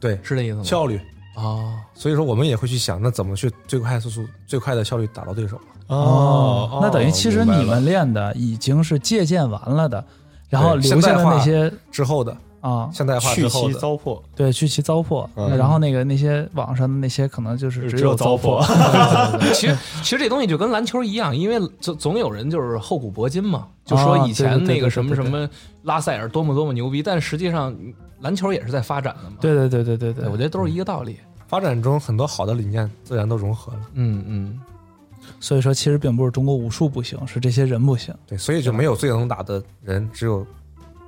Speaker 4: 对
Speaker 1: 是这意思吗？
Speaker 4: 效率。
Speaker 1: 啊，
Speaker 4: 所以说我们也会去想，那怎么去最快速速、最快的效率打到对手？
Speaker 2: 哦
Speaker 3: 那等于其实
Speaker 2: 明白
Speaker 3: 你
Speaker 2: 了
Speaker 3: 们练的已经是借鉴完了的，然后
Speaker 4: 对
Speaker 3: 留下
Speaker 4: 现
Speaker 3: 的
Speaker 4: 代化
Speaker 3: 那些
Speaker 4: 之后的
Speaker 3: 啊，
Speaker 4: 现代化
Speaker 2: 去
Speaker 4: 之后
Speaker 2: 其
Speaker 4: 的，
Speaker 2: 糟粕，
Speaker 3: 对，去其糟粕。
Speaker 2: 嗯
Speaker 3: 然后那个那些网上的那些可能就是
Speaker 2: 只
Speaker 3: 有
Speaker 2: 糟
Speaker 3: 糟
Speaker 2: 粕。
Speaker 1: 其实其实这东西就跟篮球一样，因为总总有人就是厚古薄今嘛，就说以
Speaker 3: 啊
Speaker 1: 前
Speaker 3: 对对
Speaker 1: 那
Speaker 3: 对
Speaker 1: 个
Speaker 3: 对
Speaker 1: 什么
Speaker 3: 对
Speaker 1: 什
Speaker 3: 对
Speaker 1: 么拉塞尔多么多么牛逼，但实际上嗯篮球也是在发展的嘛。
Speaker 3: 对嗯对对对对
Speaker 1: 对，我觉得都是一个道理。
Speaker 4: 发展中很多好的理念自然都融合了，
Speaker 1: 嗯嗯，
Speaker 3: 所以说其实并不是中国武术不行，是这些人不行，
Speaker 4: 对，所以就没有最能打的人，只有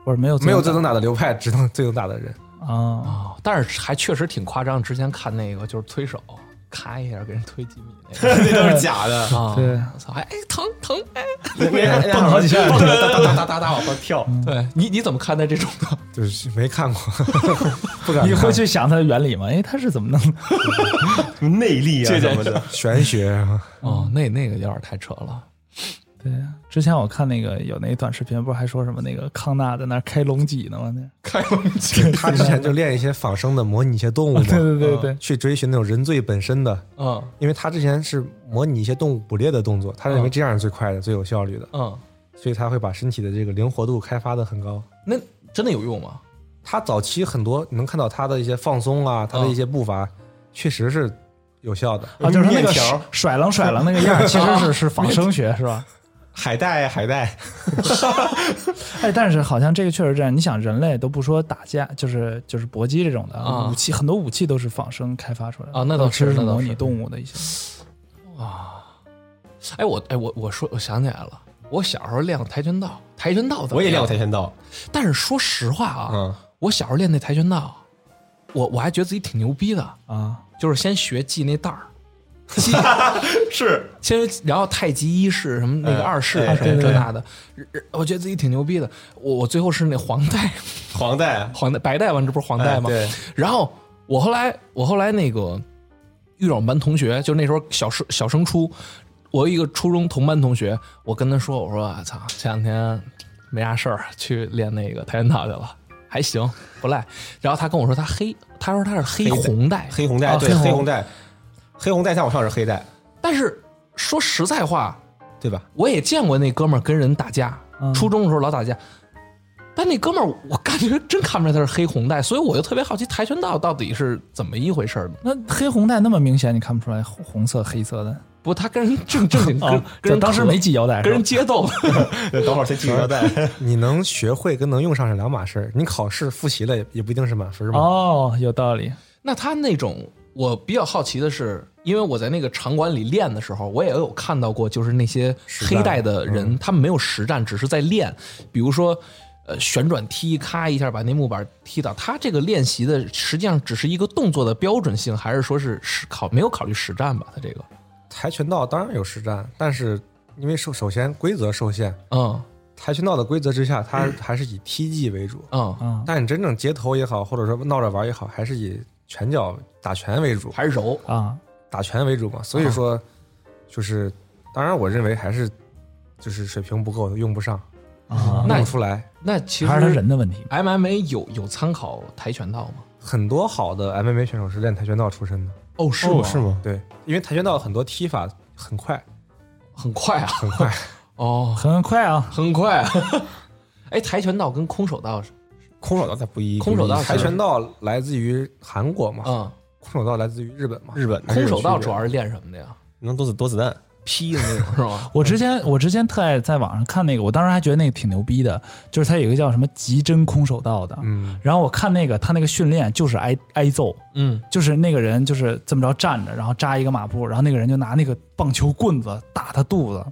Speaker 3: 或者没有
Speaker 4: 没有最
Speaker 3: 这
Speaker 4: 能
Speaker 3: 种
Speaker 4: 打的流派，只能最能打的人。
Speaker 3: 啊。
Speaker 1: 哦，但是还确实挺夸张。之前看那个就是推手，咔一下给人推几米那个
Speaker 2: 那都是假的，
Speaker 1: 啊，
Speaker 3: 对
Speaker 1: 我操，还哎疼疼哎，
Speaker 2: 蹦好几下， 哒哒哒哒哒哒往上跳。
Speaker 1: 对你你怎么看待这种的？
Speaker 4: 就是 没看过，不敢看
Speaker 3: 你会去想它的原理吗？哎，它是怎么弄的？
Speaker 2: 什么内力啊什么的。
Speaker 4: 玄学啊，
Speaker 1: 哦，那那个有点太扯了。
Speaker 3: 对，啊之前我看那个有那短视频，不是还说什么那个康纳在那儿开龙脊呢吗？那
Speaker 1: 开龙镜
Speaker 4: 他之前就练一些仿生的，模拟一些动物嘛，嗯
Speaker 3: 对对对对，
Speaker 4: 去追寻那种人最本身的，
Speaker 1: 嗯
Speaker 4: 因为他之前是模拟一些动物捕猎的动作，他认为这样是最快的、最有效率的，
Speaker 1: 嗯，
Speaker 4: 所以他会把身体的这个灵活度开发的很高。
Speaker 1: 那真的有用吗？
Speaker 4: 他早期很多你能看到他的一些放松啊，他的一些步伐确实是有效的。
Speaker 1: 哦
Speaker 3: 啊，就是它那
Speaker 2: 面
Speaker 3: 个
Speaker 2: 条
Speaker 3: 甩甩楞甩楞那个样 儿，其实是是仿生学是吧？
Speaker 2: 海带，啊海带，
Speaker 3: 哎，但是好像这个确实这样。你想，人类都不说打架，就是就是搏击这种的、
Speaker 1: 啊
Speaker 3: 武器，很多武器都是仿生开发出来的
Speaker 1: 啊那倒是
Speaker 3: 都是
Speaker 1: 那倒
Speaker 3: 模
Speaker 1: 是
Speaker 3: 拟动物的一些。
Speaker 1: 哎，我哎我我说我想起来了，我小时候练过跆拳道，跆拳道怎么
Speaker 2: 我也练
Speaker 1: 样
Speaker 2: 过跆拳道。
Speaker 1: 但是说实话啊，
Speaker 2: 嗯
Speaker 1: 我小时候练那跆拳道，我我还觉得自己挺牛逼的，
Speaker 3: 啊，
Speaker 1: 就是先学系那 带儿，
Speaker 2: 嗯是，
Speaker 1: 先然后太极一式什么那个
Speaker 2: 哎
Speaker 1: 二式
Speaker 2: 哎
Speaker 1: 什么这
Speaker 2: 对对
Speaker 1: 那的，呃我觉得自己挺牛逼的。我我最后是那黄带，
Speaker 2: 黄带，
Speaker 1: 黄带白带完这不是黄带吗？
Speaker 2: 哎对
Speaker 1: 然后我后来我后来那个遇到我们班同学，就那时候小升小升初，我有一个初中同班同学，我跟他说，我说啊操，前两天没啥事儿，去练那个跆拳道去了。还行，不赖。然后他跟我说他黑，他说他是黑
Speaker 2: 黑带
Speaker 1: 红带，
Speaker 2: 黑红带，
Speaker 1: 啊
Speaker 2: 对，
Speaker 1: 黑
Speaker 2: 黑
Speaker 1: 红
Speaker 2: 红带，黑红带，像我上是黑带，
Speaker 1: 但是说实在话，
Speaker 2: 对吧？
Speaker 1: 我也见过那哥们儿跟人打架，
Speaker 3: 嗯
Speaker 1: 初中的时候老打架。但那哥们儿，我感觉真看不出来他是黑红带，所以我就特别好奇跆拳道到底是怎么一回事儿呢？
Speaker 3: 那黑红带那么明显，你看不出来红红色黑色的
Speaker 1: 不，他跟人正正经跟、
Speaker 3: 哦
Speaker 1: 跟人
Speaker 3: 就当时
Speaker 1: 磕
Speaker 3: 没系腰带，
Speaker 1: 跟人接斗，
Speaker 2: 对等会儿先系腰带。
Speaker 4: 你能学会跟能用上是两码事儿，你考试复习了也也不一定是满分
Speaker 3: 是吧
Speaker 4: 嘛。
Speaker 3: 哦，有道理。
Speaker 1: 那他那种，我比较好奇的是，因为我在那个场馆里练的时候，我也有看到过，就是那些黑带的人，
Speaker 3: 嗯
Speaker 1: 他们没有实战，只是在练，比如说。呃，旋转踢，咔一下把那木板踢倒。他这个练习的实际上只是一个动作的标准性，还是说是实考没有考虑实战吧？他这个，
Speaker 4: 跆拳道当然有实战，但是因为首首先规则受限，
Speaker 1: 嗯
Speaker 4: 跆拳道的规则之下，它还是以踢技为主。
Speaker 1: 嗯，
Speaker 3: 嗯，
Speaker 4: 但你真正街头也好，或者说闹着玩也好，还是以拳脚打拳为主，
Speaker 1: 还是柔
Speaker 3: 啊，
Speaker 4: 打拳为主嘛。所以说，就是当然，我认为还是就是水平不够，用不上，
Speaker 3: 啊
Speaker 4: 弄
Speaker 1: 那
Speaker 4: 不出来。
Speaker 1: 那嗯其实
Speaker 3: 还是他人的问题。
Speaker 1: MMA 有有参考跆拳道吗？
Speaker 4: 很多好的 MMA 选手是练跆拳道出身的，
Speaker 1: 哦，是吗？
Speaker 2: 吗？
Speaker 4: 对，因为跆拳道很多踢法很快，
Speaker 1: 很快啊，
Speaker 4: 很快。
Speaker 1: 哦，
Speaker 3: 很快啊，
Speaker 1: 很快、啊。 哎，跆拳道跟空手道是，
Speaker 2: 空手道它不一，
Speaker 1: 空手道
Speaker 4: 跆拳道来自于韩国嘛，
Speaker 1: 嗯，
Speaker 4: 空手道来自于日本嘛。
Speaker 2: 日本
Speaker 1: 空手道主要是练什么的呀？
Speaker 2: 能躲子躲子弹，
Speaker 1: 劈的那种是吗？
Speaker 3: 我之前我之前特爱在网上看那个，我当时还觉得那个挺牛逼的，就是它有一个叫什么极真空手道的，
Speaker 4: 嗯，
Speaker 3: 然后我看那个他那个训练就是挨挨揍，
Speaker 1: 嗯，
Speaker 3: 就是那个人就是这么着站着，然后扎一个马步，然后那个人就拿那个棒球棍子打他肚子，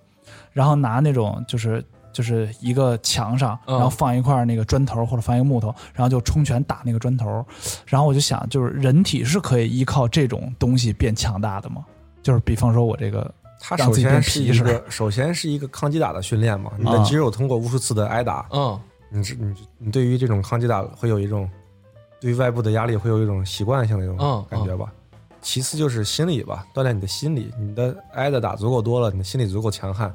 Speaker 3: 然后拿那种就是就是一个墙上，
Speaker 1: 嗯
Speaker 3: 然后放一块那个砖头或者放一个木头，然后就冲拳打那个砖头。然后我就想，就是人体是可以依靠这种东西变强大的吗？就是比方说我这个
Speaker 4: 它
Speaker 3: 让
Speaker 4: 首
Speaker 3: 自己
Speaker 4: 先
Speaker 3: 变
Speaker 4: 是
Speaker 3: 皮
Speaker 4: 一
Speaker 3: 实
Speaker 4: 个首先是一个抗击打的训练嘛，你
Speaker 3: 啊
Speaker 4: 的肌肉通过无数次的挨打，
Speaker 1: 嗯，
Speaker 4: 你这你你对于这种抗击打会有一种对于外部的压力会有一种习惯性的一
Speaker 1: 嗯
Speaker 4: 种感觉吧。其次就是心理吧，锻炼你的心理，你的挨的打足够多了，你的心理足够强悍，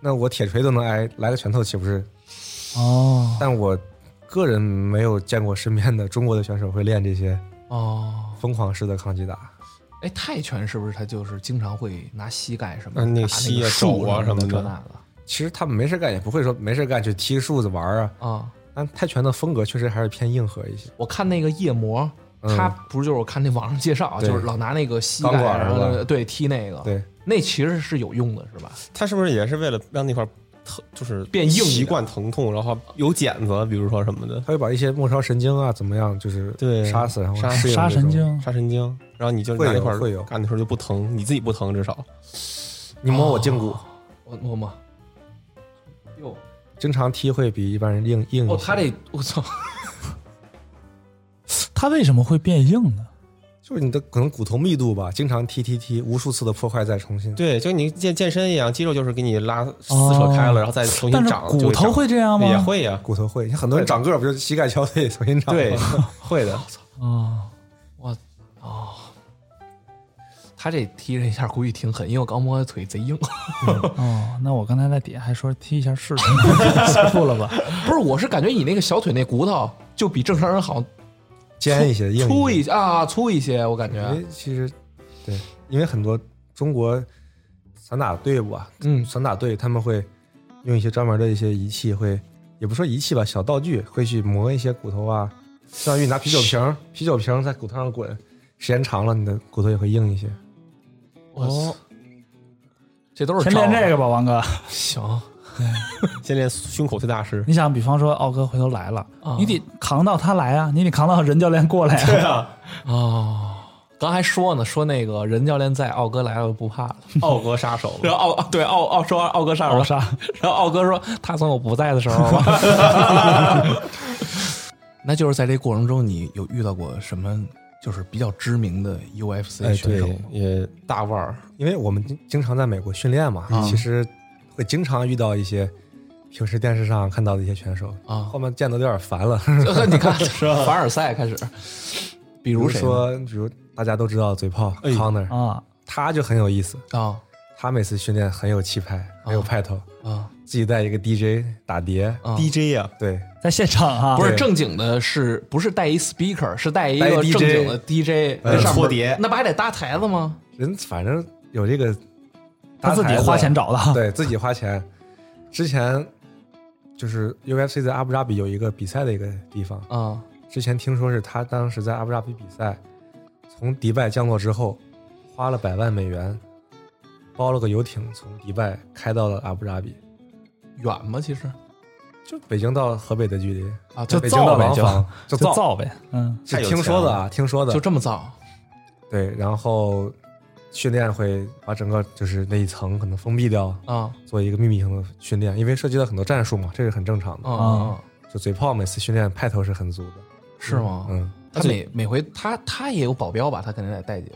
Speaker 4: 那我铁锤都能挨，来个拳头岂不是
Speaker 3: 哦，
Speaker 4: 但我个人没有见过身边的中国的选手会练这些
Speaker 1: 哦，
Speaker 4: 疯狂式的抗击打。
Speaker 1: 哎，泰拳是不是他就是经常会拿膝盖什么的
Speaker 2: 嗯
Speaker 1: 打
Speaker 2: 那
Speaker 1: 那个
Speaker 2: 膝啊
Speaker 1: 树
Speaker 2: 肘啊
Speaker 1: 什
Speaker 2: 什么的
Speaker 1: 这那个
Speaker 4: 其实他们没事干也不会说没事干去踢树子玩啊，
Speaker 1: 啊？
Speaker 4: 但泰拳的风格确实还是偏硬核一些。
Speaker 1: 我看那个夜魔，
Speaker 4: 嗯
Speaker 1: 他不是就是我看那网上介绍，啊
Speaker 4: 对
Speaker 1: 就是老拿那个膝
Speaker 4: 钢
Speaker 1: 盖
Speaker 4: 管
Speaker 1: 然
Speaker 4: 是吧
Speaker 1: 后对踢那个，
Speaker 4: 对，
Speaker 1: 那其实是有用的，是吧？
Speaker 2: 他是不是也是为了让那块儿疼，就是
Speaker 1: 变硬一点
Speaker 2: 习惯疼痛，然后有茧子，比如说什么的，
Speaker 4: 他会把一些末梢神经啊怎么样，就是
Speaker 2: 对
Speaker 4: 杀死，然后
Speaker 2: 杀
Speaker 4: 适应
Speaker 3: 杀
Speaker 4: 这种
Speaker 3: 神。经，
Speaker 2: 杀神经，然后你就
Speaker 4: 会
Speaker 2: 拿
Speaker 4: 有
Speaker 2: 那块儿
Speaker 4: 会有
Speaker 2: 干的时候就不疼，你自己不疼至少。
Speaker 4: 你摸
Speaker 1: 哦
Speaker 4: 我胫骨，
Speaker 1: 我摸摸，哟，
Speaker 4: 经常踢会比一般人硬硬一些。
Speaker 1: 哦，他这我操，
Speaker 3: 它为什么会变硬呢？
Speaker 4: 就是你的可能骨头密度吧，经常踢踢踢，无数次的破坏再重新。
Speaker 2: 对，就你健健身一样，肌肉就是给你拉撕扯开了，然后再哎重
Speaker 3: 但
Speaker 2: 新
Speaker 3: 是
Speaker 2: 长。
Speaker 3: 骨头会这样
Speaker 2: 长
Speaker 3: 吗？
Speaker 2: 也会呀、
Speaker 4: 骨头会，很多人长个儿不就膝盖敲碎重新长吗？
Speaker 2: 对， 会的。
Speaker 3: 啊，
Speaker 1: 我哦，他这踢了一下估计挺狠，因为我刚摸他腿贼硬。
Speaker 3: 哦，那我刚才在底下还说踢一下 试试，不了吧？
Speaker 1: 不是，我是感觉你那个小腿那骨头就比正常人好
Speaker 4: 尖一些，硬
Speaker 1: 粗一
Speaker 4: 些。
Speaker 1: 些哎啊，粗一些，我感
Speaker 4: 因
Speaker 1: 觉
Speaker 4: 为其实对，因为很多中国散打队伍啊，
Speaker 1: 嗯
Speaker 4: 散打队他们会用一些专门的一些仪器，会也不说仪器吧，小道具会去磨一些骨头啊，相当于你拿啤酒瓶儿，啤酒瓶儿在骨头上滚，时间长了你的骨头也会硬一些。
Speaker 1: 哦，这都是啊
Speaker 3: 先
Speaker 1: 招
Speaker 3: 练
Speaker 1: 儿
Speaker 3: 这个吧，王哥。
Speaker 1: 行
Speaker 2: 先练胸口碎大师，
Speaker 3: 你想，比方说奥哥回头来了，
Speaker 1: 啊
Speaker 3: 你得扛到他来啊，你得扛到任教练过来啊。
Speaker 1: 哦。刚还说呢，说那个任教练在，奥哥来了不怕了。
Speaker 2: 奥格杀手。
Speaker 1: 然后 奥对奥奥说奥哥上了，
Speaker 3: 杀，
Speaker 1: 然后奥哥说他从我不在的时候吧。 那就是在这过程中，你有遇到过什么就是比较知名的 UFC
Speaker 4: 哎
Speaker 1: 选手吗？
Speaker 2: 也大腕儿，
Speaker 4: 因为我们经经常在美国训练嘛，
Speaker 1: 嗯
Speaker 4: 其实会经常遇到一些平时电视上看到的一些选手，
Speaker 1: 啊
Speaker 4: 后面见的都有点烦了。
Speaker 1: 这你看，凡尔赛开始，比
Speaker 4: 比
Speaker 1: 如
Speaker 4: 如
Speaker 1: 谁呢
Speaker 4: 说，比如大家都知道嘴炮
Speaker 2: 哎
Speaker 4: Connor，、
Speaker 3: 啊
Speaker 4: 他就很有意思，
Speaker 1: 啊
Speaker 4: 他每次训练很有气派，很有派头，
Speaker 1: 啊
Speaker 4: 自己带一个 DJ 打碟，
Speaker 1: 啊
Speaker 2: DJ 呀、
Speaker 4: 对，
Speaker 3: 在现场啊，
Speaker 1: 不是
Speaker 4: 对
Speaker 1: 正经的是，不是带一 speaker，是带一
Speaker 4: 带一
Speaker 1: 个
Speaker 4: DJ
Speaker 1: 正经的 DJ
Speaker 2: 呃
Speaker 1: 那上面啊
Speaker 2: 搓碟
Speaker 1: 那不还得搭台子吗？
Speaker 4: 人反正有这个
Speaker 3: 他
Speaker 4: 搭
Speaker 3: 自己
Speaker 4: 台子
Speaker 3: 花钱找的啊。
Speaker 4: 对自己花钱。之前就是 UFC 在阿布扎比有一个比赛的一个地方，
Speaker 1: 啊
Speaker 4: 之前听说是他当时在阿布扎比比赛，从迪拜降落之后，花了百万美元，包了个游艇从迪拜开到了阿布扎比，
Speaker 1: 远吗？其实
Speaker 4: 就北京到河北的距离
Speaker 1: 啊，
Speaker 4: 在
Speaker 1: 就
Speaker 4: 北京
Speaker 1: 造
Speaker 4: 到
Speaker 3: 呗
Speaker 4: 廊
Speaker 3: 就
Speaker 4: 坊就
Speaker 3: 就
Speaker 4: 造，
Speaker 3: 造呗，嗯，
Speaker 4: 是
Speaker 2: 太有
Speaker 4: 听说的
Speaker 2: 钱
Speaker 4: 啊，听说的
Speaker 1: 就这么造
Speaker 4: 对，然后训练会把整个就是那一层可能封闭掉，
Speaker 1: 啊
Speaker 4: 做一个秘密性的训练，因为涉及到很多战术嘛，这是很正常的。
Speaker 1: 啊啊，
Speaker 4: 就嘴炮每次训练派头是很足的，
Speaker 1: 是吗？
Speaker 4: 嗯，
Speaker 1: 他每每回他他也有保镖吧？他肯定得带几个。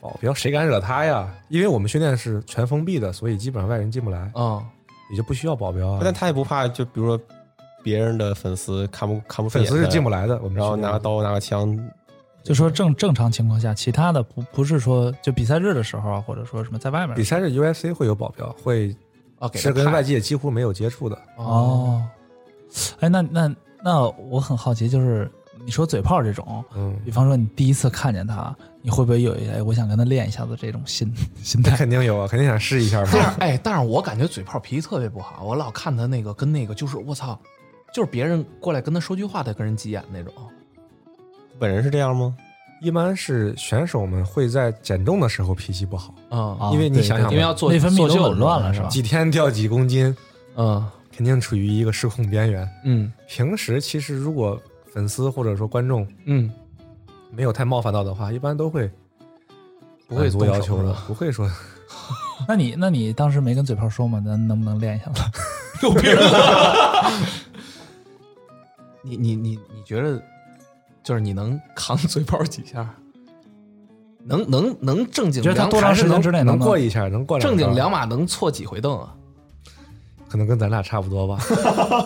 Speaker 4: 保镖哦谁敢惹他呀？因为我们训练是全封闭的，所以基本上外人进不来，
Speaker 1: 啊
Speaker 4: 也就不需要保镖啊。
Speaker 2: 但他也不怕，就比如说别人的粉丝看不看不顺
Speaker 4: 粉
Speaker 2: 眼
Speaker 4: 丝
Speaker 2: 的，
Speaker 4: 是进不来的，我们
Speaker 2: 然后
Speaker 4: 训练
Speaker 2: 拿个刀拿个枪，
Speaker 3: 就说正正常情况下，其他的不不是说就比赛日的时候啊，或者说什么在外面
Speaker 4: 比赛日 UFC 会有保镖，会
Speaker 1: 啊，给他嗯
Speaker 4: 是跟
Speaker 1: 派
Speaker 4: 外界几乎没有接触的。
Speaker 3: 哦，哎，那那那我很好奇，就是你说嘴炮这种，
Speaker 1: 哦
Speaker 4: 嗯，
Speaker 3: 比方说你第一次看见他，你会不会有一哎，我想跟他练一下子这种心心
Speaker 4: 那
Speaker 3: 态？
Speaker 4: 肯定有啊，肯定想试一下
Speaker 1: 但
Speaker 4: 嘛。
Speaker 1: 是哎，但是我感觉嘴炮脾气特别不好，我老看他那个跟那个就是我操，就是别人过来跟他说句话，他跟人急眼那种。
Speaker 2: 本人是这样吗？
Speaker 4: 一般是选手们会在减重的时候脾气不好，
Speaker 1: 嗯
Speaker 3: 啊
Speaker 4: 因为你想想
Speaker 1: 因为要做
Speaker 3: 内分泌
Speaker 1: 做
Speaker 3: 都
Speaker 1: 秀
Speaker 3: 紊乱了是吧？
Speaker 4: 几天掉几公斤，
Speaker 1: 嗯
Speaker 4: 肯定处于一个失控边缘。
Speaker 1: 嗯
Speaker 4: 平时其实如果粉丝或者说观众
Speaker 1: 嗯，
Speaker 4: 没有太冒犯到的话，一般都会
Speaker 1: 不会
Speaker 4: 满足
Speaker 1: 动手
Speaker 4: 要求
Speaker 1: 是
Speaker 4: 的
Speaker 1: 吧，
Speaker 4: 不会说
Speaker 3: 那你那你当时没跟嘴炮说吗？咱能不能练一下子？
Speaker 1: 有病啊！ 你你你你觉得，就是你能扛嘴炮几下？能能能正经
Speaker 3: 觉得他
Speaker 1: 两
Speaker 3: 多
Speaker 1: 还
Speaker 3: 长
Speaker 1: 是
Speaker 3: 时间
Speaker 1: 能
Speaker 3: 之内
Speaker 4: 能
Speaker 3: 不
Speaker 4: 过一下，能过两
Speaker 1: 正经
Speaker 4: 招
Speaker 1: 两码能错几回凳啊？
Speaker 4: 可能跟咱俩差不多吧。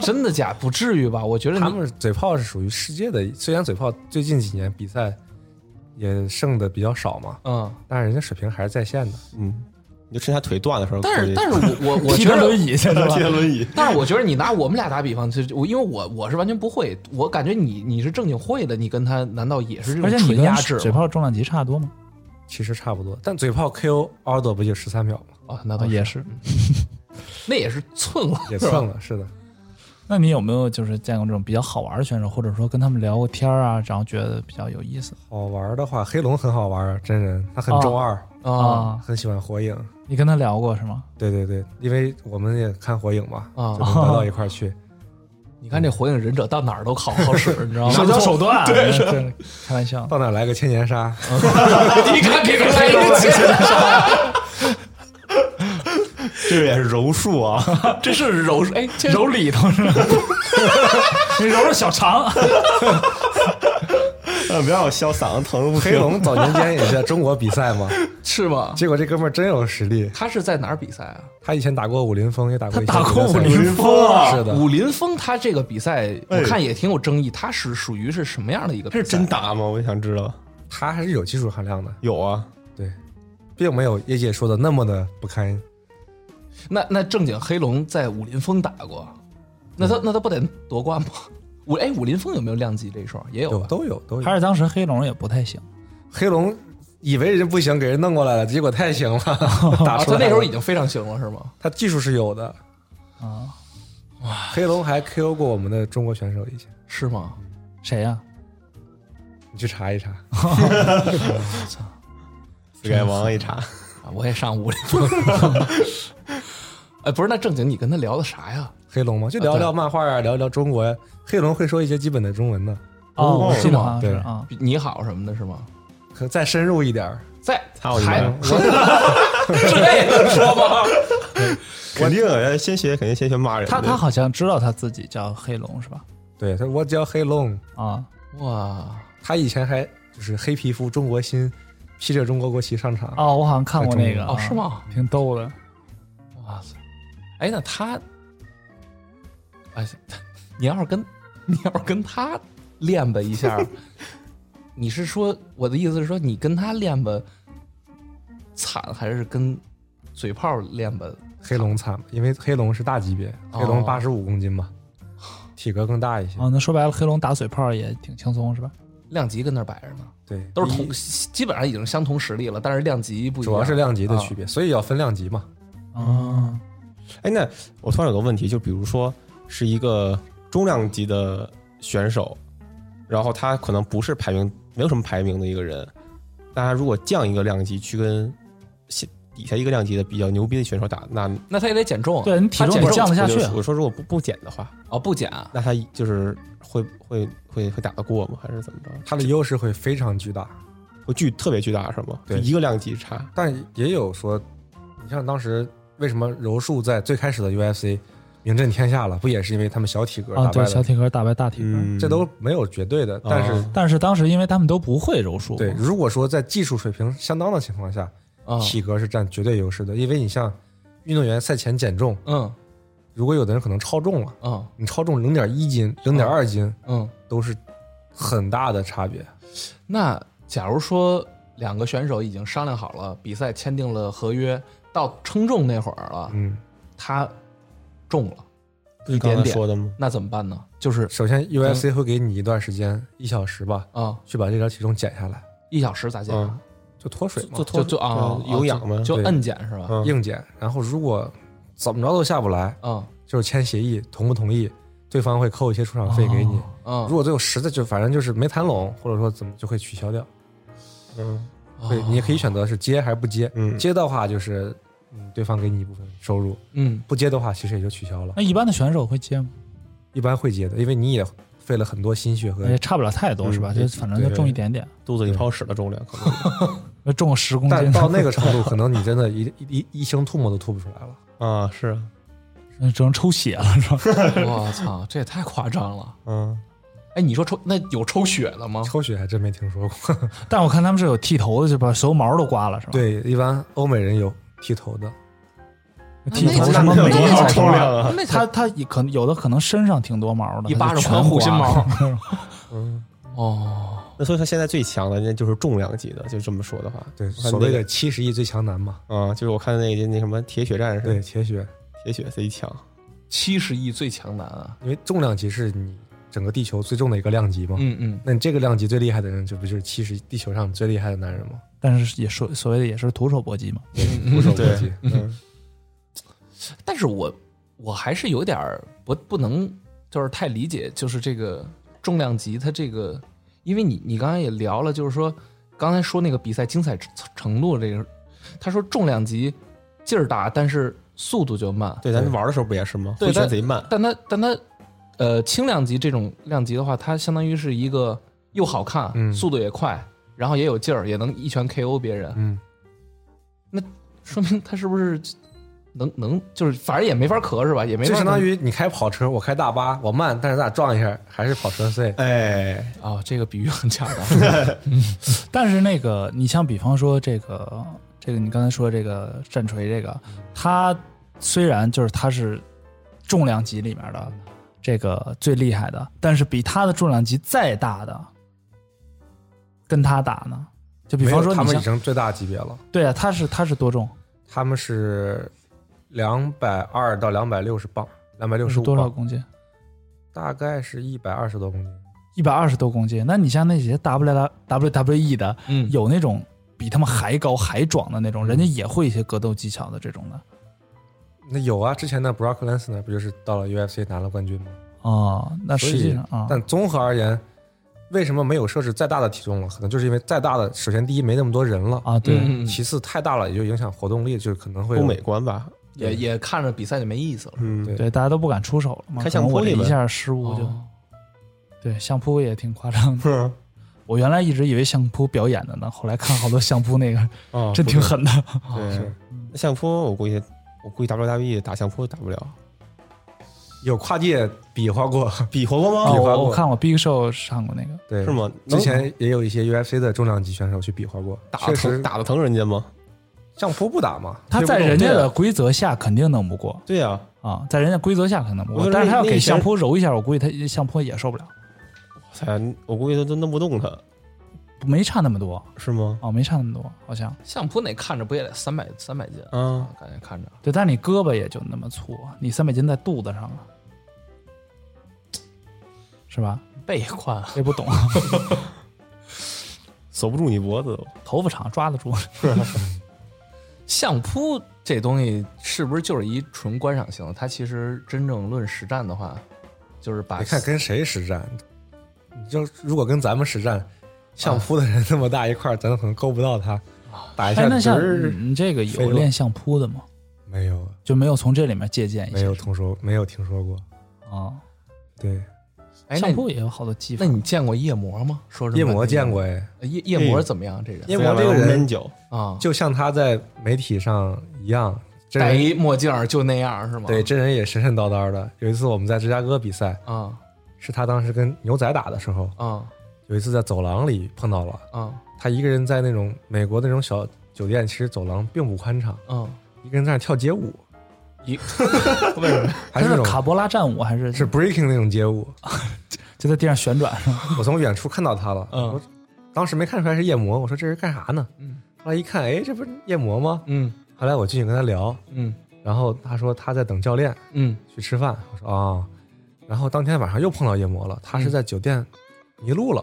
Speaker 1: 真的假？不至于吧？我觉得
Speaker 4: 他
Speaker 1: 你
Speaker 4: 们嘴炮是属于世界的，虽然嘴炮最近几年比赛也剩的比较少嘛，
Speaker 1: 嗯
Speaker 4: 但是人家水平还是在线的。
Speaker 2: 嗯，你就趁他腿断的时候过
Speaker 1: 但
Speaker 2: 去。
Speaker 1: 是，但 是我我 我
Speaker 3: 踢
Speaker 1: 觉
Speaker 3: 着
Speaker 1: 得
Speaker 3: 轮椅去是吧？
Speaker 2: 踢着轮椅，
Speaker 1: 但是我觉得你拿我们俩打比方，其实我因为我我是完全不会，我感觉你你是正经会的，你跟他难道也是这种
Speaker 3: 而且你
Speaker 1: 纯
Speaker 3: 跟
Speaker 1: 压制
Speaker 3: 嘴
Speaker 1: 吗？
Speaker 3: 炮重量级差多吗？
Speaker 4: 其实差不多。但嘴炮 KO 奥德不就十三秒吗？
Speaker 1: 啊，那倒
Speaker 3: 也
Speaker 1: 是，那也是寸了，
Speaker 4: 也
Speaker 1: 是吧
Speaker 4: 蹭了，是的。
Speaker 3: 那你有没有就是见过这种比较好玩的选手，或者说跟他们聊过天儿啊，然后觉得比较有意思
Speaker 4: 好玩的话，黑龙很好玩啊，真人他很中二，
Speaker 1: 啊
Speaker 4: 很喜欢火影。
Speaker 3: 你跟他聊过是吗？
Speaker 4: 对对对，因为我们也看火影嘛，
Speaker 1: 啊
Speaker 4: 就！能聊到一块儿去。
Speaker 1: 你看这火影忍者到哪儿都好好 使，你知道吗？
Speaker 3: 社交手段，啊 对，是开玩笑。
Speaker 4: 到哪儿来个千年杀？
Speaker 1: 哦你看给他来一 个剑，
Speaker 2: 这也是柔术啊，
Speaker 1: 这是柔哎，这
Speaker 3: 揉里头是吧？ 你揉揉小肠，
Speaker 2: 啊不要我削嗓子疼得不行
Speaker 4: 黑龙早年间也是在中国比赛嘛，
Speaker 1: 是吗？
Speaker 4: 结果这哥们儿真有实力。
Speaker 1: 他是在哪儿比赛啊？
Speaker 4: 他以前打过武林风，也打过
Speaker 3: 他
Speaker 4: 一些
Speaker 3: 打过
Speaker 4: 别的赛
Speaker 3: 武
Speaker 4: 事
Speaker 3: 林风啊
Speaker 4: 是的，
Speaker 1: 武林风他这个比赛，我看也挺有争议，他是属哎于是什么样的一个比
Speaker 2: 这
Speaker 1: 赛？
Speaker 2: 是真打吗？我想知道。
Speaker 4: 他还是有技术含量的，
Speaker 2: 有啊，
Speaker 4: 对，并没有业界说的那么的不堪。
Speaker 1: 那那正经黑龙在武林风打过，那他那他不得夺冠吗？武哎武林风有没有量级这一说？也有啊
Speaker 4: 有
Speaker 1: 吧。
Speaker 4: 都有都有
Speaker 3: 还。是当时黑龙也不太行。
Speaker 4: 黑龙以为人不行，给人弄过来了，结果太行 了，打
Speaker 1: 啊，
Speaker 4: 出
Speaker 1: 他
Speaker 4: 来了
Speaker 1: 那时候已经非常行了，是吗？
Speaker 4: 他技术是有的。
Speaker 3: 啊，
Speaker 4: 黑龙还 KO 过我们的中国选手以前，
Speaker 1: 是吗？
Speaker 3: 谁呀、
Speaker 4: 你去查一查。
Speaker 2: 覆盖王一查，
Speaker 1: 啊，我也上武林风。 哎，不是，那正经你跟他聊的啥呀？
Speaker 4: 黑龙吗？就聊聊漫画啊，聊聊中国呀。黑龙会说一些基本的中文呢，
Speaker 3: 哦，我记
Speaker 1: 是
Speaker 3: 得
Speaker 1: 吗
Speaker 3: 好像是
Speaker 4: 对
Speaker 3: 啊。
Speaker 1: 你好什么的，是吗？
Speaker 4: 可再深入一点儿，
Speaker 1: 在
Speaker 2: 操你妈
Speaker 1: 还这也能说吗？
Speaker 2: 肯定啊先学，肯定先学骂人的。
Speaker 3: 他他好像知道他自己叫黑龙是吧？
Speaker 4: 对他说我叫黑龙，
Speaker 3: 啊，
Speaker 1: 哇，
Speaker 4: 他以前还就是黑皮肤中国心，披着中国国旗上场。
Speaker 3: 哦，我好像看过那个，啊
Speaker 1: 哦，是？吗？
Speaker 3: 挺逗的。
Speaker 1: 哇塞！哎，那他，哎，你要是跟你要是跟他练吧一下，你是说我的意思是说你跟他练吧惨，还是跟嘴炮练吧？
Speaker 4: 黑龙惨，因为黑龙是大级别，
Speaker 1: 哦
Speaker 4: 黑龙八十五公斤嘛，体格更大一些。
Speaker 3: 啊，那说白了，黑龙打嘴炮也挺轻松是吧？
Speaker 1: 量级跟那儿摆着呢，
Speaker 4: 对，
Speaker 1: 都是
Speaker 4: 一
Speaker 1: 同，基本上已经相同实力了，但是量级不一样，哦
Speaker 4: 主要是量级的区别，所以要分量级嘛。
Speaker 3: 啊，
Speaker 2: 哎，那我突然有个问题，就比如说是一个中量级的选手，然后他可能不是排名没有什么排名的一个人，那他如果降一个量级去跟下底下一个量级的比较牛逼的选手打，那
Speaker 1: 那他也得减重啊，
Speaker 3: 对你体
Speaker 1: 他
Speaker 3: 重
Speaker 1: 减
Speaker 3: 得
Speaker 1: 重
Speaker 3: 降得下
Speaker 2: 我
Speaker 3: 去啊
Speaker 2: 就。我说如果不不减的话，
Speaker 1: 哦，不减啊，
Speaker 2: 那他就是会会会会打得过吗？还是怎么着？
Speaker 4: 它的优势会非常巨大，
Speaker 2: 会巨特别巨大是吗？
Speaker 4: 对
Speaker 2: 就一个量级差。
Speaker 4: 但也有说，你像当时为什么柔术在最开始的 UFC 名震天下了，不也是因为他们小体格
Speaker 3: 啊，
Speaker 4: 打败
Speaker 3: 对，小
Speaker 4: 了？
Speaker 3: 体格打败大体格。
Speaker 2: 嗯，
Speaker 4: 这都没有绝对
Speaker 1: 嗯
Speaker 4: 的，但是
Speaker 2: 哦
Speaker 3: 但是当时因为他们都不会柔术，
Speaker 4: 对，如果说在技术水平相当的情况下，
Speaker 1: 啊，
Speaker 4: 体格是占绝对优势的，因为你像运动员赛前减重，
Speaker 1: 嗯
Speaker 4: 如果有的人可能超重了，
Speaker 1: 嗯
Speaker 4: 你超重零点一斤、零点二斤
Speaker 1: 嗯，
Speaker 4: 都是很大的差别。
Speaker 1: 那假如说两个选手已经商量好了，比赛签订了合约，到称重那会儿了，
Speaker 4: 嗯，
Speaker 1: 他中了，
Speaker 2: 不是
Speaker 1: 一点
Speaker 2: 刚才
Speaker 1: 点
Speaker 2: 说的吗？
Speaker 1: 那怎么办呢？就是
Speaker 4: 首先
Speaker 2: 嗯
Speaker 4: UFC 会给你一段时间，一小时吧，
Speaker 1: 啊、
Speaker 4: 去把这条体重减下来，
Speaker 1: 一小时咋减啊？
Speaker 2: 嗯
Speaker 4: 就脱水嘛
Speaker 2: 做，
Speaker 1: 就就啊、
Speaker 2: 嗯有氧吗
Speaker 1: 就
Speaker 4: 对
Speaker 1: 摁减是吧？
Speaker 2: 嗯
Speaker 4: 硬减。然后如果怎么着都下不来，
Speaker 1: 嗯
Speaker 4: 就是签协议，同不同意，对方会扣一些出场费给你。如
Speaker 2: 哦
Speaker 1: 嗯，
Speaker 4: 果最后实在就反正就是没谈拢，或者说怎么就会取消掉。
Speaker 2: 嗯，
Speaker 4: 对，你也可以选择是接还是不接。
Speaker 2: 嗯
Speaker 4: 接的话就是，嗯，对方给你一部分收入；
Speaker 1: 嗯
Speaker 4: 不接的话，其实也就取消了
Speaker 3: 那。一般的选手会接吗？
Speaker 4: 一般会接的，因为你也费了很多心血和
Speaker 3: 也差不了太多
Speaker 2: 嗯
Speaker 3: 是吧？就
Speaker 2: 对
Speaker 3: 反正就重一点点，
Speaker 2: 肚子里泡屎的重量可能。
Speaker 3: 那重个十公斤
Speaker 4: 但。到那个程度，可能你真的一一一声吐沫都吐不出来了。
Speaker 2: 啊，是啊，
Speaker 3: 嗯 只能抽血了，是吧？
Speaker 1: 我操，这也太夸张了！
Speaker 2: 嗯，
Speaker 1: 哎，你说抽那有抽血的吗？
Speaker 4: 抽血还真没听说过。
Speaker 3: 但我看他们是有剃头的，就把所有毛都刮了，是吧？，
Speaker 4: 对，一般欧美人有剃头的，
Speaker 3: 剃头
Speaker 1: 那
Speaker 3: 什么
Speaker 1: 那
Speaker 3: 眉
Speaker 1: 那
Speaker 3: 毛
Speaker 1: 那
Speaker 3: 什么的。
Speaker 2: 啊！
Speaker 1: 那才
Speaker 3: 他他也可能有的可能身上挺多毛的，
Speaker 1: 一巴
Speaker 3: 他就
Speaker 1: 掌
Speaker 3: 全
Speaker 4: 嗯
Speaker 1: 全护心毛
Speaker 3: 刮了。
Speaker 1: 哦，
Speaker 2: 那所以说现在最强的那就是重量级的，就这么说的话，
Speaker 4: 对，
Speaker 2: 我看
Speaker 4: 所谓
Speaker 2: 那
Speaker 4: 的七十亿最强男嘛，
Speaker 2: 啊、就是我看那个那什么铁血战士，
Speaker 4: 对，铁血，
Speaker 2: 铁血贼强，
Speaker 1: 七十亿最强男啊，
Speaker 4: 因为重量级是你整个地球最重的一个量级嘛，
Speaker 1: 嗯嗯，
Speaker 4: 那你这个量级最厉害的人，这不就是七十地球上最厉害的男人吗？
Speaker 3: 但是也说所谓的也是徒手搏击嘛，
Speaker 4: 徒手搏
Speaker 2: 对
Speaker 4: 击，，
Speaker 2: 嗯，
Speaker 1: 但是我我还是有点儿不不能就是太理解，就是这个重量级它这个，因为你你刚才也聊了，就是说刚才说那个比赛精彩程程度这个，他说重量级劲儿大，但是速度就慢，
Speaker 2: 对，咱们玩的时候不也是吗？
Speaker 1: 对
Speaker 2: 挥拳
Speaker 1: 但
Speaker 2: 贼慢，
Speaker 1: 但它但它呃轻量级这种量级的话，它相当于是一个又好看，
Speaker 4: 嗯
Speaker 1: 速度也快，然后也有劲儿，也能一拳 KO 别人，
Speaker 4: 嗯，
Speaker 1: 说明他是不是能能就是反正也没法咳是吧？也没
Speaker 4: 就
Speaker 1: 法
Speaker 4: 相当
Speaker 1: 弄
Speaker 4: 于你开跑车，我开大巴，我慢，但是咱俩撞一下还是跑车碎，
Speaker 2: 哎，
Speaker 1: 哦，这个比喻很恰当。
Speaker 3: 但是那个，你像比方说这个，这个你刚才说这个战锤，这个它虽然就是它是重量级里面的这个最厉害的，但是比它的重量级再大的跟它打呢，就比
Speaker 4: 没
Speaker 3: 方
Speaker 4: 有
Speaker 3: 说
Speaker 4: 他
Speaker 3: 你
Speaker 4: 们已
Speaker 3: 像
Speaker 4: 经最大级别了，
Speaker 3: 对啊，它是它是多重，
Speaker 4: 他们是两百二到两百六十磅，两百六十
Speaker 3: 是
Speaker 4: 五
Speaker 3: 多少
Speaker 4: 磅，
Speaker 3: 公斤？
Speaker 4: 大概是一百二十多公斤。
Speaker 3: 一百二十多公斤。那你像那些 W WWE 的，
Speaker 1: 嗯，
Speaker 3: 有那种比他们还高还壮的那
Speaker 2: 嗯
Speaker 3: 种，人家也会一些格斗技巧的这种的
Speaker 4: 那有啊，之前的 Brock Lesnar 不就是到了 UFC 拿了冠军吗？
Speaker 3: 哦。那
Speaker 4: 所
Speaker 3: 实际
Speaker 4: 以
Speaker 3: 上啊，
Speaker 4: 但综合而言，为什么没有设置再大的体重了？可能就是因为再大的，首先第一没那么多人了，
Speaker 3: 啊，对，
Speaker 1: 嗯
Speaker 4: 其次太大了也就影响活动力，就是可能会有
Speaker 2: 欧美观吧，
Speaker 1: 也也看着比赛就没意思了。
Speaker 2: 嗯，
Speaker 4: 对
Speaker 3: 对，大家都不敢出手了嘛。
Speaker 2: 开相
Speaker 3: 可能
Speaker 2: 扑
Speaker 3: 我这
Speaker 2: 里
Speaker 3: 一
Speaker 2: 面
Speaker 3: 下失误就、
Speaker 1: 哦
Speaker 3: 对相扑也挺夸张的。 我原来一直以为相扑表演的呢，后来看好多相扑那个
Speaker 2: 啊，
Speaker 3: 真挺狠的。
Speaker 2: 对
Speaker 4: 是，
Speaker 2: 那相扑我估计我估计 WWE 打相扑打不了，
Speaker 4: 有跨界比划过，
Speaker 2: 比划过
Speaker 3: 哦，
Speaker 4: 啊比
Speaker 2: 吗？
Speaker 4: 划
Speaker 3: 我我
Speaker 4: 过
Speaker 3: 看过 Big Show 上过那个，
Speaker 4: 对，
Speaker 2: 是？吗？
Speaker 4: 之
Speaker 2: 能
Speaker 4: 前也有一些 UFC 的重量级选手去比划过，
Speaker 2: 打
Speaker 4: 确
Speaker 2: 得
Speaker 4: 实
Speaker 2: 疼打得疼人家吗？
Speaker 4: 相扑不打嘛，
Speaker 3: 他
Speaker 2: 这不
Speaker 3: 在
Speaker 2: 懂
Speaker 3: 人家
Speaker 2: 对啊
Speaker 3: 的规则下肯定弄不过
Speaker 2: 对呀，
Speaker 3: 啊，在人家规则下肯定弄不
Speaker 2: 我
Speaker 3: 过，
Speaker 2: 说
Speaker 3: 但是
Speaker 2: 那
Speaker 3: 他要
Speaker 2: 那
Speaker 3: 给
Speaker 2: 以
Speaker 3: 相
Speaker 2: 前
Speaker 3: 扑揉一下，我估计他相扑也受不了，
Speaker 2: 哎，我估计都都弄不动他，
Speaker 3: 没差那么多
Speaker 2: 是吗？
Speaker 3: 啊，没差那么多，好像
Speaker 1: 相扑那看着不也得三百三百斤
Speaker 4: 嗯
Speaker 1: 啊？
Speaker 2: 啊，
Speaker 1: 感觉看着
Speaker 3: 对，但是你胳膊也就那么粗啊，你三百斤在肚子上啊，是吧？
Speaker 1: 背宽啊，
Speaker 3: 我也 不懂，
Speaker 2: 锁不住你脖子都，
Speaker 3: 头发长抓得住。
Speaker 1: 相扑这东西是不是就是一纯观赏性的？它其实真正论实战的话，就是把
Speaker 4: 你看跟谁实战，你就如果跟咱们实战，相扑的人那么大一块儿，咱可能够不到他，打一
Speaker 3: 哎，
Speaker 4: 下
Speaker 3: 那
Speaker 4: 直
Speaker 3: 像
Speaker 4: 儿
Speaker 3: 你这个
Speaker 4: 飞
Speaker 3: 有
Speaker 4: 了
Speaker 3: 练相扑的吗？
Speaker 4: 没有
Speaker 3: 就没有从这里面借鉴一
Speaker 4: 没
Speaker 3: 下
Speaker 4: 有听说没有听说过，
Speaker 3: 啊？
Speaker 4: 对，
Speaker 1: 哎
Speaker 3: 相
Speaker 1: 那
Speaker 3: 扑也有好多技法
Speaker 1: 那。你见过夜魔吗？说
Speaker 4: 夜魔见，过哎，
Speaker 1: 夜夜魔怎么样？这人
Speaker 4: 夜魔这个人
Speaker 2: 闷酒，
Speaker 1: 啊，
Speaker 4: 就像他在媒体上一样，真
Speaker 1: 戴
Speaker 4: 人
Speaker 1: 一墨镜儿就那样是吗？
Speaker 4: 对真人也神神叨叨的。有一次我们在芝加哥比赛，
Speaker 1: 啊
Speaker 4: 是他当时跟牛仔打的时候，
Speaker 1: 啊
Speaker 4: 有一次在走廊里碰到了
Speaker 1: 啊
Speaker 4: 他一个人在那种美国那种小酒店，其实走廊并不宽敞，
Speaker 1: 啊！
Speaker 4: 一个人在那儿跳街舞，
Speaker 1: 一
Speaker 4: 为什么？
Speaker 3: 它
Speaker 4: 还是那
Speaker 3: 是
Speaker 4: 种
Speaker 3: 卡波拉战舞还是
Speaker 4: 是 breaking 那种街舞。
Speaker 3: 就在地上旋转是吗？
Speaker 4: 我从远处看到他了，
Speaker 1: 嗯
Speaker 4: 我当时没看出来是夜魔，我说这是干啥呢？
Speaker 1: 嗯
Speaker 4: 后来一看，哎，这不是夜魔吗？
Speaker 1: 嗯
Speaker 4: 后来我进去跟他聊，
Speaker 1: 嗯
Speaker 4: 然后他说他在等教练，
Speaker 1: 嗯
Speaker 4: 去吃饭。我说啊、然后当天晚上又碰到夜魔了，他
Speaker 1: 嗯
Speaker 4: 是在酒店迷路了，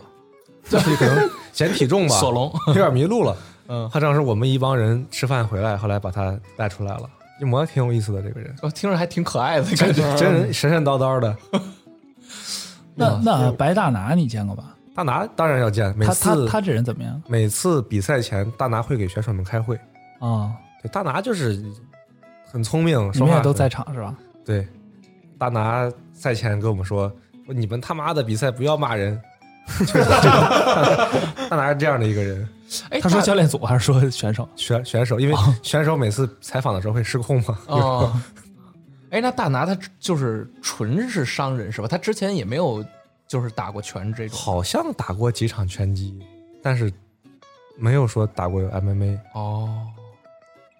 Speaker 4: 就是可能减体重 嗯吧，
Speaker 1: 索隆
Speaker 4: 有点迷路了。
Speaker 1: 嗯，
Speaker 4: 他当时我们一帮人吃饭回来，后来把他带出来了。夜魔挺有意思的这个人，
Speaker 1: 我听着还挺可爱的感觉。
Speaker 4: 真人神神叨叨的。
Speaker 3: 那那白大拿你见过吧？
Speaker 4: 大拿当然要见，每
Speaker 3: 他他
Speaker 4: 次
Speaker 3: 他这人怎么样
Speaker 4: 每次比赛前，大拿会给选手们开会。
Speaker 3: 啊？
Speaker 4: 对，大拿就是很聪明，
Speaker 3: 你
Speaker 4: 说
Speaker 3: 们
Speaker 4: 话
Speaker 3: 也都
Speaker 4: 很
Speaker 3: 在场是吧？
Speaker 4: 对，大拿赛前跟我们说：“说你们他妈的比赛不要骂人。” 就是这样大拿是这样的一个人，
Speaker 1: 哎，
Speaker 3: 他说
Speaker 1: 大
Speaker 3: 教练组还是说选手？
Speaker 4: 选选手，因为
Speaker 3: 哦
Speaker 4: 选手每次采访的时候会失控嘛。
Speaker 1: 哦，哎，那大拿他就是纯是商人是吧？他之前也没有就是打过拳这种。
Speaker 4: 好像打过几场拳击，但是没有说打过 MMA。
Speaker 1: 哦，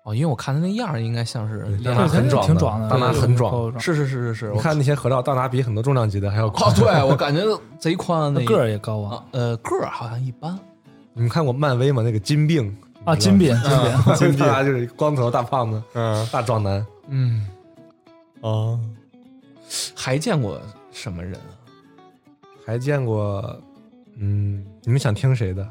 Speaker 1: 哦，因为我看他那样儿应该像是
Speaker 4: 对
Speaker 1: 练
Speaker 4: 大拿
Speaker 1: 了
Speaker 3: 对他
Speaker 4: 很壮的
Speaker 3: 挺壮的，
Speaker 4: 大拿
Speaker 3: 对
Speaker 4: 很壮，
Speaker 3: 够壮
Speaker 1: 是是是是是，
Speaker 4: 你
Speaker 1: 我
Speaker 4: 看那些河料，大拿比很多重量级的还要高
Speaker 1: 哦，。对我感觉贼 宽那
Speaker 3: 个儿也高啊
Speaker 1: 啊，呃个儿好像一般，
Speaker 4: 你们看过漫威吗？那个金并
Speaker 3: 啊，金饼金饼，
Speaker 4: 金并，大拿 就是一光头大胖子
Speaker 2: 嗯
Speaker 4: 大壮男，
Speaker 1: 嗯，
Speaker 2: 哦，
Speaker 1: 还见过什么人啊？
Speaker 4: 还见过，嗯，你们想听谁的？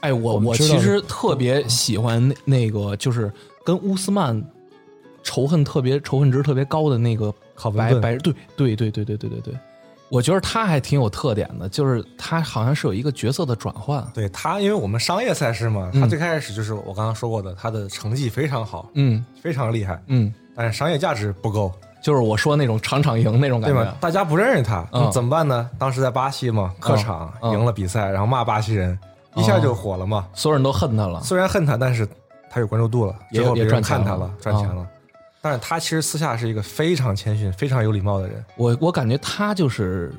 Speaker 1: 哎，我
Speaker 3: 我们
Speaker 1: 我
Speaker 3: 知道
Speaker 1: 其
Speaker 3: 的
Speaker 1: 实特别喜欢那那个，就是跟乌斯曼仇恨特别仇恨值特别高的那个
Speaker 4: 考文
Speaker 1: 白
Speaker 4: 顿
Speaker 1: 白对对对对对对对对，我觉得他还挺有特点的，就是他好像是有一个角色的转换，
Speaker 4: 对他，因为我们商业赛事嘛，
Speaker 1: 嗯
Speaker 4: 他最开始就是我刚刚说过的，他的成绩非常好，
Speaker 1: 嗯
Speaker 4: 非常厉害，
Speaker 1: 嗯，
Speaker 4: 但是商业价值不够，
Speaker 1: 就是我说那种场场赢那种感
Speaker 4: 对吧
Speaker 1: 觉？，啊
Speaker 4: 大家不认识他，
Speaker 1: 嗯
Speaker 4: 那怎么办呢？当时在巴西嘛，客场
Speaker 1: 嗯
Speaker 4: 赢了比赛，然后骂巴西人，一下就火了嘛。
Speaker 1: 所有人都恨他了，
Speaker 4: 虽然恨他，但是他有关注度了，
Speaker 1: 也
Speaker 4: 之后别
Speaker 1: 也赚
Speaker 4: 人
Speaker 1: 钱
Speaker 4: 看他
Speaker 1: 了
Speaker 4: 赚钱了。嗯但是他其实私下是一个非常谦逊、非常有礼貌的人。
Speaker 1: 我我感觉他就是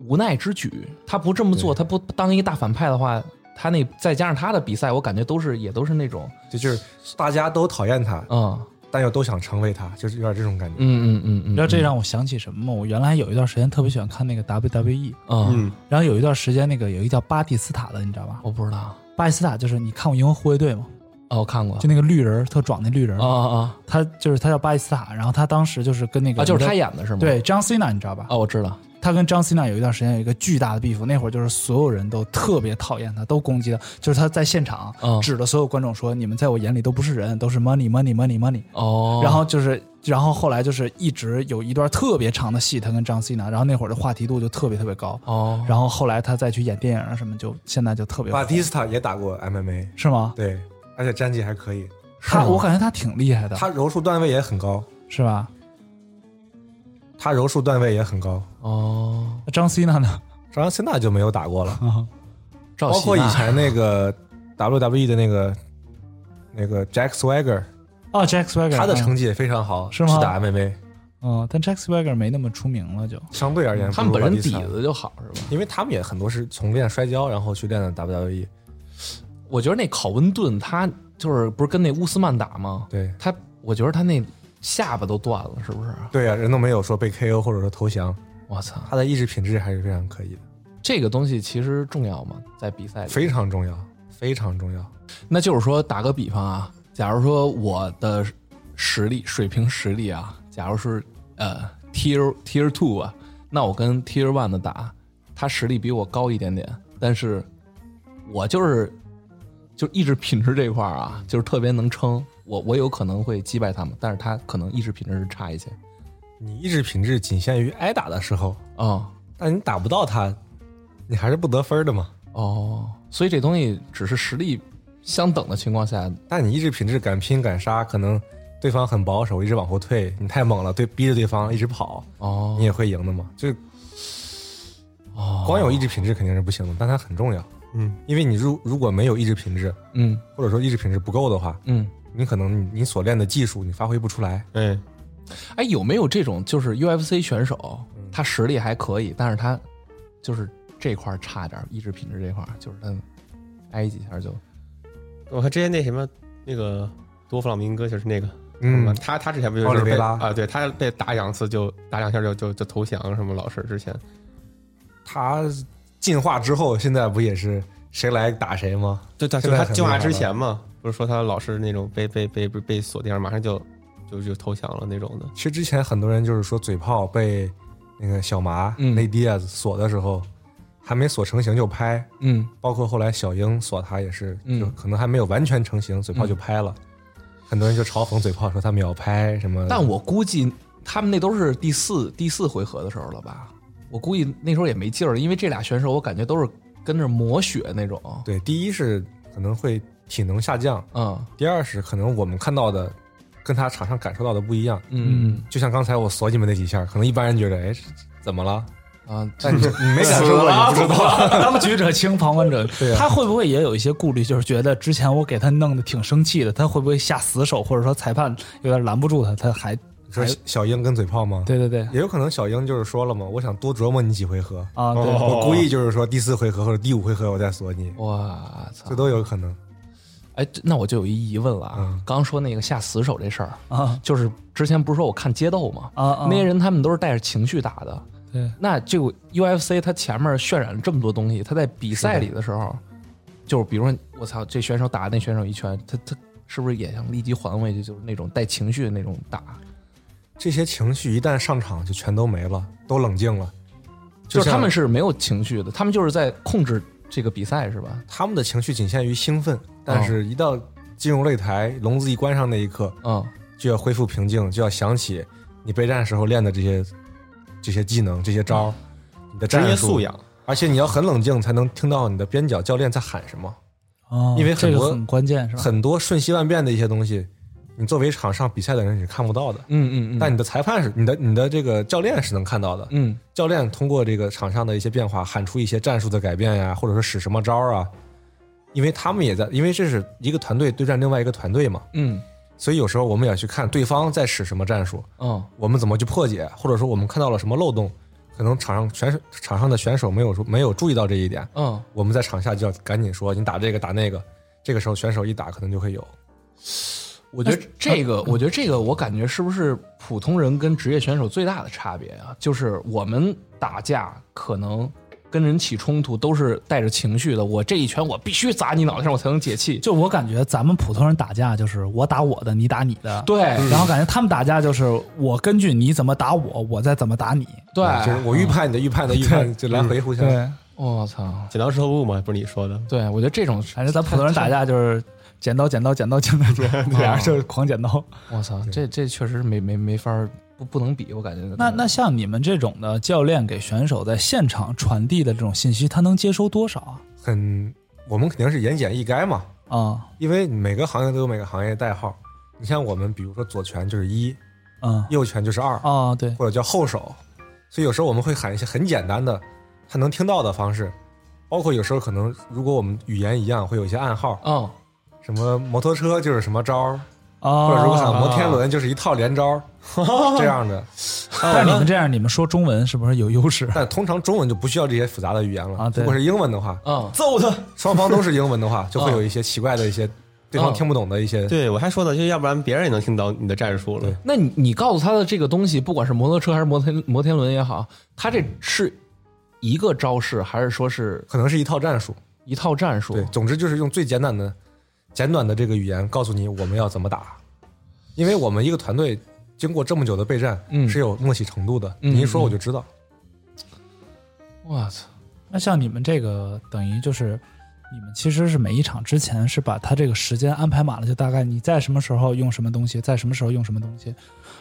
Speaker 1: 无奈之举，他不这么做，他不当一个大反派的话，他那再加上他的比赛，我感觉都是也都是那种，
Speaker 4: 这就是大家都讨厌他，
Speaker 1: 嗯
Speaker 4: 但又都想成为他，就是有点这种感觉。
Speaker 1: 嗯嗯嗯嗯，
Speaker 3: 你知道这让我想起什么吗？我原来有一段时间特别喜欢看那个 WWE，
Speaker 4: 啊
Speaker 1: 嗯，
Speaker 2: 嗯
Speaker 3: 然后有一段时间那个有一个叫巴蒂斯塔的，你知道吧？
Speaker 1: 我不知道，
Speaker 3: 巴蒂斯塔就是你看过《银河护卫队》吗？
Speaker 1: 哦，我看过，
Speaker 3: 就那个绿人儿特壮那绿人
Speaker 1: 啊
Speaker 3: 儿，
Speaker 1: 啊啊
Speaker 3: 他就是他叫巴蒂斯塔，然后他当时就是跟那个
Speaker 1: 啊，就是他演的是吗？，
Speaker 3: 对 John Cena 你知道吧？
Speaker 1: 哦，我知道，
Speaker 3: 他跟 John Cena 有一段时间有一个巨大的 beef，那会儿就是所有人都特别讨厌他，都攻击他，就是他在现场
Speaker 1: 嗯
Speaker 3: 指着所有观众说：“你们在我眼里都不是人，都是 money money money money。”
Speaker 1: 哦，
Speaker 3: 然后就是，然后后来就是一直有一段特别长的戏，他跟张 c 娜，然后那会儿的话题度就特别特别高。
Speaker 1: 哦，
Speaker 3: 然后后来他再去演电影啊什么，就现在就特别火
Speaker 4: 巴蒂斯塔也打过 MMA，
Speaker 3: 是吗？
Speaker 4: 对，而且战绩还可以，
Speaker 3: 他
Speaker 1: 吗
Speaker 3: 我感觉他挺厉害的，
Speaker 4: 他柔术段位也很高，
Speaker 3: 是吧？
Speaker 4: 他柔术段位也很高。
Speaker 1: 哦，
Speaker 3: 那张 c 娜呢？
Speaker 4: 张现在就没有打 过了，
Speaker 1: 赵
Speaker 4: 包
Speaker 1: 喜
Speaker 4: 括以
Speaker 1: 娜
Speaker 4: 前那个 WWE 的那个那个 Jack Swagger，
Speaker 3: 哦，Jack Swagger，
Speaker 4: 他的成
Speaker 3: 绩，
Speaker 4: 绩也非常好，
Speaker 3: 是吗
Speaker 4: 是打 MMA，
Speaker 3: 嗯，但 Jack Swagger 没那么出名了，就
Speaker 4: 相对而言
Speaker 1: 他们
Speaker 4: 不
Speaker 1: 本
Speaker 4: 如
Speaker 1: 身
Speaker 4: 巴蒂
Speaker 1: 底
Speaker 4: 斯塔，
Speaker 1: 子就好是吧？
Speaker 4: 因为他们也很多是从练摔跤然后去练的 E WWE，
Speaker 1: 我觉得那考温顿他就是不是跟那乌斯曼打吗？
Speaker 4: 对
Speaker 1: 他我觉得他那下巴都断了，是不是？
Speaker 4: 对啊呀、人都没有说被 KO 或者说投降，
Speaker 1: 我操！
Speaker 4: 他的意志品质还是非常可以的，
Speaker 1: 这个东西其实重要吗？在比赛里，
Speaker 4: 非常重要，非常重要。
Speaker 1: 那就是说，打个比方啊，假如说我的实力水平实力啊，假如是呃 tier tier two 啊，那我跟 tier one 的打，他实力比我高一点点，但是我就是就意志品质这块儿啊，就是特别能撑，我我有可能会击败他们，但是他可能意志品质是差一些
Speaker 4: 你意志品质仅限于挨打的时候，
Speaker 1: 啊、
Speaker 4: 但你打不到他，你还是不得分的嘛。
Speaker 1: 哦，所以这东西只是实力相等的情况下，
Speaker 4: 但你意志品质敢拼敢杀，可能对方很保守，一直往后退，你太猛了，对，逼着对方一直跑，
Speaker 1: 哦
Speaker 4: 你也会赢的嘛。就是
Speaker 1: 哦，
Speaker 4: 光有意志品质肯定是不行的，但它很重要，
Speaker 2: 嗯，
Speaker 4: 因为你如如果没有意志品质，
Speaker 1: 嗯
Speaker 4: 或者说意志品质不够的话，
Speaker 1: 嗯。
Speaker 4: 你可能你你所练的技术你发挥不出来。
Speaker 2: 哎，
Speaker 1: 哎，有没有这种就是 UFC 选手，他实力还可以，但是他就是这块儿差点儿，意志品质这块儿就是他挨几下就
Speaker 2: 我看之前那什么那个多弗朗明哥就是那个，
Speaker 4: 嗯，
Speaker 2: 他他之前不就
Speaker 4: 奥
Speaker 2: 是
Speaker 4: 利
Speaker 2: 被
Speaker 4: 维拉
Speaker 2: 啊，对他被打两次就打两下就就就投降什么老师之前，
Speaker 4: 他进化之后，现在不也是谁来打谁吗？
Speaker 2: 对，他
Speaker 4: 现
Speaker 2: 就
Speaker 4: 在
Speaker 2: 他
Speaker 4: 很
Speaker 2: 进化
Speaker 4: 厉害
Speaker 2: 之
Speaker 4: 了
Speaker 2: 前嘛，不是说他老是那种被被被被被锁定，马上就就就投降了那种的。
Speaker 4: 其实之前很多人就是说嘴炮被那个小麻
Speaker 1: 嗯
Speaker 4: 内迪亚锁的时候，还没锁成型就拍，
Speaker 1: 嗯
Speaker 4: 包括后来小鹰锁他也是，
Speaker 1: 嗯
Speaker 4: 就可能还没有完全成型，嘴炮就拍了。很多人就嘲讽嘴炮说他秒拍什么，
Speaker 1: 但我估计他们那都是第四第四回合的时候了吧？我估计那时候也没劲儿了，因为这俩选手我感觉都是跟着磨血那种。
Speaker 4: 对第一是可能会体能下降，
Speaker 1: 嗯
Speaker 4: 第二是可能我们看到的跟他场上感受到的不一样。
Speaker 1: 嗯
Speaker 4: 就像刚才我锁你们那几下，可能一般人觉得哎怎么了？
Speaker 1: 啊，这
Speaker 4: 但是 你没感受到，你不知 道。
Speaker 3: 当局者清，旁观者
Speaker 4: 对啊
Speaker 3: 他会不会也有一些顾虑，就是觉得之前我给他弄得挺生气的，他会不会下死手，或者说裁判有点拦不住他，他还
Speaker 4: 你说小鹰跟嘴炮吗？
Speaker 3: 对对对
Speaker 4: 也有可能小英就是说了嘛，我想多琢磨你几回合，
Speaker 3: 啊，对，
Speaker 2: 哦
Speaker 1: 啊
Speaker 4: 我故意就是说第四回合或者第五回合我再锁你，
Speaker 1: 我操
Speaker 4: 这！都有可能。
Speaker 1: 哎，哎，那我就有一疑问了啊！刚刚说那个下死手这事儿，
Speaker 3: 啊
Speaker 1: 就是之前不是说我看街斗吗？
Speaker 3: 啊啊！
Speaker 1: 那些人他们都是带着情绪打的。
Speaker 3: 对，
Speaker 1: 那这个 UFC 它前面渲染了这么多东西，他在比赛里的时候，就是比如说我操，这选手打那选手一拳，他他是不是也想立即还回去？就是那种带情绪的那种打，
Speaker 4: 这些情绪一旦上场就全都没了，都冷静了。
Speaker 1: 就
Speaker 4: 就
Speaker 1: 是他
Speaker 4: 像
Speaker 1: 们是没有情绪的，他们就是在控制这个比赛，是吧？
Speaker 4: 他们的情绪仅限于兴奋，但是一到进入擂台，笼子一关上那一刻，
Speaker 1: 嗯，
Speaker 4: 就要恢复平静，就要想起你备战时候练的这些这些技能、这些招儿，你的
Speaker 2: 职
Speaker 4: 战
Speaker 2: 业
Speaker 4: 术
Speaker 2: 素养，
Speaker 4: 而且你要很冷静，才能听到你的边角教练在喊什么。
Speaker 3: 哦
Speaker 4: 因为
Speaker 3: 这
Speaker 4: 很多
Speaker 3: 个很关键是吧？
Speaker 4: 很多瞬息万变的一些东西，你作为场上比赛的人你是看不到的，
Speaker 1: 嗯嗯嗯，
Speaker 4: 但你的裁判是你的你的这个教练是能看到的。
Speaker 1: 嗯
Speaker 4: 教练通过这个场上的一些变化，喊出一些战术的改变呀，或者说使什么招儿啊，因为他们也在，因为这是一个团队对战另外一个团队嘛，
Speaker 1: 嗯
Speaker 4: 所以有时候我们也要去看对方在使什么战术，
Speaker 1: 嗯
Speaker 4: 我们怎么去破解，或者说我们看到了什么漏洞，可能场上选手场上的选手没有说没有注意到这一点，
Speaker 1: 嗯，
Speaker 4: 我们在场下就要赶紧说你打这个打那个，这个时候选手一打可能就会有。
Speaker 1: 我觉得这
Speaker 3: 嗯
Speaker 1: 个，我觉得这个，我感觉是不是普通人跟职业选手最大的差别啊？就是我们打架可能跟人起冲突都是带着情绪的，我这一拳我必须砸你脑袋上，我才能解气。
Speaker 3: 就我感觉咱们普通人打架就是我打我的，你打你的，
Speaker 1: 对
Speaker 4: 嗯
Speaker 3: 然后感觉他们打架就是我根据你怎么打我，我再怎么打你。
Speaker 1: 对，
Speaker 4: 就是我预判你的预判的预判，就来回互 相。
Speaker 3: 对，
Speaker 1: 我操！
Speaker 2: 剪刀石头布嘛，不是你说的？
Speaker 1: 对，我觉得这种，
Speaker 3: 反正咱普通人打架就是剪刀、剪刀、剪刀、剪刀、剪
Speaker 4: 啊
Speaker 3: 刀，俩人就是狂剪刀。
Speaker 1: 我操，这这确实没没没法儿不不能比，我感觉。
Speaker 3: 那那像你们这种的教练给选手在现场传递的这种信息，他能接收多少啊？
Speaker 4: 很，我们肯定是言简意赅嘛，
Speaker 3: 啊
Speaker 4: 因为每个行业都有每个行业的代号。你像我们，比如说左拳就是一，
Speaker 3: 嗯
Speaker 4: 右拳就是二，
Speaker 3: 哦，对，
Speaker 4: 或者叫后手，所以有时候我们会喊一些很简单的，他能听到的方式，包括有时候可能如果我们语言一样，会有一些暗号，
Speaker 1: 嗯
Speaker 4: 什么摩托车就是什么招儿，
Speaker 3: 哦，
Speaker 4: 或者如果想摩天轮就是一套连 招儿这样的。
Speaker 3: 但你们这样，你们说中文是不是有优势？
Speaker 4: 但通常中文就不需要这些复杂的语言
Speaker 3: 啊
Speaker 4: 了，
Speaker 3: 对
Speaker 4: 如果是英文的话，
Speaker 1: 嗯
Speaker 2: 揍他！
Speaker 4: 双方都是英文的话，就会有一些奇怪的一些对方
Speaker 1: 嗯
Speaker 4: 听不懂的一些。
Speaker 2: 对我还说呢，就要不然别人也能听到你的战术了
Speaker 4: 对。
Speaker 1: 那你你告诉他的这个东西，不管是摩托车还是摩天摩天轮也好，他这是一个招式，还是说是
Speaker 4: 可能是一套战术，
Speaker 1: 一套战术？
Speaker 4: 对，总之就是用最简短的、简短的这个语言告诉你我们要怎么打，因为我们一个团队经过这么久的备战，
Speaker 1: 嗯
Speaker 4: 是有默契程度的。
Speaker 1: 嗯
Speaker 4: 你一说我就知道，
Speaker 1: 我操，
Speaker 3: 那像你们这个，等于就是你们其实是每一场之前是把他这个时间安排满了，就大概你在什么时候用什么东西，在什么时候用什么东西，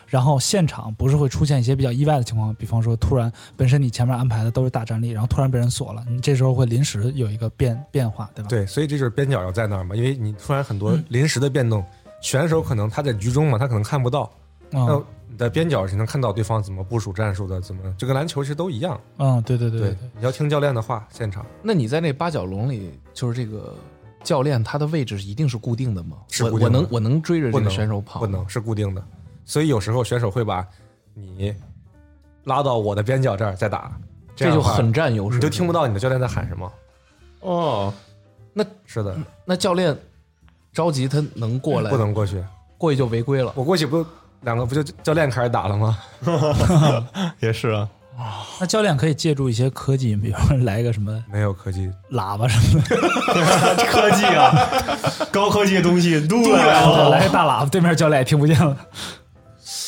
Speaker 3: 然后现场不是会出现一些比较意外的情况，比方说突然本身你前面安排的都是大战力，然后突然被人锁了，你这时候会临时有一个变变化，对吧？
Speaker 4: 对，所以这就是边角要在那儿嘛，因为你突然很多临时的变动，选手可能他在局中嘛，他可能看不到，那
Speaker 3: 嗯
Speaker 4: 你在边角是能看到对方怎么部署战术的，怎么就跟篮球其实都一样。
Speaker 3: 嗯，对对对对，
Speaker 4: 你要听教练的话，现场
Speaker 1: 那你在那八角笼里，就是这个教练他的位置一定是固定的吗？
Speaker 4: 是
Speaker 1: 我
Speaker 4: 固定
Speaker 1: 我能
Speaker 4: 的
Speaker 1: 我能追着这
Speaker 4: 不能
Speaker 1: 个选手跑？
Speaker 4: 不能是固定的，所以有时候选手会把你拉到我的边角这儿再打，
Speaker 1: 这
Speaker 4: 样
Speaker 1: 就
Speaker 4: 的话
Speaker 1: 很占优势，
Speaker 4: 你就听不到你的教练在喊什么。
Speaker 2: 哦，
Speaker 4: 是的，
Speaker 1: 那教练着急，他能嗯过来，
Speaker 4: 不能过去，
Speaker 1: 过去就违规了。
Speaker 4: 我过去不两个不就教练开始打了吗？
Speaker 2: 也是啊，
Speaker 3: 那教练可以借助一些科技，比方说来一个什么
Speaker 4: 没有科技，
Speaker 3: 喇叭什么的，
Speaker 2: 科技 啊，高科技的东西录来
Speaker 3: 来个大喇叭，对面教练也听不见了。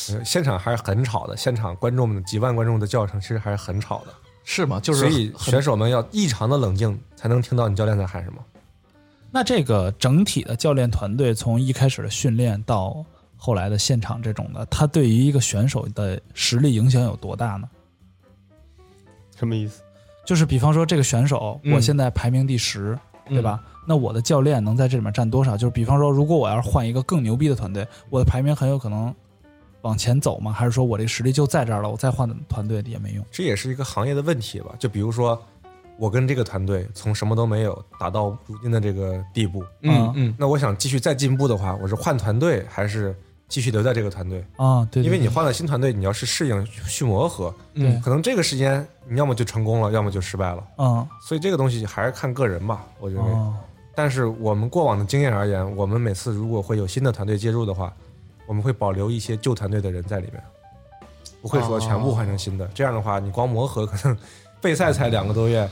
Speaker 4: 呃现场还是很吵的，现场观众们几万观众的叫声其实还是很吵的，
Speaker 1: 是吗？就是
Speaker 4: 所以
Speaker 1: 很
Speaker 4: 选手们要异常的冷静，才能听到你教练在喊什么。
Speaker 3: 那这个整体的教练团队从一开始的训练到后来的现场这种的，它对于一个选手的实力影响有多大呢？
Speaker 2: 什么意思？
Speaker 3: 就是比方说这个选手，
Speaker 1: 嗯
Speaker 3: 我现在排名第十、对吧？
Speaker 4: 嗯
Speaker 3: 那我的教练能在这里面占多少？就是比方说，如果我要是换一个更牛逼的团队，我的排名很有可能往前走吗？还是说我这个实力就在这儿了，我再换团队也没用？
Speaker 4: 这也是一个行业的问题吧？就比如说，我跟这个团队从什么都没有打到如今的这个地步，
Speaker 1: 嗯嗯
Speaker 4: 那我想继续再进步的话，我是换团队还是继续留在这个团队？
Speaker 3: 啊，对对
Speaker 4: 因为你换了新团队，你要是适应去磨合，
Speaker 3: 对
Speaker 1: 嗯，
Speaker 4: 可能这个时间你要么就成功了，要么就失败了。
Speaker 3: 嗯
Speaker 4: 所以这个东西还是看个人吧，我认为。
Speaker 3: 哦，
Speaker 4: 但是我们过往的经验而言，我们每次如果会有新的团队介入的话，我们会保留一些旧团队的人在里面，不会说全
Speaker 3: 哦
Speaker 4: 部换成新的。这样的话，你光磨合可能 备赛才两个多月，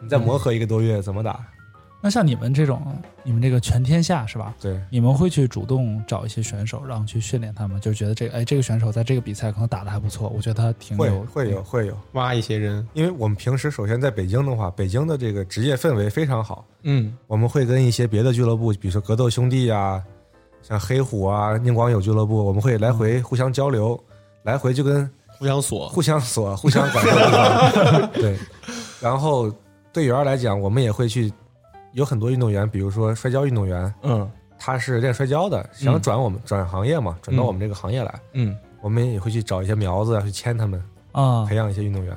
Speaker 4: 你再磨合一个多月怎么打？
Speaker 3: 那像你们这种，你们这个全天下是吧？
Speaker 4: 对，
Speaker 3: 你们会去主动找一些选手，然后去训练他们，就觉得这个哎，这个选手在这个比赛可能打的还不错，我觉得他挺
Speaker 4: 会
Speaker 3: 有
Speaker 4: 会有会有，
Speaker 2: 挖一些人，
Speaker 4: 因为我们平时首先在北京的话，北京的这个职业氛围非常好，
Speaker 1: 嗯
Speaker 4: 我们会跟一些别的俱乐部，比如说格斗兄弟啊，像黑虎啊、宁广有俱乐部，我们会来回互相交流，来回就跟
Speaker 2: 互相锁，
Speaker 4: 互相锁、互相管教。对，然后队员来讲，我们也会去，有很多运动员，比如说摔跤运动员，
Speaker 1: 嗯
Speaker 4: 他是练摔跤的，想转我们、转行业嘛，转到
Speaker 1: 嗯
Speaker 4: 我们这个行业来，
Speaker 1: 嗯，
Speaker 4: 我们也会去找一些苗子啊去签他们，
Speaker 3: 啊
Speaker 4: 培。养一些运动员。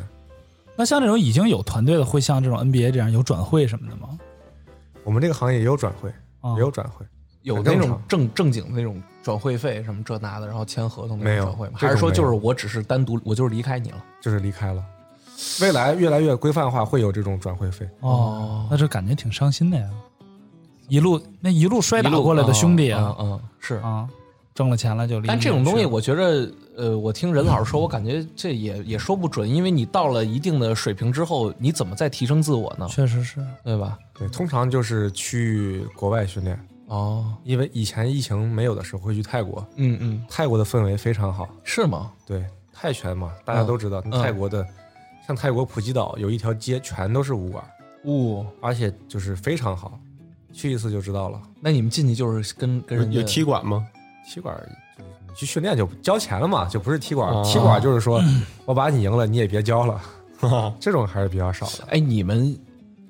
Speaker 3: 那像这种已经有团队的，会像这种 NBA 这样有转会什么的吗？
Speaker 4: 我们这个行业也有转会，
Speaker 3: 啊，
Speaker 4: 也有转会，
Speaker 1: 有
Speaker 4: 很
Speaker 1: 那
Speaker 4: 正
Speaker 1: 种
Speaker 4: 常
Speaker 1: 正正经的那种转会费什么这那的，然后签合同的
Speaker 4: 没
Speaker 1: 那
Speaker 4: 有
Speaker 1: 种转会吗？
Speaker 4: 这
Speaker 1: 还是
Speaker 4: 种
Speaker 1: 说就是
Speaker 4: 没
Speaker 1: 我只是单独，我就是离开你了？
Speaker 4: 就是离开了。未来越来越规范化，会有这种转会费。
Speaker 3: 哦，那这感觉挺伤心的呀。一路那一路摔打过来的兄弟
Speaker 1: 啊，
Speaker 3: 啊，
Speaker 1: 嗯嗯是。
Speaker 3: 啊，挣了钱了就离你
Speaker 1: 但
Speaker 3: 远去
Speaker 1: 这
Speaker 3: 了。
Speaker 1: 种东西，我觉着，呃，我听任老师说，我感觉这也也说不准，因为你到了一定的水平之后，你怎么再提升自我呢？
Speaker 3: 确实是
Speaker 1: 对吧？
Speaker 4: 对，通常就是去国外训练，
Speaker 1: 哦，
Speaker 4: 因为以前疫情没有的时候会去泰国，
Speaker 1: 嗯嗯，
Speaker 4: 泰国的氛围非常好。
Speaker 1: 是吗？
Speaker 4: 对，泰拳嘛，大
Speaker 2: 嗯
Speaker 4: 家都知道，泰国的像泰国普吉岛有一条街全都是武馆，
Speaker 1: 哦，
Speaker 4: 而且就是非常好，去一次就知道了。
Speaker 1: 那你们进去就是跟跟
Speaker 2: 有
Speaker 1: 人家
Speaker 2: 有踢馆吗？
Speaker 4: 踢馆就是你去训练就交钱了嘛，就不是踢馆，
Speaker 2: 哦
Speaker 4: 踢馆就是说我把你赢了，你也别交了，这种还是比较少的。
Speaker 1: 哎，你们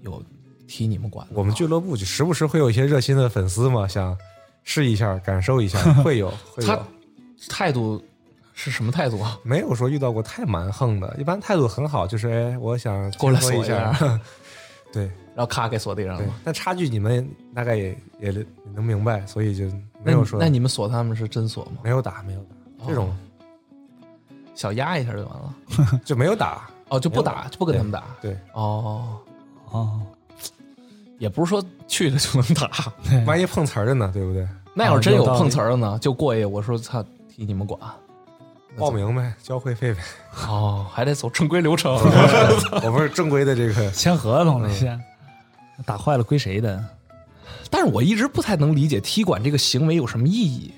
Speaker 1: 有踢你们管的吗？
Speaker 4: 我们俱乐部就时不时会有一些热心的粉丝嘛，想试一下，感受 一下，会有会
Speaker 1: 他
Speaker 4: 有。
Speaker 1: 态度是什么态度啊？
Speaker 4: 没有说遇到过太蛮横的，一般态度很好，就是哎，我想
Speaker 1: 过来
Speaker 4: 切
Speaker 1: 锁
Speaker 4: 磋一
Speaker 1: 一嗯
Speaker 4: 下，对
Speaker 1: 然后咔给锁地上
Speaker 4: 对
Speaker 1: 了。。
Speaker 4: 但差距你们大概也也也能明白，所以就
Speaker 1: 那
Speaker 4: 没有
Speaker 1: 你
Speaker 4: 说
Speaker 1: 那你们锁他们是真锁吗？
Speaker 4: 没有打，没有打，这种
Speaker 1: 小压一下就完了。
Speaker 4: 就没有打。
Speaker 1: 哦，就不打，就不跟他们打。
Speaker 4: 对，
Speaker 1: 哦，
Speaker 3: 哦，
Speaker 1: 也不是说去了就能打。
Speaker 3: 对
Speaker 4: 万一碰瓷儿的呢，对不对？
Speaker 1: 那要是啊真有
Speaker 3: 有道理
Speaker 1: 碰瓷儿的呢，就过去我说操，替你们管。
Speaker 4: 报名呗，交 会费呗。
Speaker 1: 哦，还得走正规流程。
Speaker 4: 我们是正规的这个，
Speaker 3: 签合同
Speaker 4: 嗯
Speaker 3: 了先，打坏了归谁的？
Speaker 1: 但是我一直不太能理解踢馆这个行为有什么意义。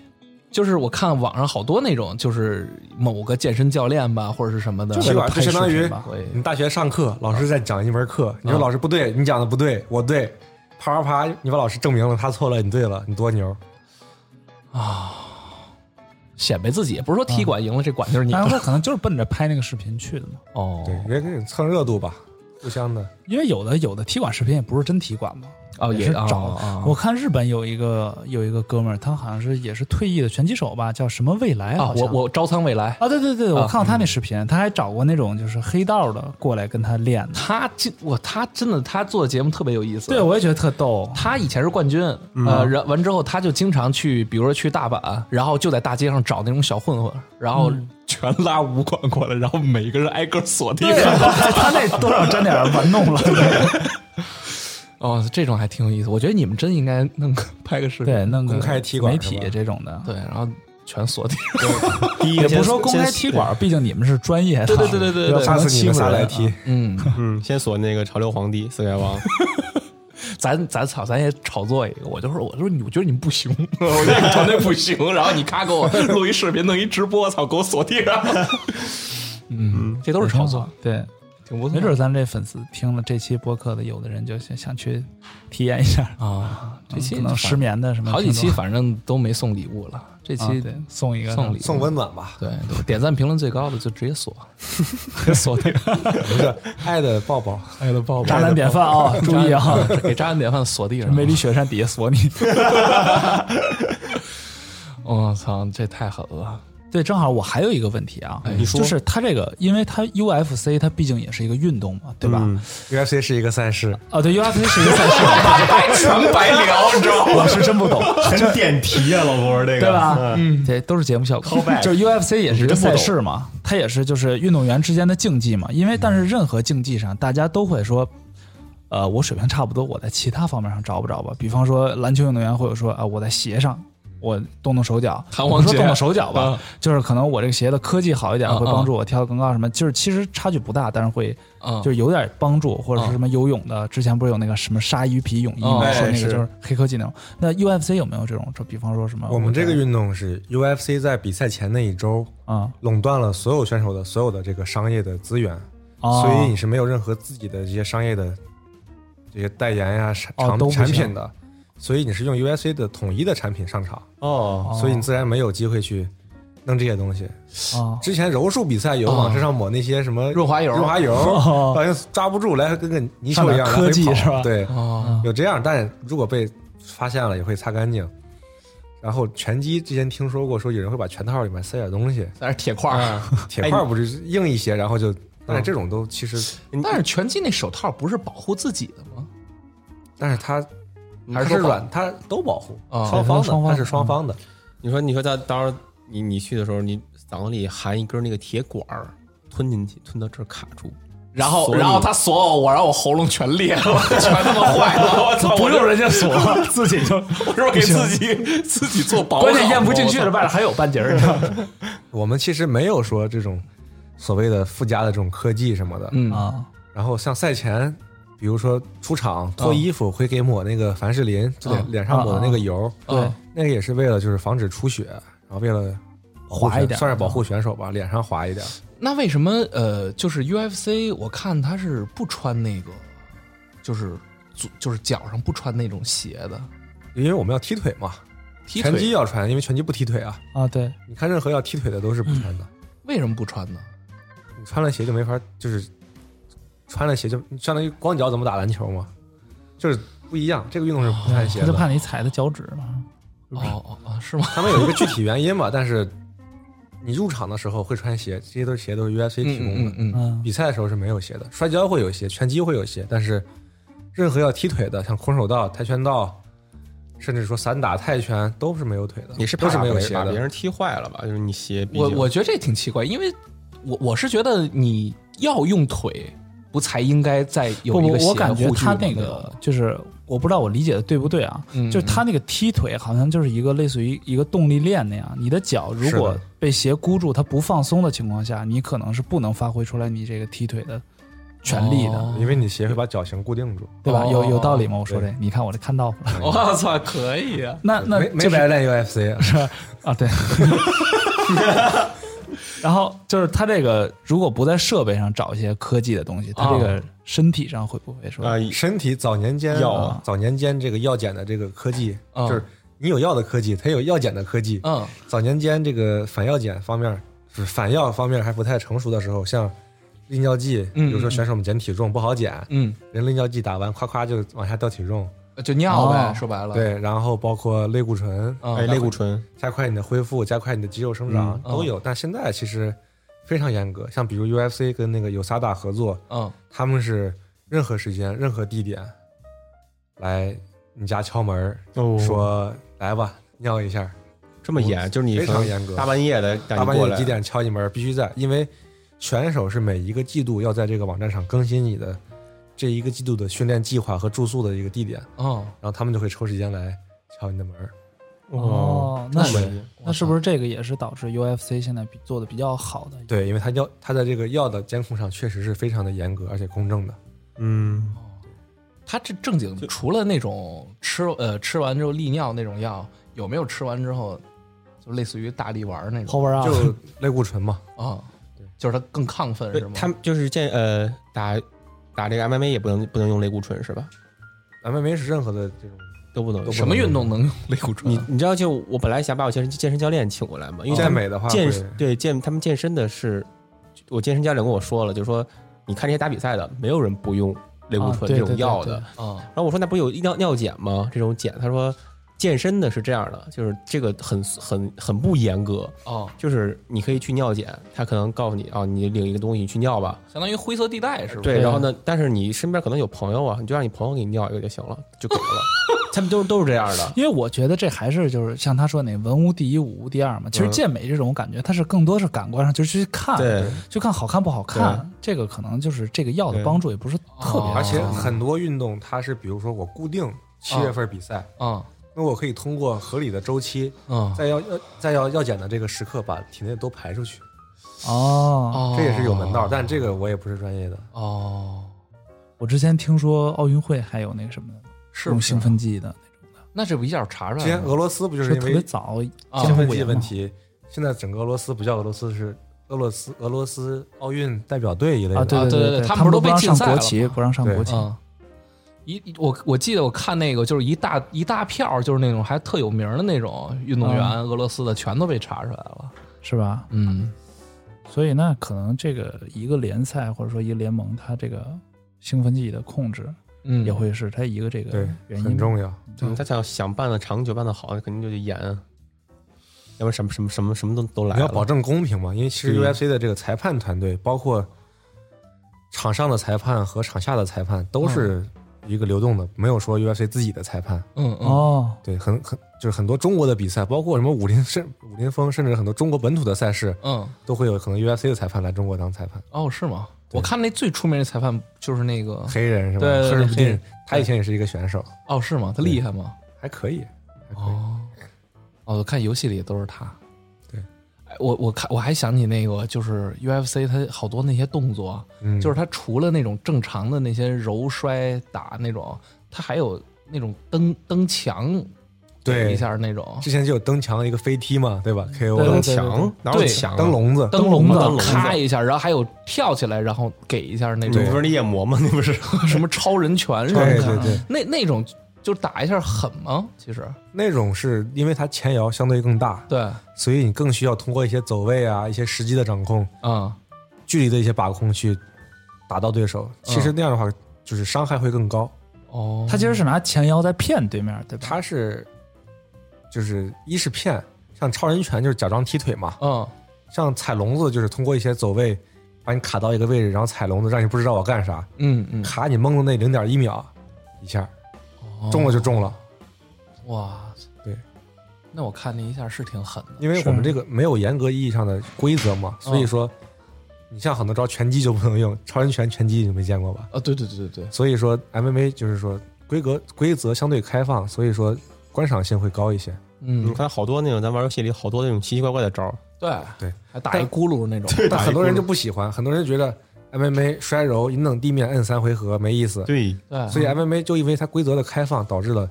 Speaker 1: 就是我看网上好多那种，就是某个健身教练吧，或者是什么的，
Speaker 4: 踢馆就相当
Speaker 3: 拍视
Speaker 4: 于
Speaker 3: 频吧
Speaker 1: 会
Speaker 4: 你大学上课，老师在讲一门课，你说老师不对，你讲的不对，我对，啪啪啪，你把老师证明了，他错了，你对了，你多牛！
Speaker 1: 显摆自己，不是说踢馆赢了这馆就是你
Speaker 3: 但是
Speaker 1: 的。
Speaker 3: 他可能就是奔着拍那个视频去的嘛，
Speaker 1: 嗯 哦，
Speaker 4: 对，人家这种蹭热度吧，互相的。
Speaker 3: 因为有的有的踢馆视频也不是真踢馆嘛，
Speaker 1: 哦
Speaker 3: 也
Speaker 1: 也
Speaker 3: 是
Speaker 1: 啊
Speaker 3: 找。
Speaker 1: 啊
Speaker 3: 我看日本有一个有一个哥们儿，他好像是也是退役的拳击手吧，叫什么未来
Speaker 1: 啊
Speaker 3: 好，像
Speaker 1: 我我招仓未来，
Speaker 3: 啊，对对对，我
Speaker 1: 啊
Speaker 3: 看过他那视频，他还找过那种就是黑道的过来跟他练的，
Speaker 1: 他进我他真的他做的节目特别有意思。
Speaker 3: 对我也觉得特逗。
Speaker 1: 他以前是冠军，
Speaker 3: 嗯
Speaker 1: 呃，然完之后他就经常去，比如说去大阪，然后就在大街上找那种小混混，然后
Speaker 3: 嗯
Speaker 1: 全拉武馆过来，然后每个人挨个锁地
Speaker 3: 对，
Speaker 1: 上。
Speaker 3: 他那多少沾点儿玩弄 了。
Speaker 1: 哦，这种还挺有意思，我觉得你们真应该弄个拍个视频，
Speaker 3: 对，弄个
Speaker 4: 公开踢馆
Speaker 3: 媒
Speaker 4: 是吧
Speaker 3: 体这种的，
Speaker 1: 对然后全锁 地上。
Speaker 2: 第一
Speaker 3: 也
Speaker 2: 个
Speaker 3: 不
Speaker 2: 先
Speaker 3: 是说公开
Speaker 2: 先
Speaker 3: 踢馆，毕竟你们是专业的。
Speaker 1: 对对对对对
Speaker 3: 不要
Speaker 1: 对
Speaker 4: 下
Speaker 3: 光
Speaker 4: 次你们
Speaker 3: 欺负
Speaker 4: 仨
Speaker 3: 人
Speaker 4: 来
Speaker 3: 啊
Speaker 4: 踢，
Speaker 1: 嗯，
Speaker 2: 嗯，先锁那个潮流皇帝四海王，
Speaker 1: 咱咱操，咱也炒作一个。我就说，我说你，我觉得你们不行，我觉得你们团队不行。然后你咔给我录一视频，弄一直播，操，给我锁地上。嗯，这都是炒作，。
Speaker 3: 对，
Speaker 1: 挺不错。
Speaker 3: 没准咱这粉丝听了这期播客的，有的人就想想去体验一下。
Speaker 1: 啊，这期
Speaker 3: 嗯可能失眠的什么，
Speaker 1: 好几期，反正都没送礼物了。这期
Speaker 3: 啊对送一个
Speaker 1: 送礼，
Speaker 4: 送温暖吧，
Speaker 1: 对对点赞评论最高的就直接 锁，锁定
Speaker 4: 不是爱的抱抱。
Speaker 1: 爱了抱抱，
Speaker 3: 渣男典范 啊，注意啊，
Speaker 1: 给渣男典范锁地上。
Speaker 3: 梅里雪山底下锁你。
Speaker 1: 我操，这太狠了。
Speaker 3: 对，正好我还有一个问题啊，
Speaker 1: 哎你说
Speaker 3: 就是它这个，因为它 UFC 它毕竟也是一个运动嘛，对吧？
Speaker 1: 嗯
Speaker 4: UFC 是一个赛事，
Speaker 3: 啊，对，UFC 是一个赛事，
Speaker 1: 还全白聊，你知道吗？
Speaker 3: 我是真不懂，
Speaker 2: 很点题啊，老波这个
Speaker 3: 对吧？？嗯，对，都是节目效果
Speaker 2: Callback。
Speaker 3: 就是 UFC 也是一
Speaker 2: 真
Speaker 3: 个
Speaker 2: 不懂
Speaker 3: 赛事嘛，它也是就是运动员之间的竞技嘛。因为但是任何竞技上，大家都会说，呃，我水平差不多，我在其他方面上找不着吧？比方说篮球运动员，或者说啊、我在鞋上，我动动手脚，
Speaker 1: 弹
Speaker 3: 我
Speaker 1: 簧
Speaker 3: 不说
Speaker 1: 鞋
Speaker 3: 动动手脚吧，
Speaker 1: 啊
Speaker 3: 就是可能我这个鞋的科技好一点，
Speaker 1: 嗯
Speaker 3: 会帮助我跳更高什么，就是其实差距不大，但是会
Speaker 1: 啊，
Speaker 3: 就是有点帮助，或者
Speaker 1: 嗯
Speaker 3: 是什么游泳的，之前不是有那个什么鲨鱼皮泳衣
Speaker 1: 哦
Speaker 4: 嗯
Speaker 3: 吗？
Speaker 1: 哎
Speaker 3: 说那个
Speaker 2: 是
Speaker 3: 就是黑科技那种。那 UFC 有没有这种？就比方说什么？
Speaker 4: 我们这个运动是 UFC 在比赛前那一周
Speaker 3: 啊，
Speaker 4: 垄断了所有选手的所有的这个商业的资源，
Speaker 3: 哦
Speaker 4: 所以你是没有任何自己的这些商业的这些代言呀、产
Speaker 3: 哦都
Speaker 4: 产
Speaker 3: 不
Speaker 4: 产
Speaker 3: 行
Speaker 4: 品的，所以你是用 UFC 的统一的产品上场，
Speaker 2: 哦，
Speaker 3: 哦
Speaker 4: 所以你自然没有机会去弄这些东西。
Speaker 3: 哦
Speaker 4: 之前柔术比赛有往身上抹那些什么
Speaker 1: 润滑油
Speaker 4: 润滑油，
Speaker 3: 哦
Speaker 4: 好像抓不住，来跟个泥鳅一
Speaker 3: 上点
Speaker 4: 样
Speaker 3: 科技
Speaker 4: 来回跑
Speaker 3: 是吧
Speaker 4: 对，
Speaker 1: 哦，
Speaker 4: 有这样，但如果被发现了，也会擦干净。然后拳击之前听说过，说有人会把拳套里面塞点东西，
Speaker 1: 在那铁块儿。
Speaker 2: 哎
Speaker 4: 铁块儿不是硬一些，然后就，但是这种都其实，
Speaker 1: 但是拳击那手套不是保护自己的吗？
Speaker 4: 但是它
Speaker 1: 还
Speaker 4: 还
Speaker 1: 是
Speaker 4: 是
Speaker 1: 说保
Speaker 4: 软，它都保护
Speaker 1: 啊
Speaker 4: 双方
Speaker 3: 双
Speaker 4: 的，
Speaker 3: 方
Speaker 4: 它是双方的，
Speaker 2: 你说你说到到时候你你去的时候，你嗓子里含一根那个铁管儿吞进去，吞到这儿卡住，
Speaker 1: 然后，
Speaker 2: 所以
Speaker 1: 然后他锁我，我让我喉咙全裂了，全他妈 坏了！我操，
Speaker 3: 不
Speaker 1: 我
Speaker 3: 用
Speaker 1: 就
Speaker 3: 人家锁，自己 就
Speaker 1: 我是不是给自 己自己做保
Speaker 3: 关键
Speaker 1: 障
Speaker 3: 咽不进去
Speaker 1: 我
Speaker 3: 了，
Speaker 1: 操
Speaker 3: 外头还有半截儿呢。
Speaker 4: 我们其实没有说这种所谓的附加的这种科技什么的。
Speaker 1: 嗯
Speaker 3: 啊，
Speaker 4: 然后像赛前，比如说出场脱衣服会给抹那个凡士林，就
Speaker 1: 啊
Speaker 4: 脸脸上抹的那个油，
Speaker 3: 对，
Speaker 4: 那个也是为了就是防止出血，然后为了保护
Speaker 3: 滑一
Speaker 4: 选
Speaker 3: 点
Speaker 4: 算是保护选手吧，脸上滑一点。
Speaker 1: 那为什么呃，就是 UFC 我看他是不穿那个，就是足就是脚上不穿那种鞋的，
Speaker 4: 因为我们要踢腿嘛，
Speaker 1: 踢
Speaker 4: 拳击
Speaker 1: 腿
Speaker 4: 要穿，因为拳击不踢腿啊。
Speaker 3: 啊，对，
Speaker 4: 你看任何要踢腿的都是不穿的，
Speaker 1: 为什么不穿呢？
Speaker 4: 你穿了鞋就没法，就是穿了鞋就你相当于光脚怎么打篮球嘛，就是不一样。这个运动是不穿鞋
Speaker 3: 他就怕
Speaker 4: 的，
Speaker 3: 你踩他脚趾嘛。
Speaker 1: 哦哦哦，是吗？
Speaker 4: 他们有一个具体原因嘛，但 是你入场的时候会穿鞋，这些都是鞋都是 UFC 提供的。
Speaker 1: 嗯
Speaker 3: 嗯
Speaker 4: 比赛的时候是没有鞋的，摔跤会有鞋，拳击会有鞋，但是任何要踢腿的，像空手道、跆拳道，甚至说散打、泰拳，都是没有腿的，
Speaker 2: 你是怕
Speaker 4: 都是没有
Speaker 2: 把
Speaker 4: 鞋
Speaker 2: 把
Speaker 4: 的。
Speaker 2: 别人踢坏了吧？就是你鞋毕竟，
Speaker 1: 我我觉得这挺奇怪，因为我我是觉得你要用腿，不才应该再有
Speaker 3: 不
Speaker 1: 一个
Speaker 3: 不，
Speaker 1: 鞋
Speaker 3: 我感觉
Speaker 1: 护具
Speaker 3: 他
Speaker 1: 的
Speaker 3: 那个
Speaker 1: 种
Speaker 3: 就是，我不知道我理解的对不对啊？
Speaker 1: 嗯
Speaker 3: 就是他那个踢腿，好像就是一个类似于一个动力链那样。你的脚如
Speaker 4: 是的
Speaker 3: 果被鞋箍住，它不放松的情况下，你可能是不能发挥出来你这个踢腿的权利的，
Speaker 1: 哦
Speaker 4: 因为你鞋会把脚型固定住。
Speaker 3: 对吧？
Speaker 1: 哦
Speaker 3: 有有道理吗？我说这
Speaker 4: 对，
Speaker 3: 你看我这看 到了。
Speaker 1: 我操，可以啊！
Speaker 3: 那那
Speaker 4: 没没
Speaker 3: 这边
Speaker 4: 白练 UFC，啊
Speaker 3: 啊，对。 然后就是他这个，如果不在设备上找一些科技的东西，他这
Speaker 4: 啊
Speaker 3: 个身体上会不会说
Speaker 2: 啊，
Speaker 4: 身体早年间
Speaker 2: 药啊
Speaker 4: 早年间这个药检的这个科技，
Speaker 1: 嗯
Speaker 4: 就是你有药的科技，它有药检的科技。
Speaker 1: 嗯，
Speaker 4: 早年间这个反药检方面，就是反药方面还不太成熟的时候，像利尿剂，
Speaker 1: 嗯
Speaker 4: 比如说选手们减体重不好减，
Speaker 1: 嗯，
Speaker 4: 人利尿剂打完，夸夸就往下掉体重。
Speaker 1: 就尿呗，
Speaker 3: 哦
Speaker 1: 说白了，，
Speaker 4: 对，然后包括类固醇，
Speaker 1: 嗯
Speaker 2: 哎，类固醇
Speaker 4: 加快你的恢复，加快你的肌肉生长
Speaker 1: 嗯
Speaker 4: 都有。但现在其实非常严格，像比如 UFC 跟那个有萨达合作，
Speaker 1: 嗯，
Speaker 4: 他们是任何时间、任何地点来你家敲门儿，
Speaker 2: 哦
Speaker 4: 说来吧，尿一下。
Speaker 2: 这么严，就是你
Speaker 4: 非常
Speaker 2: 可能
Speaker 4: 严格
Speaker 2: 大半夜的赶
Speaker 4: 大
Speaker 2: 紧
Speaker 4: 半
Speaker 2: 过
Speaker 4: 夜
Speaker 2: 来
Speaker 4: 几点敲你门儿必须在，因为选手是每一个季度要在这个网站上更新你的这一个季度的训练计划和住宿的一个地点，
Speaker 1: 哦，
Speaker 4: 然后他们就会抽时间来敲你的门儿。
Speaker 3: 哦，那
Speaker 2: 我
Speaker 3: 是
Speaker 2: 们
Speaker 3: 那是不是这个也是导致 UFC 现在比做的比较好的？
Speaker 4: 对，因为他药他在这个药的监控上确实是非常的严格而且公正的。
Speaker 2: 嗯，
Speaker 1: 他这正经除了那种吃呃吃完之后利尿那种药，有没有吃完之后就类似于大力丸那种
Speaker 3: Power
Speaker 2: 啊
Speaker 3: up，
Speaker 4: 就类固醇嘛，
Speaker 1: 啊？就是他更亢奋
Speaker 2: 对
Speaker 1: 是吗？
Speaker 2: 他们就是这呃打打这个 MMA 也不能不能用类固醇是吧？
Speaker 4: 咱们没使任何的这种，
Speaker 2: 都不能用
Speaker 4: 都不
Speaker 1: 什么
Speaker 4: 能
Speaker 1: 运动能用类固醇
Speaker 2: 你？你知道，就我本来想把我健身健身教练请过来嘛，因为他
Speaker 4: 嗯健
Speaker 2: 们
Speaker 4: 美的话会
Speaker 2: 健对健他们健身的是，我健身教练跟我说了，就是说你看这些打比赛的，没有人不用类固
Speaker 3: 啊
Speaker 2: 醇
Speaker 3: 对
Speaker 2: 这
Speaker 3: 对
Speaker 2: 种
Speaker 3: 对
Speaker 2: 药
Speaker 3: 对
Speaker 2: 的。
Speaker 1: 啊
Speaker 2: 然后我说那不是有尿尿检吗？这种检，他说健身的是这样的，就是这个很很很不严格，
Speaker 1: 哦，
Speaker 2: 就是你可以去尿检，他可能告诉你啊，你领一个东西你去尿吧。
Speaker 1: 相当于灰色地带是吧？
Speaker 2: 对，然后呢？但是你身边可能有朋友啊，你就让你朋友给你尿一个就行了，就够了。 他们都都是这样的。
Speaker 3: 因为我觉得这还是就是像他说那文无第一，武无第二嘛。其
Speaker 4: 嗯
Speaker 3: 实健美这种感觉，它是更多是感官上，就是去看，
Speaker 2: 对，
Speaker 3: 就看好看不好看。这个可能就是这个药的帮助也不是特别
Speaker 1: 哦
Speaker 3: 大。
Speaker 4: 而且
Speaker 2: 啊
Speaker 4: 很多运动它是，比如说我固定七月份比赛，
Speaker 1: 啊
Speaker 4: 那我可以通过合理的周期，
Speaker 1: 啊
Speaker 4: 在要要在要药检的这个时刻把体内都排出去，
Speaker 3: 哦，
Speaker 1: 哦
Speaker 4: 这也是有门道。但这个我也不是专业的，
Speaker 1: 哦，
Speaker 3: 我之前听说奥运会还有那个什么的，
Speaker 4: 是
Speaker 3: 用
Speaker 4: 不是
Speaker 3: 兴？奋剂的，
Speaker 1: 那这不一下查出
Speaker 4: 之
Speaker 1: 来
Speaker 4: 前
Speaker 1: 了吗？
Speaker 4: 俄罗斯不就是
Speaker 3: 说
Speaker 4: 因
Speaker 3: 嗯特别
Speaker 4: 为
Speaker 3: 早
Speaker 1: 啊
Speaker 4: 兴
Speaker 3: 健
Speaker 4: 奋
Speaker 3: 胃
Speaker 4: 剂
Speaker 3: 炎
Speaker 4: 问
Speaker 3: 嘛。
Speaker 4: 题，现在整个俄罗斯不叫俄罗斯，是俄罗斯俄罗斯奥运代表队一类
Speaker 3: 啊，
Speaker 4: 的。
Speaker 3: 对
Speaker 1: 啊对对
Speaker 3: 对
Speaker 1: 对他
Speaker 3: 他
Speaker 1: 们不是都
Speaker 3: 不
Speaker 1: 被
Speaker 3: 让
Speaker 1: 禁
Speaker 3: 上
Speaker 1: 赛
Speaker 3: 国
Speaker 1: 了
Speaker 3: 旗，
Speaker 1: 吗
Speaker 3: 不让上
Speaker 4: 对
Speaker 3: 国旗。
Speaker 1: 嗯，一我我记得我看那个就是一大一大票，就是那种还特有名的那种运动员，俄罗斯的全都被查出来了。
Speaker 3: 是吧？
Speaker 1: 嗯，
Speaker 3: 所以那可能这个一个联赛或者说一个联盟，它这个兴奋剂的控制
Speaker 1: 嗯
Speaker 3: 也会是它一个这个
Speaker 4: 对，
Speaker 3: 原
Speaker 4: 很
Speaker 3: 因。
Speaker 4: 重要。
Speaker 2: 嗯他想想办的长久，办的好，肯定就得严，要不然什么什么什么什么都都来
Speaker 4: 你
Speaker 2: 了。
Speaker 4: 要保证公平嘛，因为其实
Speaker 2: 对
Speaker 4: UFC 的这个裁判团队，包括场上的裁判和场下的裁判，都是
Speaker 3: 嗯
Speaker 4: 一个流动的，没有说 UFC 自己的裁判。
Speaker 1: 嗯嗯
Speaker 3: 哦，
Speaker 4: 对，很很就是很多中国的比赛，包括什么武林甚武林风，甚至很多中国本土的赛事，
Speaker 1: 嗯，
Speaker 4: 都会有可能 UFC 的裁判来中国当裁判。
Speaker 1: 哦，是吗？我看那最出名的裁判就是那个，
Speaker 4: 黑人是吧？
Speaker 1: 对对对
Speaker 4: 赫尔布
Speaker 1: 黑
Speaker 4: 丁
Speaker 1: 人，
Speaker 4: 他以前也是一个选手，
Speaker 1: 哦，是吗？他厉害吗？
Speaker 4: 还可以，还可以。
Speaker 1: 哦，哦，我看游戏里也都是他。
Speaker 4: 对
Speaker 1: 哎，我我看我还想起那个，就是 UFC 它好多那些动作，
Speaker 4: 嗯，
Speaker 1: 就是它除了那种正常的那些揉摔打那种，它还有那种蹬蹬墙，
Speaker 4: 对
Speaker 1: 一下那种
Speaker 4: 之前就有蹬墙一个飞踢嘛，对吧？KO
Speaker 3: 对
Speaker 2: 登
Speaker 3: 对
Speaker 4: 了
Speaker 2: 墙，哪有
Speaker 1: 对
Speaker 2: 墙啊？
Speaker 4: 蹬笼子，
Speaker 1: 蹬笼
Speaker 3: 笼子
Speaker 1: 子
Speaker 3: 蹬笼
Speaker 2: 子
Speaker 1: 咔一下，然后还有跳起来然后给一下那
Speaker 2: 你
Speaker 1: 种
Speaker 2: 不是你也磨吗？那不是？
Speaker 1: 什么超人拳什么
Speaker 4: 对
Speaker 1: 的，
Speaker 4: 对对，
Speaker 1: 那那种就打一下狠吗？其实
Speaker 4: 那种是因为它前摇相对更大，
Speaker 1: 对，
Speaker 4: 所以你更需要通过一些走位啊、一些时机的掌控、
Speaker 1: 嗯
Speaker 4: 距离的一些把控去打到对手。
Speaker 1: 嗯
Speaker 4: 其实那样的话，就是伤害会更高。
Speaker 1: 哦，
Speaker 3: 他其实是拿前腰在骗对面，对吧？
Speaker 4: 他是就是一是骗，像超人拳就是假装踢腿嘛，
Speaker 1: 嗯
Speaker 4: 像踩笼子就是通过一些走位把你卡到一个位置，然后踩笼子让你不知道我干啥，
Speaker 1: 嗯嗯，
Speaker 4: 卡你懵的那零点一秒一下
Speaker 1: 哦
Speaker 4: 中了就中了。
Speaker 1: 哇，
Speaker 4: 对，
Speaker 1: 那我看那一下是嗯挺狠的，
Speaker 4: 因为我们这个没有严格意义上的规则嘛，所以说你像很多招拳击就不能用，超人拳拳击你没见过吧？
Speaker 1: 啊，对对对对对，
Speaker 4: 所以说 MMA 就是说规格规则相对开放，所以说观赏性会高一些。
Speaker 2: 你
Speaker 1: 嗯，
Speaker 2: 看好多那种咱玩游戏里好多那种奇奇怪怪的招儿，
Speaker 1: 对
Speaker 4: 对，
Speaker 1: 还打一
Speaker 4: 但
Speaker 1: 咕噜那种，
Speaker 4: 但很多人就不喜欢，很多人觉得 MMA 摔柔你冷地面摁三回合没意思，
Speaker 2: 对，
Speaker 1: 对，
Speaker 4: 所以 MMA 就因为它规则的开放，导致了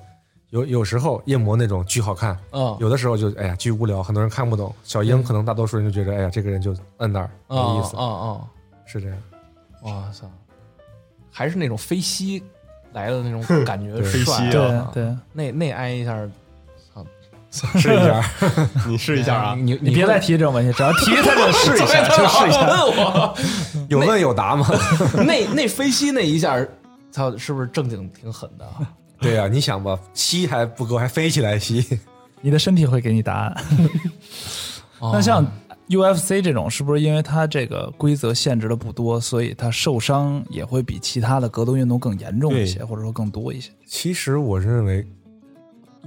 Speaker 4: 有有时候夜魔那种巨好看，
Speaker 1: 嗯
Speaker 4: 有的时候就哎呀巨无聊，很多人看不懂。小鹰可能大多数人就觉得哎呀这个人就摁那儿没意思，
Speaker 1: 啊啊，
Speaker 4: 是这样。
Speaker 1: 嗯哇塞，还是那种飞膝来的那种感觉，
Speaker 4: 飞
Speaker 1: 帅
Speaker 2: 膝
Speaker 1: 啊
Speaker 3: 对，对，
Speaker 1: 那那挨一下，
Speaker 4: 试一 下，
Speaker 2: 你试一下啊。
Speaker 1: 你
Speaker 3: 你别再提这种问题，只要提他就试一下， 就试一下。
Speaker 1: 问我
Speaker 4: 有问有答嘛？
Speaker 1: 那那飞膝那一下，操，是不是正经挺狠的？啊
Speaker 4: 对呀、你想吧，吸还不够，还飞起 来吸。
Speaker 3: 你的身体会给你答案。
Speaker 1: 哦
Speaker 3: 那像 UFC 这种，是不是因为它这个规则限制的不多，所以它受伤也会比其他的格斗运动更严重一些，或者说更多一些？
Speaker 4: 其实我认为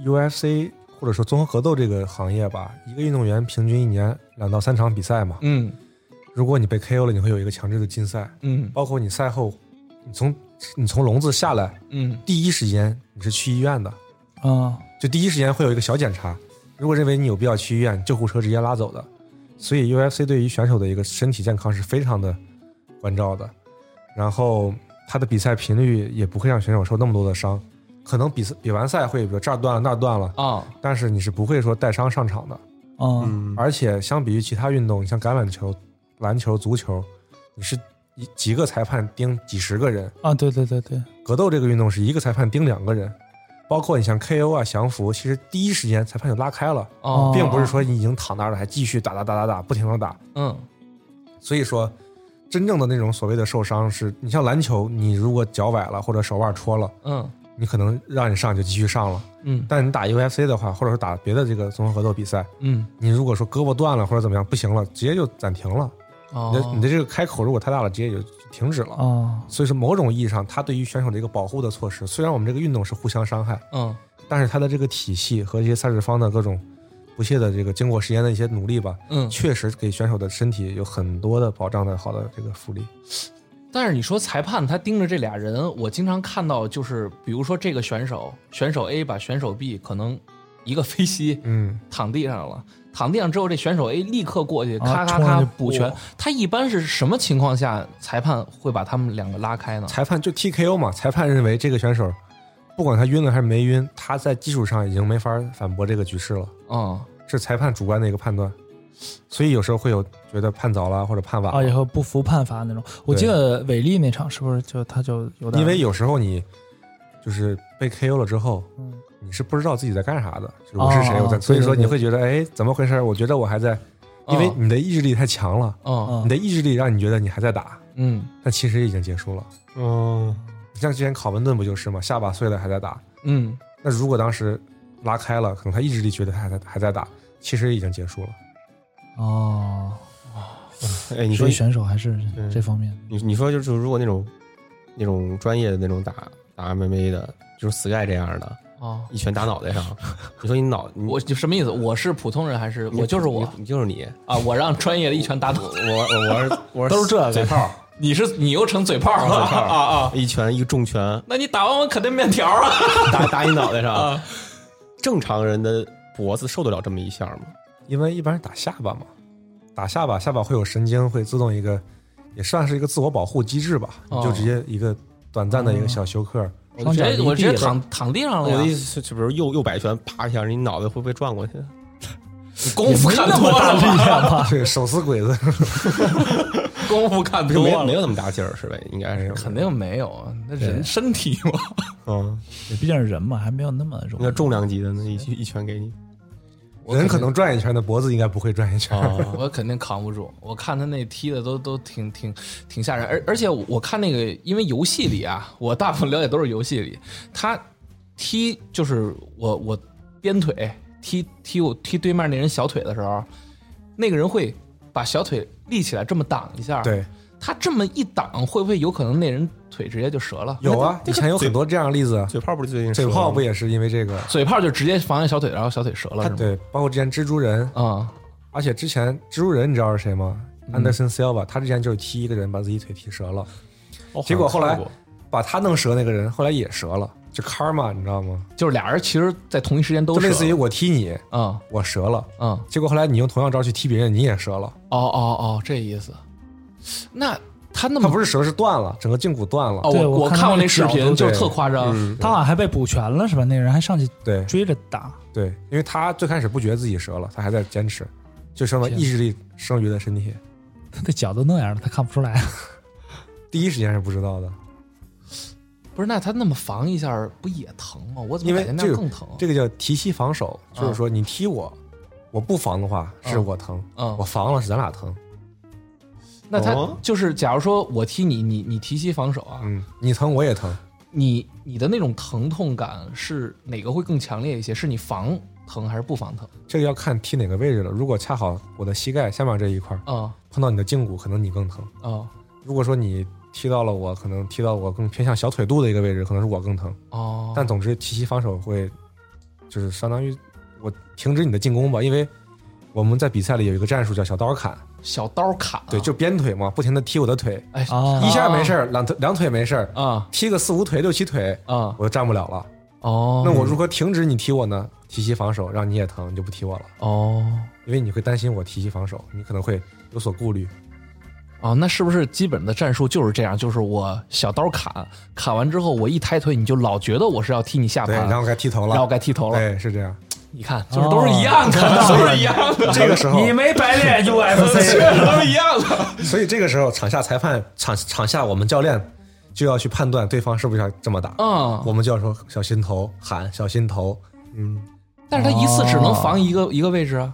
Speaker 4: ，UFC 或者说综合格斗这个行业吧，一个运动员平均一年两到三场比赛嘛。
Speaker 1: 嗯
Speaker 4: 如果你被 KO 了，你会有一个强制的禁赛，
Speaker 1: 嗯
Speaker 4: 包括你赛后，你从你从笼子下来，
Speaker 1: 嗯
Speaker 4: 第一时间你是去医院的，
Speaker 3: 啊，
Speaker 4: 就第一时间会有一个小检查。如果认为你有必要去医院，救护车直接拉走的。所以 UFC 对于选手的一个身体健康是非常的关照的，然后他的比赛频率也不会让选手受那么多的伤，可能比赛比完赛会比如这儿断了那儿断了，
Speaker 1: 啊
Speaker 4: 但是你是不会说带伤上场的。
Speaker 3: 嗯，
Speaker 2: 嗯，
Speaker 4: 而且相比于其他运动，你像橄榄球、篮球、足球，你是一几个裁判盯几十个人，
Speaker 3: 啊，对对对对，
Speaker 4: 格斗这个运动是一个裁判盯两个人，包括你像 KO 啊、降服，其实第一时间裁判就拉开了，
Speaker 1: 哦，
Speaker 4: 并不是说你已经躺那儿了，还继续打打打打打，不停的打。
Speaker 3: 哦
Speaker 1: 嗯
Speaker 4: 所以说，真正的那种所谓的受伤是，你像篮球，你如果脚崴了或者手腕戳了，
Speaker 1: 嗯
Speaker 4: 你可能让你上就继续上了。
Speaker 1: 嗯
Speaker 4: 但你打 UFC 的话，或者说打别的这个综合格斗比赛，
Speaker 1: 嗯
Speaker 4: 你如果说胳膊断了或者怎么样不行了，直接就暂停了。你的
Speaker 1: 哦
Speaker 4: 你的这个开口如果太大了，直接就停止了。
Speaker 3: 啊，
Speaker 4: 所以说，某种意义上，它对于选手的一个保护的措施，虽然我们这个运动是互相伤害，
Speaker 1: 嗯
Speaker 4: 但是它的这个体系和一些赛事方的各种不懈的这个经过时间的一些努力吧，
Speaker 1: 嗯，
Speaker 4: 确实给选手的身体有很多的保障的好的这个福利。
Speaker 1: 但是你说裁判他盯着这俩人，我经常看到就是，比如说这个选手，选手 A 把选手 B 可能一个飞膝
Speaker 4: 嗯，
Speaker 1: 躺地上了，躺地上之后，这选手 A 立刻过去，
Speaker 3: 啊
Speaker 1: 咔咔
Speaker 3: 冲
Speaker 1: 咔
Speaker 3: 上去
Speaker 1: 补
Speaker 3: 补
Speaker 1: 全。他一般是什么情况下裁判会把他们两个拉开呢？
Speaker 4: 裁判就 TKO 嘛，裁判认为这个选手不管他晕了还是没晕，他在技术上已经没法反驳这个局势了，
Speaker 1: 嗯，
Speaker 4: 是裁判主观的一个判断。所以有时候会有觉得判早了或者判晚了，
Speaker 3: 啊，以后不服判罚那种。我记得伟力那场是不是就他就有点
Speaker 4: 因为有时候你就是被 KO 了之后，
Speaker 3: 嗯
Speaker 4: 你是不知道自己在干啥的，就是我是谁，
Speaker 3: 哦
Speaker 4: 我在，
Speaker 3: 哦
Speaker 4: 所以说
Speaker 3: 对对
Speaker 4: 你会觉得，哎，怎么回事？我觉得我还在，因为
Speaker 1: 嗯
Speaker 4: 你的意志力太强了，
Speaker 1: 嗯
Speaker 3: 嗯
Speaker 4: 你的意志力让你觉得你还在打，
Speaker 1: 嗯
Speaker 4: 但其实已经结束了。
Speaker 2: 嗯，
Speaker 4: 你像之前考文顿不就是嘛，下巴碎了还在打，
Speaker 1: 嗯，
Speaker 4: 那如果当时拉开了，可能他意志力觉得他还在还在打，其实已经结束了。
Speaker 3: 哦，
Speaker 2: 哎，你
Speaker 3: 所
Speaker 2: 说
Speaker 3: 以选手还是
Speaker 2: 嗯
Speaker 3: 这方面
Speaker 2: 你你说就是如果那种那种专业的那种打打 MMA 的，就是 Sky 这样的，
Speaker 1: 哦，
Speaker 2: 一拳打脑袋上，你说你脑你
Speaker 1: 我就什么意思？我是普通人还是
Speaker 2: 你
Speaker 1: 我就是我
Speaker 2: 你你就是你，
Speaker 1: 啊？我让专业的一拳打倒
Speaker 2: 我我我是我是
Speaker 3: 都是这
Speaker 2: 嘴
Speaker 3: 个
Speaker 2: 炮，
Speaker 1: 你是你又成嘴炮了
Speaker 2: 嘴炮
Speaker 1: 啊啊！
Speaker 2: 一拳一个重拳
Speaker 1: 那你打完我可得面条啊！
Speaker 2: 打打你脑袋上
Speaker 1: 啊，
Speaker 2: 正常人的脖子受得了这么一下吗？
Speaker 4: 因为一般是打下巴嘛，打下巴，下巴会有神经会自动一个，也算是一个自我保护机制吧，
Speaker 1: 哦嗯
Speaker 4: 你就直接一个短暂的一个小休克。
Speaker 1: 我直接我直接
Speaker 3: 双脚离地
Speaker 1: 躺躺地上
Speaker 2: 哦我
Speaker 1: 了
Speaker 2: 的意
Speaker 1: 呀！
Speaker 2: 思是，就比如右右摆拳，啪一下，你脑袋会不会转过去？
Speaker 1: 你功夫
Speaker 3: 也没
Speaker 1: 看
Speaker 3: 那
Speaker 1: 多
Speaker 3: 么
Speaker 1: 了
Speaker 3: 大力
Speaker 1: 吧，
Speaker 3: 量吧？
Speaker 4: 对，手撕鬼子，
Speaker 1: 功夫看
Speaker 2: 不是
Speaker 1: 多
Speaker 2: 没有
Speaker 1: 了，
Speaker 2: 没有那么大劲儿是呗？应该是
Speaker 1: 肯定没有啊，那人身体嘛。
Speaker 2: 嗯，
Speaker 3: 也毕竟是人嘛，还没有那么
Speaker 2: 应
Speaker 3: 容
Speaker 2: 该
Speaker 3: 易。
Speaker 2: 重量级的那一一拳给你
Speaker 1: 我哦
Speaker 4: 人可能转一圈的，脖子应该不会转一圈。
Speaker 2: 啊，
Speaker 1: 我肯定扛不住，我看他那踢的都都挺挺挺吓人，而而且我看那个，因为游戏里啊，我大部分了解都是游戏里，他踢就是我我鞭腿踢踢我踢对面那人小腿的时候，那个人会把小腿立起来这么挡一下，，
Speaker 4: 对，
Speaker 1: 他这么一挡，会不会有可能那人腿直接就折了？
Speaker 4: 有啊，以前有很多这样的例子，
Speaker 2: 嘴炮不是最近
Speaker 4: 嘴
Speaker 2: 说
Speaker 4: 炮
Speaker 2: 了
Speaker 4: 不
Speaker 2: 吗
Speaker 4: 也是因为这个？
Speaker 1: 嘴炮就直接防在小腿，然后小腿折了，是吗？
Speaker 4: 对，包括之前蜘蛛人，
Speaker 1: 啊、
Speaker 4: 而且之前蜘蛛人你知道是谁吗？
Speaker 1: 嗯
Speaker 4: 安德森·塞尔瓦，他之前就是踢一个人把自己腿踢折了，
Speaker 2: 哦
Speaker 4: 结果后来
Speaker 2: 好像看过
Speaker 4: 把他弄折那个人后来也折了，就 karma 你知道吗？
Speaker 1: 就是俩人其实，在同一时间都
Speaker 4: 就类似于
Speaker 1: 折了，
Speaker 4: 我踢你，
Speaker 1: 嗯
Speaker 4: 我折了，
Speaker 1: 嗯。
Speaker 4: 结果后来你用同样招去踢别人，你也折了。
Speaker 1: 哦哦哦，这意思。那他那
Speaker 4: 他
Speaker 1: 么
Speaker 4: 不是折，是断了，整个胫骨断了。
Speaker 1: 哦，
Speaker 3: 对
Speaker 1: 我
Speaker 3: 我看
Speaker 1: 看
Speaker 3: 他
Speaker 1: 过
Speaker 3: 那
Speaker 1: 那视
Speaker 3: 角
Speaker 1: 频，
Speaker 3: 度
Speaker 1: 就是
Speaker 4: 对
Speaker 1: 特夸张。
Speaker 2: 嗯
Speaker 3: 他好像还被补全了是吧？那个人还上去
Speaker 4: 对
Speaker 3: 追着打，
Speaker 4: 对，因为他最开始不觉得自己折了，他还在坚持，就什么
Speaker 3: 天
Speaker 4: 意志力剩余的身体，
Speaker 3: 他的脚都那样了，他看不出来。
Speaker 4: 第一时间是不知道
Speaker 1: 哦
Speaker 4: 的。
Speaker 1: 不是，那他那么防一下不也疼吗？我怎么
Speaker 4: 因为
Speaker 1: 感觉那
Speaker 4: 这
Speaker 1: 样
Speaker 4: 个
Speaker 1: 更疼？啊
Speaker 4: 这个叫提膝防守，就是说你踢我，我不防的话是我疼，
Speaker 1: 嗯
Speaker 4: 我，防了是咱俩疼。
Speaker 1: 那他
Speaker 2: 哦
Speaker 1: 就是，假如说我踢你，你你提膝防守啊，
Speaker 4: 嗯，你疼我也疼，
Speaker 1: 你你的那种疼痛感是哪个会更强烈一些？是你防疼还是不防疼？
Speaker 4: 这个要看踢哪个位置了。如果恰好我的膝盖下面这一块儿
Speaker 1: 啊
Speaker 4: 碰到你的胫骨，可能你更疼。
Speaker 1: 啊
Speaker 4: 如果说你踢到了我，可能踢到我更偏向小腿肚的一个位置，可能是我更疼。
Speaker 1: 哦，
Speaker 4: 但总之，提膝防守会就是相当于我停止你的进攻吧，因为我们在比赛里有一个战术叫小刀
Speaker 1: 哦
Speaker 4: 砍，
Speaker 1: 小刀砍啊，
Speaker 4: 对，就鞭腿嘛，不停的踢我的腿，
Speaker 1: 哎
Speaker 3: 啊
Speaker 4: 一下没事儿，两腿两腿没事儿，
Speaker 1: 啊
Speaker 4: 踢个四五腿六七腿，
Speaker 1: 啊
Speaker 4: 我就站不了了。
Speaker 1: 哦，
Speaker 4: 那我如何停止你踢我呢？提膝防守，让你也疼，你就不踢我了，
Speaker 1: 哦。
Speaker 4: 因为你会担心我提膝防守，你可能会有所顾虑。
Speaker 1: 哦，那是不是基本的战术就是这样？就是我小刀砍，砍完之后我一抬腿，你就老觉得我是要踢你下
Speaker 4: 对，
Speaker 1: 盘，
Speaker 4: 然后该踢头
Speaker 1: 然后
Speaker 4: 了，
Speaker 1: 该踢头了。
Speaker 4: 对，是这样。
Speaker 1: 你看，就是都是一样 的，都是一样的，
Speaker 4: 这个时候，
Speaker 3: 没白练
Speaker 1: 确实都是一样 的。
Speaker 4: 所以这个时候场下裁判场场下我们教练就要去判断对方是不是要这么打。
Speaker 1: 嗯，
Speaker 4: 我们就要说小心头，喊小心头。嗯，
Speaker 1: 但是他一次只
Speaker 4: 哦
Speaker 1: 能防一个一个位置啊。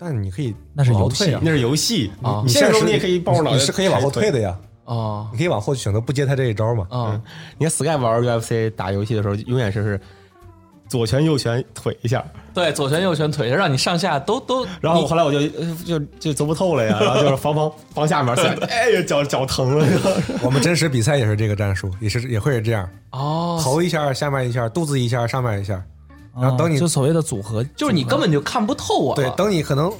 Speaker 4: 但你可以
Speaker 3: 那是
Speaker 4: 往后
Speaker 3: 游戏
Speaker 4: 退啊，
Speaker 2: 那是游戏
Speaker 1: 啊
Speaker 2: 你
Speaker 4: 你
Speaker 2: 现
Speaker 4: 现
Speaker 2: 实
Speaker 4: 实
Speaker 2: 中你也可以抱着脑袋，
Speaker 4: 你是可以往后退的。呀。
Speaker 1: 哦，
Speaker 4: 你可以往后选择不接他这一招嘛？
Speaker 1: 嗯，
Speaker 2: 你看 Sky 玩 UFC 打游戏的时候，永远是是左拳右拳腿一下，
Speaker 1: 对，左拳右拳腿让你上下都都，
Speaker 2: 然后
Speaker 1: 你
Speaker 2: 后来我就呃就就琢磨透了呀，然后就是防防防下 面，Sky 哎呀脚脚疼了，
Speaker 4: 我们真实比赛也是这个战术，也是也会是这样，
Speaker 1: 哦，
Speaker 4: 头一下，下面一下，肚子一下，上面一下，然后等你
Speaker 3: 嗯就所谓的组合，
Speaker 1: 就是你根本就看不透哦啊我了。
Speaker 4: 对，等你可能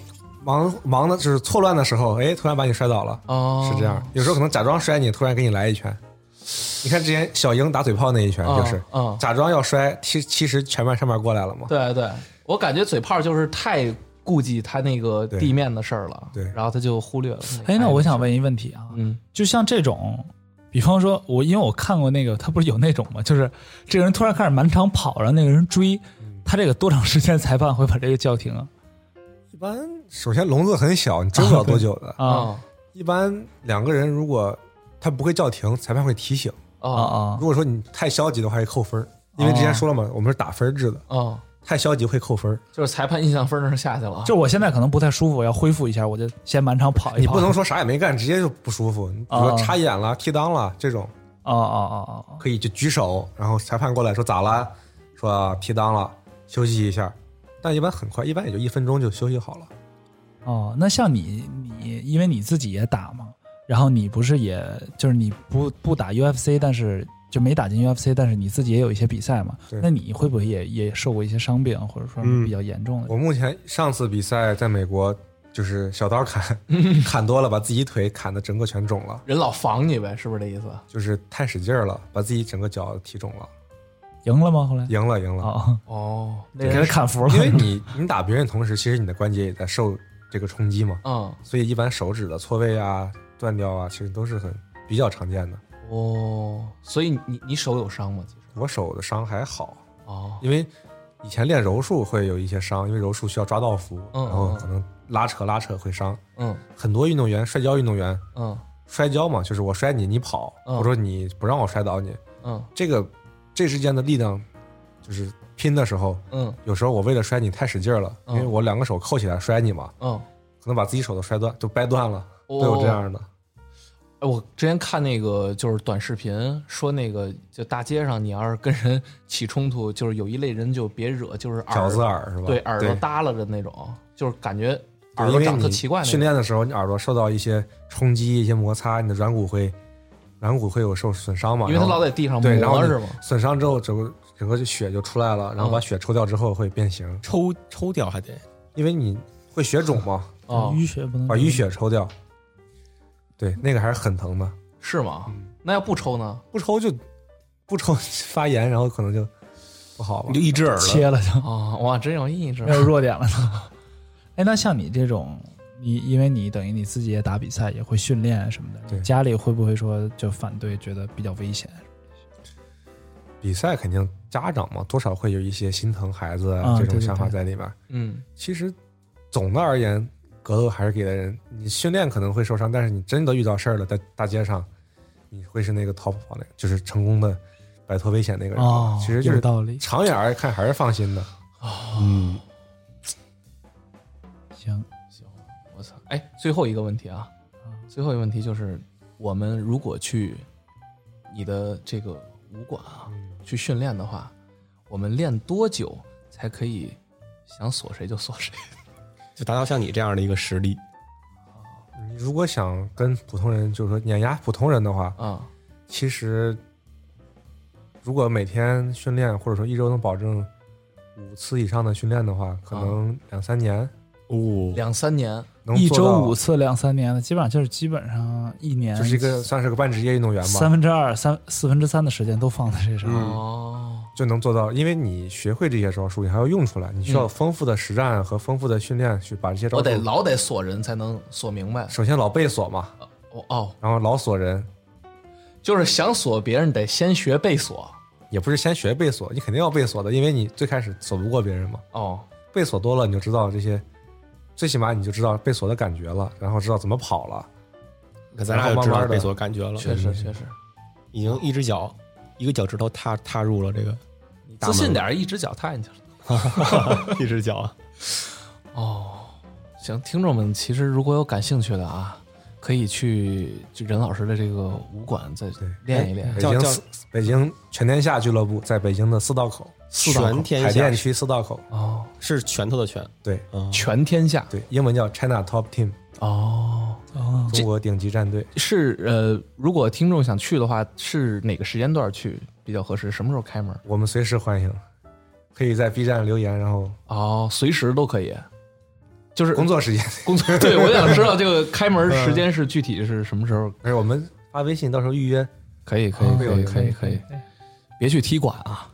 Speaker 4: 忙忙的就是错乱的时候，哎，突然把你摔倒了，
Speaker 1: 哦，
Speaker 4: 是这样。有时候可能假装摔你，突然给你来一拳。你看之前小英打嘴炮那一拳，
Speaker 1: 嗯
Speaker 4: 就是
Speaker 1: 嗯
Speaker 4: 假装要摔，其其实前面上面过来了嘛。
Speaker 1: 对对，我感觉嘴炮就是太顾忌他那个地面的事儿了，
Speaker 4: 对对
Speaker 1: 然后他就忽略了。
Speaker 3: 哎，那我想问一个问题啊，
Speaker 1: 嗯，
Speaker 3: 就像这种，比方说我因为我看过那个，他不是有那种嘛，就是这个人突然开始满场跑，然后那个人追，
Speaker 4: 嗯
Speaker 3: 他这个多长时间裁判会把这个叫停啊？
Speaker 4: 一般首先笼子很小，你追不了多久
Speaker 1: 哦
Speaker 4: 的。
Speaker 1: 嗯
Speaker 3: 啊
Speaker 4: 一般两个人如果他不会叫停，裁判会提醒。
Speaker 1: 啊
Speaker 3: 啊啊
Speaker 4: 如！果说你太消极的话，会扣分儿。因为之
Speaker 1: 哦
Speaker 4: 前说了嘛，我们是打分制的，
Speaker 1: 啊！
Speaker 4: 太消极会扣分儿。
Speaker 1: 就是裁判印象分儿那儿下去了，
Speaker 3: 就我现在可能不太舒服，我要恢复一下，我就先满场跑一跑。
Speaker 4: 你不能说啥也没干，直接就不舒服。你比如
Speaker 1: 哦
Speaker 3: 啊
Speaker 4: 说插眼了、踢裆了这种，
Speaker 3: 哦哦哦哦，
Speaker 4: 可以就举手，然后裁判过来说咋了，说踢裆了，休息一下。但一般很快，一般也就一分钟就休息好了。
Speaker 3: 哦，那像你，你因为你自己也打嘛，然后你不是也就是你不不打 UFC，但是就没打进 UFC，但是你自己也有一些比赛嘛
Speaker 4: 对，
Speaker 3: 那你会不会也也受过一些伤病，或者说
Speaker 4: 嗯
Speaker 3: 比较严重的？
Speaker 4: 我目前上次比赛在美国就是小刀砍， 砍多了把自己腿砍的整个全肿了，
Speaker 1: 人老防你呗，是不是这意思？
Speaker 4: 就是太使劲儿了，把自己整个脚踢肿了。
Speaker 3: 赢了吗？后来？
Speaker 4: 赢了，赢了。
Speaker 3: 哦，
Speaker 1: 哦，那
Speaker 3: 给他
Speaker 1: 人
Speaker 3: 砍服了
Speaker 4: 因为你你打别人同时，其实你的关节也在受这个冲击嘛，
Speaker 1: 嗯
Speaker 4: 所以一般手指的错位啊、断掉啊，其实都是很比较常见的。
Speaker 1: 哦，所以你你手有伤吗？其实
Speaker 4: 我手的伤还好，
Speaker 1: 哦
Speaker 4: 因为以前练柔术会有一些伤，因为柔术需要抓到服，
Speaker 1: 嗯
Speaker 4: 然后
Speaker 1: 嗯
Speaker 4: 可能拉扯拉扯会伤。
Speaker 1: 嗯
Speaker 4: 很多运动员，摔跤运动员，
Speaker 1: 嗯
Speaker 4: 摔跤嘛，就是我摔你，你跑，
Speaker 1: 嗯
Speaker 4: 我说你不让我摔倒你，
Speaker 1: 嗯
Speaker 4: 这个这之间的力量就是拼的时候，
Speaker 1: 嗯
Speaker 4: 有时候我为了摔你太使劲儿了，因为
Speaker 1: 嗯
Speaker 4: 我两个手扣起来摔你嘛，
Speaker 1: 嗯，
Speaker 4: 可能把自己手都摔断，就掰断了，
Speaker 1: 哦
Speaker 4: 都有这样的。
Speaker 1: 哎，我之前看那个就是短视频说那个，就大街上你要是跟人起冲突，就是有一类人就别惹，就是
Speaker 4: 饺
Speaker 1: 耳
Speaker 4: 子耳是吧？
Speaker 1: 对
Speaker 4: 对
Speaker 1: 耳朵耷拉着那种，就是感觉
Speaker 4: 对
Speaker 1: 耳朵
Speaker 4: 因为
Speaker 1: 长特
Speaker 4: 你
Speaker 1: 奇怪那
Speaker 4: 训
Speaker 1: 种。
Speaker 4: 练的时候，你耳朵受到一些冲击、一些摩擦，你的软骨会软骨会有受损伤嘛？
Speaker 1: 因为他
Speaker 4: 然后
Speaker 1: 老在地上
Speaker 4: 对，然后
Speaker 1: 磨
Speaker 4: 你
Speaker 1: 是吗？
Speaker 4: 损伤之后，整个整个血就出来了，然后把
Speaker 1: 嗯
Speaker 4: 血抽掉之后会变形，
Speaker 2: 抽抽掉还得
Speaker 4: 因为你会血肿嘛，
Speaker 1: 哦，
Speaker 4: 嗯
Speaker 3: 淤血不能
Speaker 4: 把淤血抽掉。对，那个还是很疼的，
Speaker 1: 是吗？
Speaker 4: 嗯
Speaker 1: 那要不抽 呢？
Speaker 4: 不抽就不抽发炎，然后可能就不好了
Speaker 2: 你就。一只耳了，
Speaker 3: 切了就
Speaker 1: 哦，哇，真有意志
Speaker 4: 嗯
Speaker 3: 没。有弱点了呢。哎，那像你这种，你因为你等于你自己也打比赛，也会训练什么的，
Speaker 4: 对
Speaker 3: 你家里会不会说就反对，觉得比较危险？
Speaker 4: 比赛肯定家长嘛，多少会有一些心疼孩子
Speaker 3: 啊
Speaker 4: 这
Speaker 3: 对
Speaker 4: 种
Speaker 3: 对
Speaker 4: 想法
Speaker 3: 对
Speaker 4: 在里面。
Speaker 1: 嗯
Speaker 4: 其实总的而言，格斗还是给的人，你训练可能会受伤，但是你真的遇到事儿了，在大街上，你会是那个逃不跑的，就是成功的摆脱危险那个人。
Speaker 3: 哦，
Speaker 4: 其实就
Speaker 3: 有
Speaker 4: 是
Speaker 3: 道理。
Speaker 4: 长远而看还是放心的。
Speaker 2: 嗯，
Speaker 3: 行，
Speaker 1: 我操！哎，最后一个问题啊，最后一个问题就是，我们如果去你的这个武馆啊
Speaker 4: 嗯
Speaker 1: 去训练的话，我们练多久才可以想锁谁就锁谁？
Speaker 2: 就达到像你这样的一个实力，
Speaker 4: 你如果想跟普通人，就是说碾压普通人的话，
Speaker 1: 啊、
Speaker 4: 其实如果每天训练，或者说一周能保证五次以上的训练的话，
Speaker 3: 啊
Speaker 4: 可能两三年
Speaker 2: 哦，
Speaker 1: 两三年，
Speaker 4: 能
Speaker 3: 一
Speaker 4: 做到
Speaker 3: 周五，次，两三年的，基本上就是基本上一年
Speaker 4: 就是一个算是个半职业运动员吧
Speaker 3: 三。分之二、三四分之三的时间都放在这上。
Speaker 2: 嗯
Speaker 1: 哦，
Speaker 4: 就能做到，因为你学会这些招数，你还要用出来，你需要
Speaker 1: 嗯
Speaker 4: 丰富的实战和丰富的训练去把这些招
Speaker 1: 我
Speaker 4: 数。
Speaker 1: 得老得锁人才能锁明白。
Speaker 4: 首先老背锁嘛，
Speaker 1: 哦哦，
Speaker 4: 然后老锁人，
Speaker 1: 就是想锁别人得先学被锁。
Speaker 4: 也不是先学背锁，你肯定要背锁的，因为你最开始锁不过别人嘛。
Speaker 1: 哦，
Speaker 4: 背锁多了，你就知道这些，最起码你就知道背锁的感觉了，然后知道怎么跑了。
Speaker 2: 可咱俩
Speaker 4: 然
Speaker 2: 就
Speaker 4: 后
Speaker 2: 知
Speaker 4: 慢
Speaker 2: 道
Speaker 4: 慢地
Speaker 2: 贝索感觉了，
Speaker 1: 确实确实，
Speaker 2: 已经一只脚一个脚趾头踏踏入了这个大
Speaker 1: 自
Speaker 2: 门
Speaker 1: 信点儿，一只脚踏进去了。
Speaker 2: 一只脚，啊
Speaker 1: 哦，行，听众们，其实如果有感兴趣的啊，可以去就任老师的这个武馆再练一练
Speaker 2: 嗯
Speaker 4: 北
Speaker 2: 叫
Speaker 4: 京
Speaker 2: 叫
Speaker 4: 四北京全天下俱乐部在北京的四道口，
Speaker 2: 四道口全天下
Speaker 4: 海淀区四道口，
Speaker 1: 哦，
Speaker 2: 是拳头的拳，
Speaker 4: 对
Speaker 2: 嗯，
Speaker 1: 全天下
Speaker 4: 对，英文叫 China Top Team，
Speaker 1: 哦，
Speaker 3: 哦，
Speaker 4: 中国顶级战队。
Speaker 1: 是呃，如果听众想去的话，是哪个时间段去比较合适？什么时候开门？
Speaker 4: 我们随时欢迎。可以在 B 站留言，然后
Speaker 1: 哦，随时都可以，就是
Speaker 4: 工作时间，
Speaker 1: 工作。对，我想知道这个开门时间是具体是什么时候？
Speaker 4: 而且我们发微信，到时候预约。
Speaker 1: 可以，可以，
Speaker 4: 会有
Speaker 1: 可以，
Speaker 4: 有
Speaker 1: 可以，可以，别去踢馆啊！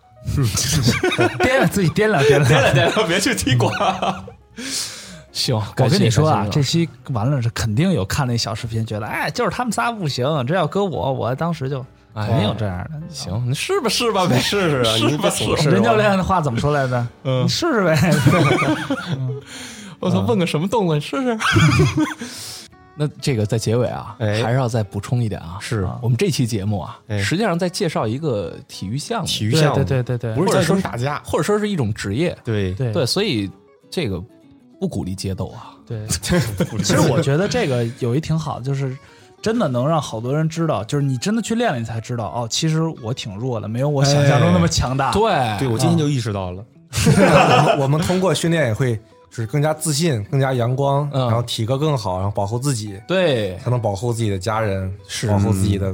Speaker 3: 掂量自己掂量掂量。
Speaker 1: 大家 别去踢馆。行，
Speaker 3: 我
Speaker 1: 感谢
Speaker 3: 跟你说啊，
Speaker 1: 感谢
Speaker 3: 这期完了是肯定有看那小视频，觉得哎，就是他们仨不行，这要搁我，我当时就
Speaker 1: 哎
Speaker 3: 肯
Speaker 1: 呀
Speaker 3: 定有这样的。
Speaker 1: 啊行，你试吧试吧呗，
Speaker 2: 试试啊，你
Speaker 1: 是吧
Speaker 2: 别总
Speaker 3: 是
Speaker 2: 试
Speaker 3: 任教练的话怎么说来着？你试试呗。
Speaker 1: 我操，问个什么动作，你试试。嗯 那这个在结尾啊，
Speaker 2: 哎
Speaker 1: 还是要再补充一点啊。
Speaker 2: 是
Speaker 1: 我们这期节目啊，
Speaker 2: 哎
Speaker 1: 实际上在介绍一个体育项目，
Speaker 2: 体育
Speaker 3: 对
Speaker 2: 项目，
Speaker 3: 对对对对，
Speaker 2: 不是
Speaker 1: 或者
Speaker 2: 在
Speaker 1: 说
Speaker 2: 说
Speaker 1: 是
Speaker 2: 打架，
Speaker 1: 或者说是一种职业。
Speaker 2: 对
Speaker 3: 对
Speaker 1: 对，所以这个不鼓励街斗啊。
Speaker 3: 对，其实我觉得这个有一挺好的，就是真的能让好多人知道，就是你真的去练了，你才知道哦，其实我挺弱的，没有我想象中
Speaker 1: 哎
Speaker 3: 那么强大。
Speaker 1: 对
Speaker 2: 对，我今天就意识到了，
Speaker 4: 我 们我们通过训练也会就是更加自信、更加阳光，
Speaker 1: 嗯
Speaker 4: 然后体格更好，然后保护自己，
Speaker 1: 对
Speaker 4: 才能保护自己的家人，保护自己的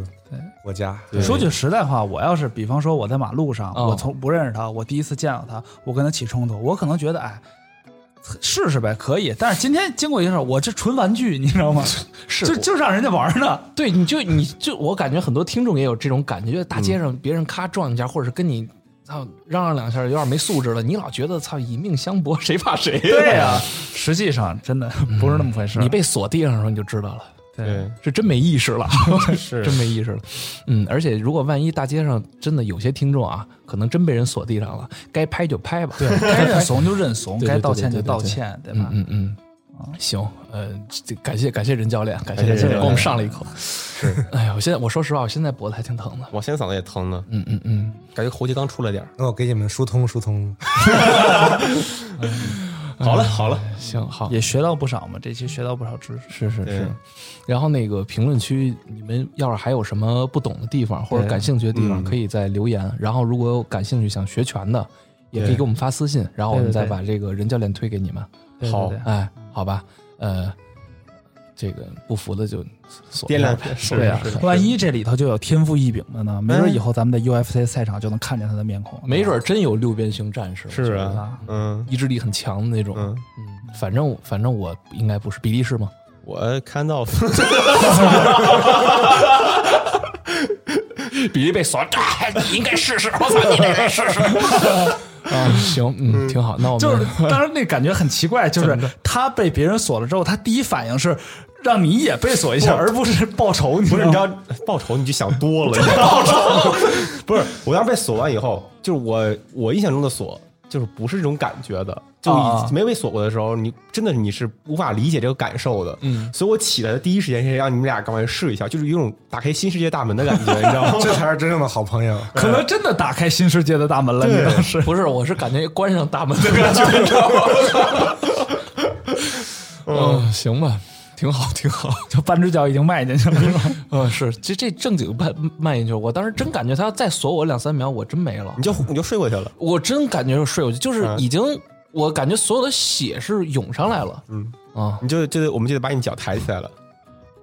Speaker 4: 国家。
Speaker 2: 对
Speaker 3: 说句实在话，我要是比方说我在马路上，
Speaker 1: 哦
Speaker 3: 我从不认识他，我第一次见到他，我跟他起冲突，我可能觉得哎。试试呗，可以。但是今天经过一事，我这纯玩具，你知道吗？
Speaker 1: 是
Speaker 3: 就
Speaker 1: 我
Speaker 3: 就让人家玩呢。
Speaker 1: 对，你就你就我感觉很多听众也有这种感觉，就是大街上别人咔撞一下，或者是跟你操嚷嚷两下，有点没素质了，你老觉得操以命相搏，谁怕 谁？
Speaker 3: 对呀、
Speaker 1: 啊
Speaker 3: 实际上真的不是那么回事。
Speaker 1: 嗯你被锁地上的时候你就知道了。
Speaker 3: 对，
Speaker 1: 是真没意识了，
Speaker 2: 是
Speaker 1: 真没意识了。嗯，而且如果万一大街上真的有些听众啊，可能真被人锁地上了，该拍就拍吧。对，
Speaker 3: 该认怂就认怂，
Speaker 1: 对对
Speaker 3: 该道歉
Speaker 1: 对
Speaker 3: 就
Speaker 1: 对对
Speaker 3: 道歉，对 吧？
Speaker 1: 嗯嗯嗯，行，呃，这感谢感谢任教练，感谢
Speaker 2: 感
Speaker 1: 任
Speaker 2: 谢
Speaker 1: 教练
Speaker 2: 任
Speaker 1: 给我们
Speaker 2: 教
Speaker 1: 上了一口。
Speaker 2: 是，
Speaker 1: 哎呀，我现在我说实话，我现在脖子还挺疼的。
Speaker 2: 我现在嗓子也疼呢，
Speaker 1: 嗯嗯嗯，
Speaker 2: 感觉喉结刚出来点儿。
Speaker 4: 那我给你们疏通疏 通，
Speaker 2: 好了好了，
Speaker 1: 行好，
Speaker 3: 也学到不少嘛，这期学到不少知
Speaker 1: 是
Speaker 3: 识。
Speaker 1: 是
Speaker 2: 对
Speaker 1: 是。然后那个评论区，你们要是还有什么不懂的地方或者
Speaker 3: 对
Speaker 1: 感兴趣的地方，
Speaker 2: 嗯
Speaker 1: 可以再留言。然后如果有感兴趣想学拳的，也可以
Speaker 2: 对
Speaker 1: 给我们发私信，然后我们
Speaker 3: 对对
Speaker 1: 再
Speaker 3: 对
Speaker 1: 把这个任教练推给你们。
Speaker 3: 对对
Speaker 2: 好
Speaker 3: 对
Speaker 1: 哎，好吧，呃，这个不服的就锁
Speaker 2: 掂量
Speaker 1: 上呗
Speaker 2: 是啊
Speaker 1: 对呀、
Speaker 2: 是
Speaker 3: 啊
Speaker 2: 哎
Speaker 3: 万一这里头就有天赋异禀的呢？没准以后咱们在 UFC 赛场就能看见他的面孔。
Speaker 1: 没准儿真有六边形战士，我觉
Speaker 2: 是
Speaker 1: 得
Speaker 2: 啊，嗯
Speaker 1: 意志力很强的那种。
Speaker 2: 嗯，
Speaker 1: 嗯反正反正我应该不是比利时吗？
Speaker 2: 我看到
Speaker 1: 比利被锁，你应该试试，我操，你应该试试。 啊，行，嗯，挺好。那我们
Speaker 3: 就是，当然那感觉很 奇怪，就是他被别人锁了之后，他第一反应是让你也被锁一下，而不是报仇。你
Speaker 2: 不是
Speaker 3: 知
Speaker 2: 你知
Speaker 3: 道
Speaker 2: 道
Speaker 3: 吗？
Speaker 2: 报仇你就想多了， 报仇 不是我当时被锁完以后，就是我我印象中的锁就是不是这种感觉的，就
Speaker 3: 啊啊
Speaker 2: 你没被锁过的时候，你真的你是无法理解这个感受的。嗯，所以我起来的第一时间是让你们俩赶快试一下，就是有一种打开新世界大门的感觉，你知 道吗？
Speaker 4: 这才是真正的好朋友。
Speaker 3: 可能真的打开新世界的大门了，你
Speaker 2: 对
Speaker 3: 倒是。
Speaker 1: 不是，我是感觉关上大门的感觉，你知道吗？ 嗯，行吧，挺好，挺好。
Speaker 3: 就半只脚已经迈进去了，是吧？
Speaker 1: 嗯，是，这这正经慢慢进去，我当时真感觉他要再锁我两三秒，我真没了
Speaker 2: 你，就你就睡过去了，
Speaker 1: 我真感觉睡过去，就是
Speaker 2: 嗯
Speaker 1: 已经，我感觉所有的血是涌上来了，
Speaker 2: 嗯
Speaker 1: 啊，
Speaker 2: 你就就我们就得把你脚抬起来了。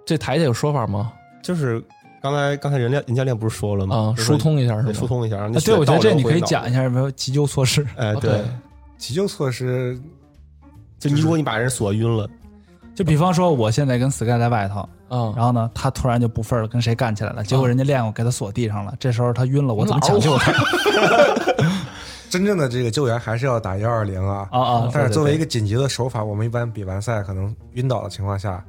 Speaker 1: 这台下有说法吗？
Speaker 2: 就是刚才刚才人家林教练不是说了吗？
Speaker 1: 啊，
Speaker 2: 就是说
Speaker 1: 疏通一下是
Speaker 2: 得
Speaker 1: 吗？
Speaker 2: 嗯疏通一下。让那
Speaker 3: 啊
Speaker 2: 血
Speaker 3: 对，我觉得
Speaker 2: 倒
Speaker 3: 这
Speaker 2: 流
Speaker 3: 你可
Speaker 2: 回
Speaker 3: 以
Speaker 2: 脑
Speaker 3: 讲一。下有没有急救措施。
Speaker 2: 哎，
Speaker 1: 啊
Speaker 2: 对，
Speaker 4: 急救措施，
Speaker 2: 就你如果你把人锁晕了，
Speaker 3: 就比方说，我现在跟 Sky 在外头，
Speaker 1: 啊，
Speaker 3: 然后呢，他突然就不忿儿了，跟谁干起来了，结果人家练我给他锁地上了。这时候他晕了，我怎么抢救他？
Speaker 4: 真正的这个救援还是要打幺二零啊。
Speaker 3: 啊啊！
Speaker 4: 但是作为一
Speaker 3: 个
Speaker 4: 个紧急的手法，我们一般比完赛可能晕倒的情况下，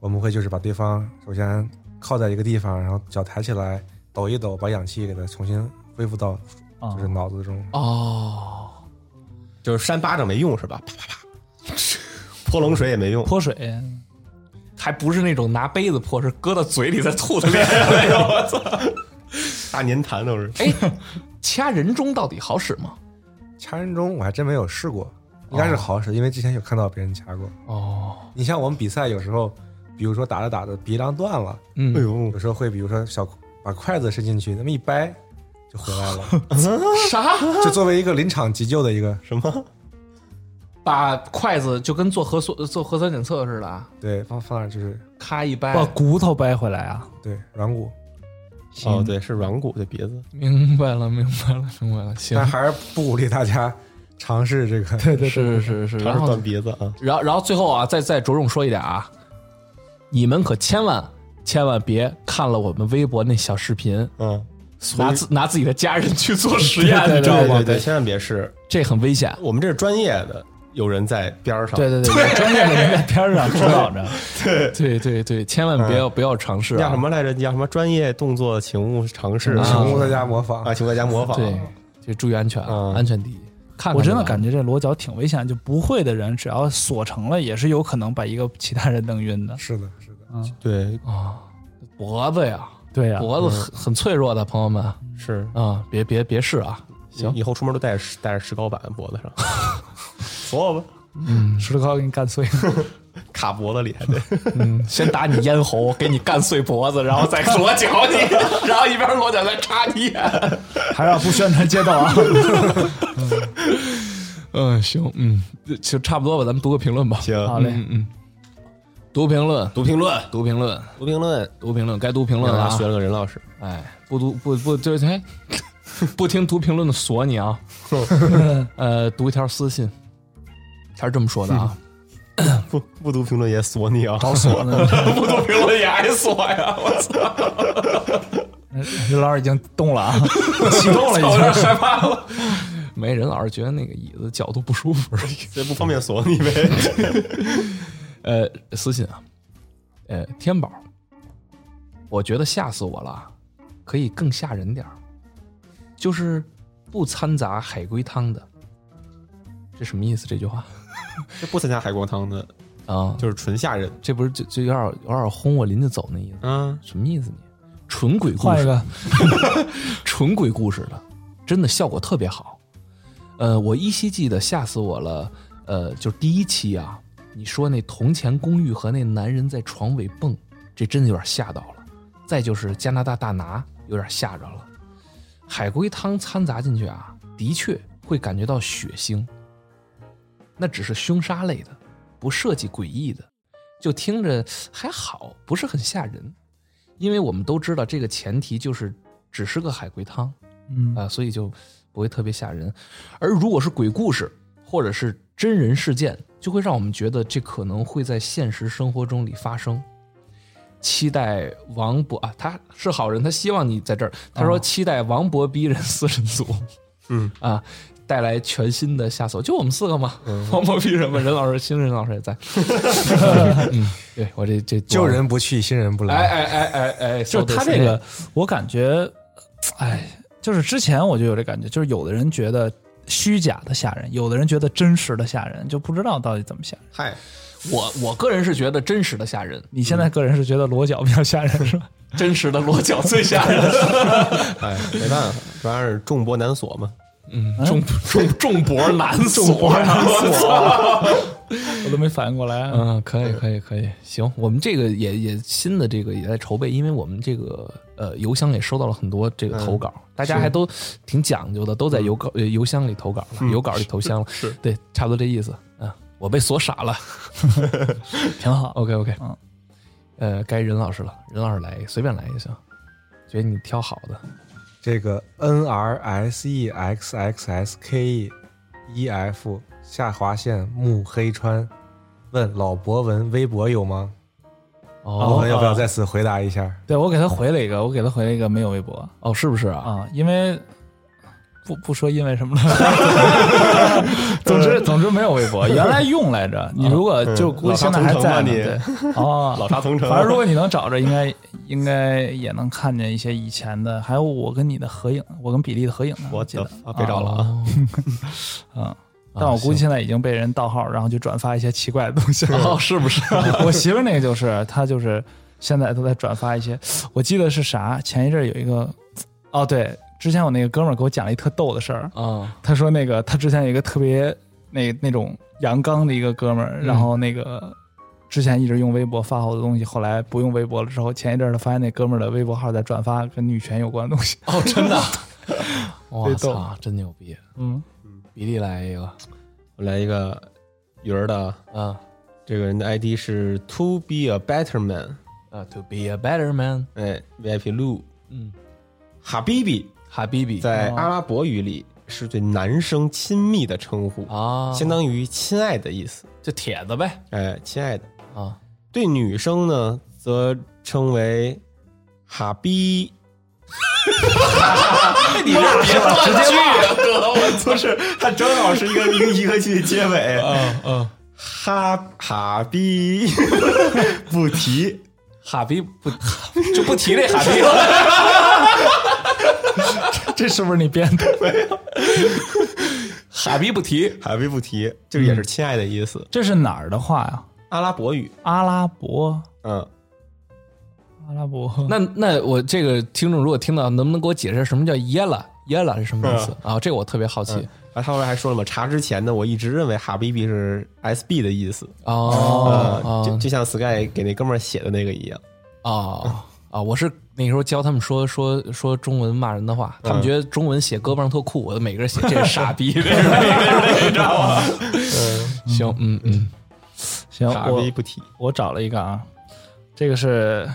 Speaker 4: 我们会就是把对方首先靠在一个地方，然后脚抬起来抖一抖，把氧气给它重新恢复到
Speaker 3: 啊
Speaker 4: 就是脑子中。
Speaker 1: 哦，
Speaker 2: 就是扇巴掌没用是吧？啪啪啪，泼冷水也没用。
Speaker 3: 泼水，
Speaker 1: 还不是那种拿杯子泼，是搁到嘴里再吐的脸上。 我操！
Speaker 2: 大粘痰都是。
Speaker 1: 哎， 掐人中到底好使吗？
Speaker 4: 掐人中我还真没有试过，应该是
Speaker 3: 啊
Speaker 4: 好使，因为之前有看到别人掐过。
Speaker 1: 哦，
Speaker 4: 你像我们比赛有时候，比如说打着打着鼻梁断了，
Speaker 2: 哎
Speaker 1: 嗯，
Speaker 2: 呦
Speaker 4: 有，时候会比如说小把筷子伸进去，那么一掰就回 来了。
Speaker 1: 啥？
Speaker 4: 就作为一个临场急救的一个，
Speaker 2: 什么？
Speaker 1: 把筷子就跟做核酸做核酸检测似的啊，
Speaker 4: 对，放放那儿就是
Speaker 1: 咔一掰
Speaker 3: 把，骨头掰回来啊！
Speaker 4: 对软骨，
Speaker 2: 哦，对，是软骨的鼻子。
Speaker 1: 明白了，明白了，明白了。行
Speaker 4: 但，还是不鼓励大家尝试这个，
Speaker 3: 对对对，
Speaker 1: 是是是，然
Speaker 2: 尝试
Speaker 1: 后
Speaker 2: 断鼻子啊，
Speaker 1: 然后然后最后啊，再再着重说一点啊，你们可千万千万别看了我们微博那小视频，
Speaker 2: 嗯，
Speaker 1: 拿自拿自己的家人去做实验，你知道
Speaker 2: 对
Speaker 1: 吗
Speaker 2: 对？对，千万别试，
Speaker 1: 这很危险。
Speaker 2: 我们这是专业的，有人在边儿上，
Speaker 3: 对对对，有专业的人在边儿上指导 着，
Speaker 1: 对对对，千万不要不要尝试
Speaker 2: 那叫
Speaker 1: 啊
Speaker 2: 什！么来着？那叫什么专业动作请勿尝 试啊
Speaker 1: 请
Speaker 4: 请大家模仿
Speaker 2: 啊，请大家模仿。
Speaker 1: 对，就注意安全，
Speaker 2: 嗯
Speaker 1: 安全第一。看看
Speaker 3: 我真的
Speaker 1: 就完
Speaker 3: 感觉这裸脚挺危险，就不会的人只要锁成了，也是有可能把一个其他人弄晕的。
Speaker 4: 是的，是的，
Speaker 2: 对，
Speaker 1: 脖子呀，
Speaker 3: 对呀、
Speaker 1: 脖子很很脆弱的，朋友们
Speaker 2: 是
Speaker 1: 啊，别别别试啊！行
Speaker 2: 以后出门都带着石带着石膏板脖子上，所有吧，
Speaker 3: 石头膏给你干碎 了。
Speaker 2: 卡脖子里还得。
Speaker 1: 嗯，先打你咽喉，给你干碎脖子，然后 再裸脚你，然后一边裸脚再插你眼。
Speaker 3: 还让不宣传街道啊？
Speaker 1: 嗯，行，嗯，就差不多吧，咱们读个评论吧。嗯
Speaker 2: 行，
Speaker 3: 好嘞，
Speaker 1: 读评论，
Speaker 2: 读评论，
Speaker 1: 读评论，
Speaker 2: 读评论，
Speaker 1: 读评论，该读评论
Speaker 2: 让
Speaker 1: 了
Speaker 2: 大家
Speaker 1: 啊
Speaker 2: 学！了个任老师。
Speaker 1: 哎，不读不不，就是哎， 不听读评论的锁你 啊！呃，读一条私信，他是这么说的啊。
Speaker 2: 不不读评论也锁你啊！
Speaker 3: 锁呢。
Speaker 1: 不读评论也挨锁呀！我操，
Speaker 3: 任老师已经动 了啊，启动嗯了已
Speaker 1: 有点
Speaker 3: 经。
Speaker 1: 害怕了。嗯 没人老是觉得那个椅子角度不舒服而已。
Speaker 2: 这不方便锁你呗？
Speaker 1: 呃，私信啊，呃，天宝，我觉得吓死我了，可以更吓人点儿，就是不掺杂海龟汤的，这什么意思？这句话
Speaker 2: 这不参加海光汤的，
Speaker 1: 啊，
Speaker 2: 就是纯吓人。
Speaker 1: 这不是就就有点有点轰我邻居走那意思？
Speaker 2: 嗯，
Speaker 1: 什么意思你？纯鬼故
Speaker 3: 换一
Speaker 1: 事，
Speaker 3: 个，
Speaker 1: 纯鬼故事的，真的效果特别好。呃，我依稀记得吓死我了。呃，就是第一期啊，你说那铜钱公寓和那男人在床尾蹦，这真的有点吓到了。再就是加拿大大拿，有点吓着了。海龟汤掺杂进去啊，的确会感觉到血腥。那只是凶杀类的，不涉及诡异的，就听着还好，不是很吓人。因为我们都知道这个前提就是只是个海龟汤，
Speaker 3: 嗯
Speaker 1: 啊，所以就不会特别吓人。而如果是鬼故事或者是真人事件，就会让我们觉得这可能会在现实生活中里发生。期待王博啊，他是好人，他希望你在这儿。他说期待王博逼人四人组，
Speaker 2: 嗯
Speaker 1: 啊，带来全新的下手，就我们四个嘛。王博逼人嘛，任老师、新任老师也在。嗯，对我这这
Speaker 4: 旧人不去，新人不
Speaker 1: 哎
Speaker 4: 来。
Speaker 1: 哎哎哎哎，
Speaker 3: 就是他这个，我感觉，哎，就是之前我就有这感觉，就是有的人觉得虚假的吓人，有的人觉得真实的吓人，就不知道到底怎么吓人。
Speaker 2: 嗨，
Speaker 1: 我我个人是觉得真实的吓人，
Speaker 3: 你现在个人是觉得裸脚比较吓人是吧？
Speaker 1: 真实的裸脚最吓人。
Speaker 2: 哎，没办法，这玩意儿众博难锁嘛。
Speaker 1: 嗯，重重重博啊难锁，
Speaker 3: 我都没反应过来。
Speaker 1: 嗯，可以，可以，可以，行，我们这个也也新的这个也在筹备，因为我们这个呃邮箱也收到了很多这个投稿，大家还都挺讲究的，都在邮稿、呃邮箱里投稿了，邮稿里投箱了，是对，差不多这意思啊。我被锁傻 了
Speaker 3: 挺好。
Speaker 1: ，OK OK，
Speaker 3: 嗯，
Speaker 1: 呃，该任老师了，任老师来一个随便来一个行，觉得你挑好的，
Speaker 4: 这个 N R S E X X S K E E F 下划线木黑川问老博文微博有吗？博
Speaker 1: 哦
Speaker 4: 文要不要在此回答一下？
Speaker 3: 对我给他回了一个，我给他回了一个没有微博
Speaker 1: 哦，是不是啊？
Speaker 3: 啊，因为不不说因为什么了。 总之总之没有微博，原来用来着。你如果就估计现在还在
Speaker 2: 老
Speaker 3: 呢，对哦，
Speaker 2: 老沙同 城
Speaker 3: 反正如果你能找着，应该应该也能看见一些以前的，还有我跟你的合影，我跟比利的合影呢。
Speaker 2: 我
Speaker 3: 记得
Speaker 2: 啊，别找了啊！
Speaker 1: 哦
Speaker 3: 啊。但我估计现在已经被人盗号，然后就转发一些奇怪的东西了。
Speaker 1: 哦，是不是？
Speaker 3: 我媳妇儿那个就是，她就是现在都在转发一些，我记得是啥？前一阵儿有一个，哦对，之前我那个哥们儿给我讲了一特逗的事儿，
Speaker 1: 啊，
Speaker 3: 他说那个他之前有一个特别那那种阳刚的一个哥们儿，然后那个之前一直用微博发好多东西，后来不用微博了之后，前一阵儿他发现那哥们儿的微博号在转发跟女权有关的东 西，
Speaker 1: 哦，真的，我
Speaker 3: 被逗
Speaker 1: 操，真牛逼！
Speaker 3: 嗯，
Speaker 1: 比利来一个，
Speaker 2: 我来一个鱼儿的，
Speaker 1: 嗯
Speaker 2: 这个人的 ID 是 To Be a Better Man，
Speaker 1: 啊，To be a better man，
Speaker 2: 哎，VIP 路
Speaker 1: 嗯
Speaker 2: 哈比比
Speaker 1: ，Habibi，
Speaker 2: 在阿拉伯语里是对男生亲密的称呼，
Speaker 1: 啊，
Speaker 2: 相当于“亲爱的”意思。
Speaker 1: 就帖子呗
Speaker 2: 哎，亲爱的。
Speaker 1: 啊，
Speaker 2: 对女生呢，则称为“哈 逼
Speaker 1: 你别断句啊，哥，我”，
Speaker 2: 不是，它正好是一个一个一个句结 尾。
Speaker 1: 嗯嗯，
Speaker 2: 哈哈逼 不提，
Speaker 1: 哈逼不就不提这哈逼了，
Speaker 3: 这是不是你编的？
Speaker 1: 哈逼不提，
Speaker 2: 哈逼不提，就是也是“亲爱的”意思。
Speaker 3: 这是哪儿的话呀？
Speaker 2: 嗯阿拉伯语，
Speaker 3: 阿拉伯，
Speaker 2: 嗯，
Speaker 3: 阿拉伯。
Speaker 1: 那那我这个听众如果听到，能不能给我解释什么叫耶了？耶了是什么意思啊？这个我特别好奇
Speaker 2: 啊，他后来还说了嘛，查之前呢，我一直认为哈比比是 SB 的意思，
Speaker 1: 哦
Speaker 2: 呃，就
Speaker 1: 哦
Speaker 2: 就像 Sky 给那哥们儿写的那个一样，
Speaker 1: 哦啊！我是那时候教他们说说说中文骂人的话，他们觉得中文写胳膊上特酷，我就嗯 每个人写这是傻逼，这是那个这是那个你啊知道吗？ 行，嗯嗯，
Speaker 3: 行，
Speaker 2: 哈
Speaker 3: 我
Speaker 2: 比不提，
Speaker 3: 我找了一个啊，这个是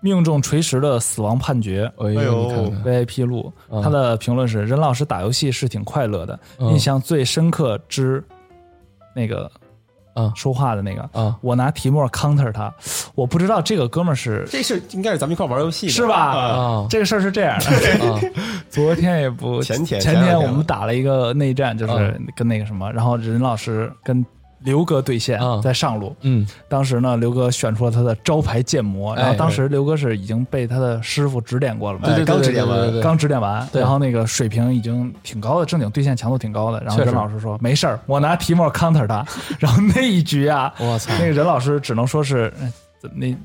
Speaker 3: 命中锤石的死亡判决。
Speaker 1: 哎
Speaker 2: 哎
Speaker 1: 呦，
Speaker 2: 呦
Speaker 1: 你看看
Speaker 3: VIP 录，他的评论是：任老师打游戏是挺快乐的，
Speaker 1: 嗯
Speaker 3: 印象最深刻之那个
Speaker 1: 嗯
Speaker 3: 说话的那个
Speaker 1: 嗯
Speaker 3: 我拿题目 counter 他，我不知道这个哥们儿是
Speaker 2: 这是应该是咱们一块玩游戏的
Speaker 3: 是吧？
Speaker 2: 啊
Speaker 1: 啊
Speaker 3: 这个事儿是这样的，
Speaker 1: 啊
Speaker 3: 昨天也不
Speaker 2: 前天前
Speaker 3: 前
Speaker 2: 两
Speaker 3: 天
Speaker 2: 天
Speaker 3: 我们打了一个内战，
Speaker 1: 啊
Speaker 3: 就是跟那个什么，然后任老师跟刘哥对线
Speaker 1: 嗯
Speaker 3: 在上路，
Speaker 1: 嗯
Speaker 3: 当时呢，刘哥选出了他的招牌建模，然后
Speaker 1: 哎
Speaker 3: 当时刘哥是已经被他的师傅指点过了嘛，
Speaker 1: 对
Speaker 2: 哎
Speaker 1: 对对
Speaker 2: 刚指点完
Speaker 1: 对对对对
Speaker 3: 刚指点完，
Speaker 1: 对
Speaker 3: 然后那个水平已经挺高的，正经对线强度挺高的。然后
Speaker 1: 确实
Speaker 3: 任老师说没事儿，我拿题目 counter 他。 然后那一局啊，
Speaker 1: 我操
Speaker 3: 那个任老师只能说是哎怎么那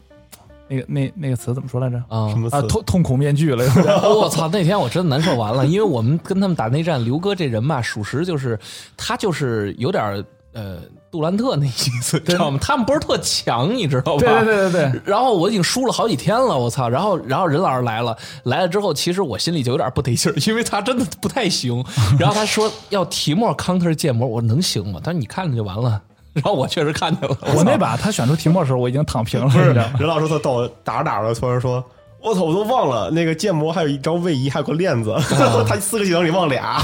Speaker 3: 那个那那个词怎么说来着？
Speaker 1: 啊
Speaker 2: 什！么
Speaker 3: 啊，
Speaker 2: 词
Speaker 3: 痛痛苦面具了，有点
Speaker 1: 我操！那天我真的难受完了，因为我们跟他们打内战，刘哥这人吧，属实就是他就是有点儿呃杜兰特那意思，知道吗？他们不是特强，你知道吧？
Speaker 3: 对对对对对。
Speaker 1: 然后我已经输了好几天了，我操！然后，然后任老师来了，来了之后，其实我心里就有点不得劲儿，因为他真的不太 行。然后他说要提莫 counter 建模，我说能行吗？他说你看着就完了。然后我确实看见了，我
Speaker 3: 我
Speaker 1: 操
Speaker 3: 那把他选出题目的时候，我已经躺平了，你
Speaker 2: 不是
Speaker 3: 知道吗？
Speaker 2: 任老师特逗，打着打着突然说。我操！我都忘了那个建模，还有一招位移，还有个链子。 他四个技能里忘俩，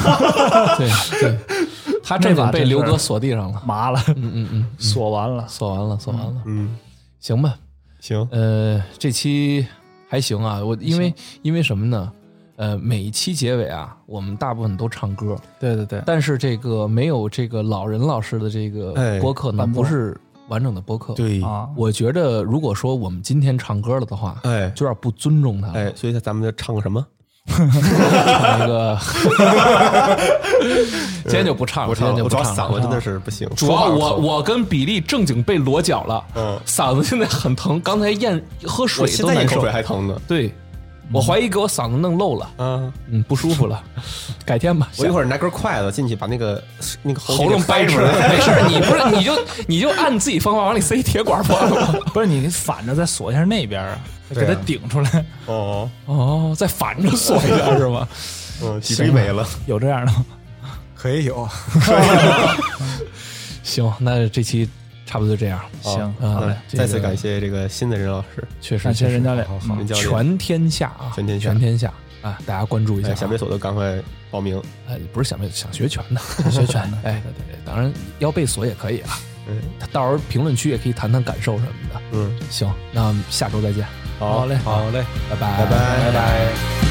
Speaker 1: 对对，他这
Speaker 3: 那
Speaker 1: 把
Speaker 3: 把
Speaker 1: 被
Speaker 3: 真
Speaker 1: 刘
Speaker 3: 是
Speaker 1: 哥锁地上了，
Speaker 3: 麻了，嗯 嗯嗯，锁完了。
Speaker 1: 锁完了，锁完了，
Speaker 2: 嗯，
Speaker 1: 行吧。
Speaker 2: 行，
Speaker 1: 呃，这期还行啊，我因为因为什么呢？呃，每一期结尾啊，我们大部分都唱歌，
Speaker 3: 对对对，
Speaker 1: 但是这个没有这个老人老师的这个
Speaker 2: 哎
Speaker 1: 播客呢，
Speaker 3: 弹幕
Speaker 1: 不是完整的播客。，
Speaker 2: 对
Speaker 3: 啊，
Speaker 1: 我觉得如果说我们今天唱歌了的话，
Speaker 2: 哎
Speaker 1: 就有点不尊重他了。
Speaker 2: 哎，所以咱们就唱个什么？
Speaker 1: 那个， 今天就不唱了，
Speaker 2: 我
Speaker 1: 今天就
Speaker 2: 我
Speaker 1: 不
Speaker 2: 主要
Speaker 1: 唱
Speaker 2: 嗓
Speaker 1: 了。啊
Speaker 2: 子真的是不行，
Speaker 1: 主要我我跟比利正经被裸脚了，
Speaker 2: 嗯
Speaker 1: 嗓子现在很疼，刚才咽喝
Speaker 2: 我
Speaker 1: 水
Speaker 2: 现
Speaker 1: 都
Speaker 2: 在
Speaker 1: 难
Speaker 2: 咽口
Speaker 1: 受
Speaker 2: 水。还疼呢。
Speaker 1: 对，我怀疑给我嗓子弄漏了，
Speaker 2: 啊，
Speaker 1: 嗯，不舒服 了，改天吧。
Speaker 2: 我一
Speaker 1: 下
Speaker 2: 会儿拿根筷子进去把那个那个
Speaker 1: 喉咙掰出来，没事儿，你不是你就你就按自己方法往里塞铁管不完 了吗？
Speaker 3: 不是你反着再锁一下那边啊，给
Speaker 2: 对啊
Speaker 3: 它顶出来。
Speaker 2: 哦，
Speaker 1: 哦，再反着锁一下是吗？
Speaker 2: 嗯，脊椎没了。
Speaker 1: 啊
Speaker 3: 有这样的吗？
Speaker 4: 可以有，
Speaker 1: 行，那这期差不多就这样。
Speaker 3: 行，
Speaker 1: 啊
Speaker 2: 嗯
Speaker 1: 这个
Speaker 2: 再次感谢这个新的任老师，
Speaker 1: 确实，
Speaker 3: 感
Speaker 1: 确
Speaker 3: 谢
Speaker 1: 实
Speaker 3: 任教练，嗯
Speaker 4: 好好
Speaker 2: 任教练，
Speaker 1: 全天下啊，
Speaker 2: 全天下
Speaker 1: 全天下啊，大家关注一下
Speaker 2: 哎
Speaker 1: 啊。
Speaker 2: 小别所都赶快报名。
Speaker 1: 哎，不是想没想学拳 的，学拳的，哎，对对对，当然要背锁也可以啊。
Speaker 2: 嗯
Speaker 1: 他到时候评论区也可以谈谈感受什么的。
Speaker 2: 嗯，
Speaker 1: 行，那下周再见，
Speaker 2: 好
Speaker 1: 嘞，
Speaker 4: 好嘞。
Speaker 1: 拜拜，
Speaker 2: 拜拜
Speaker 1: 拜。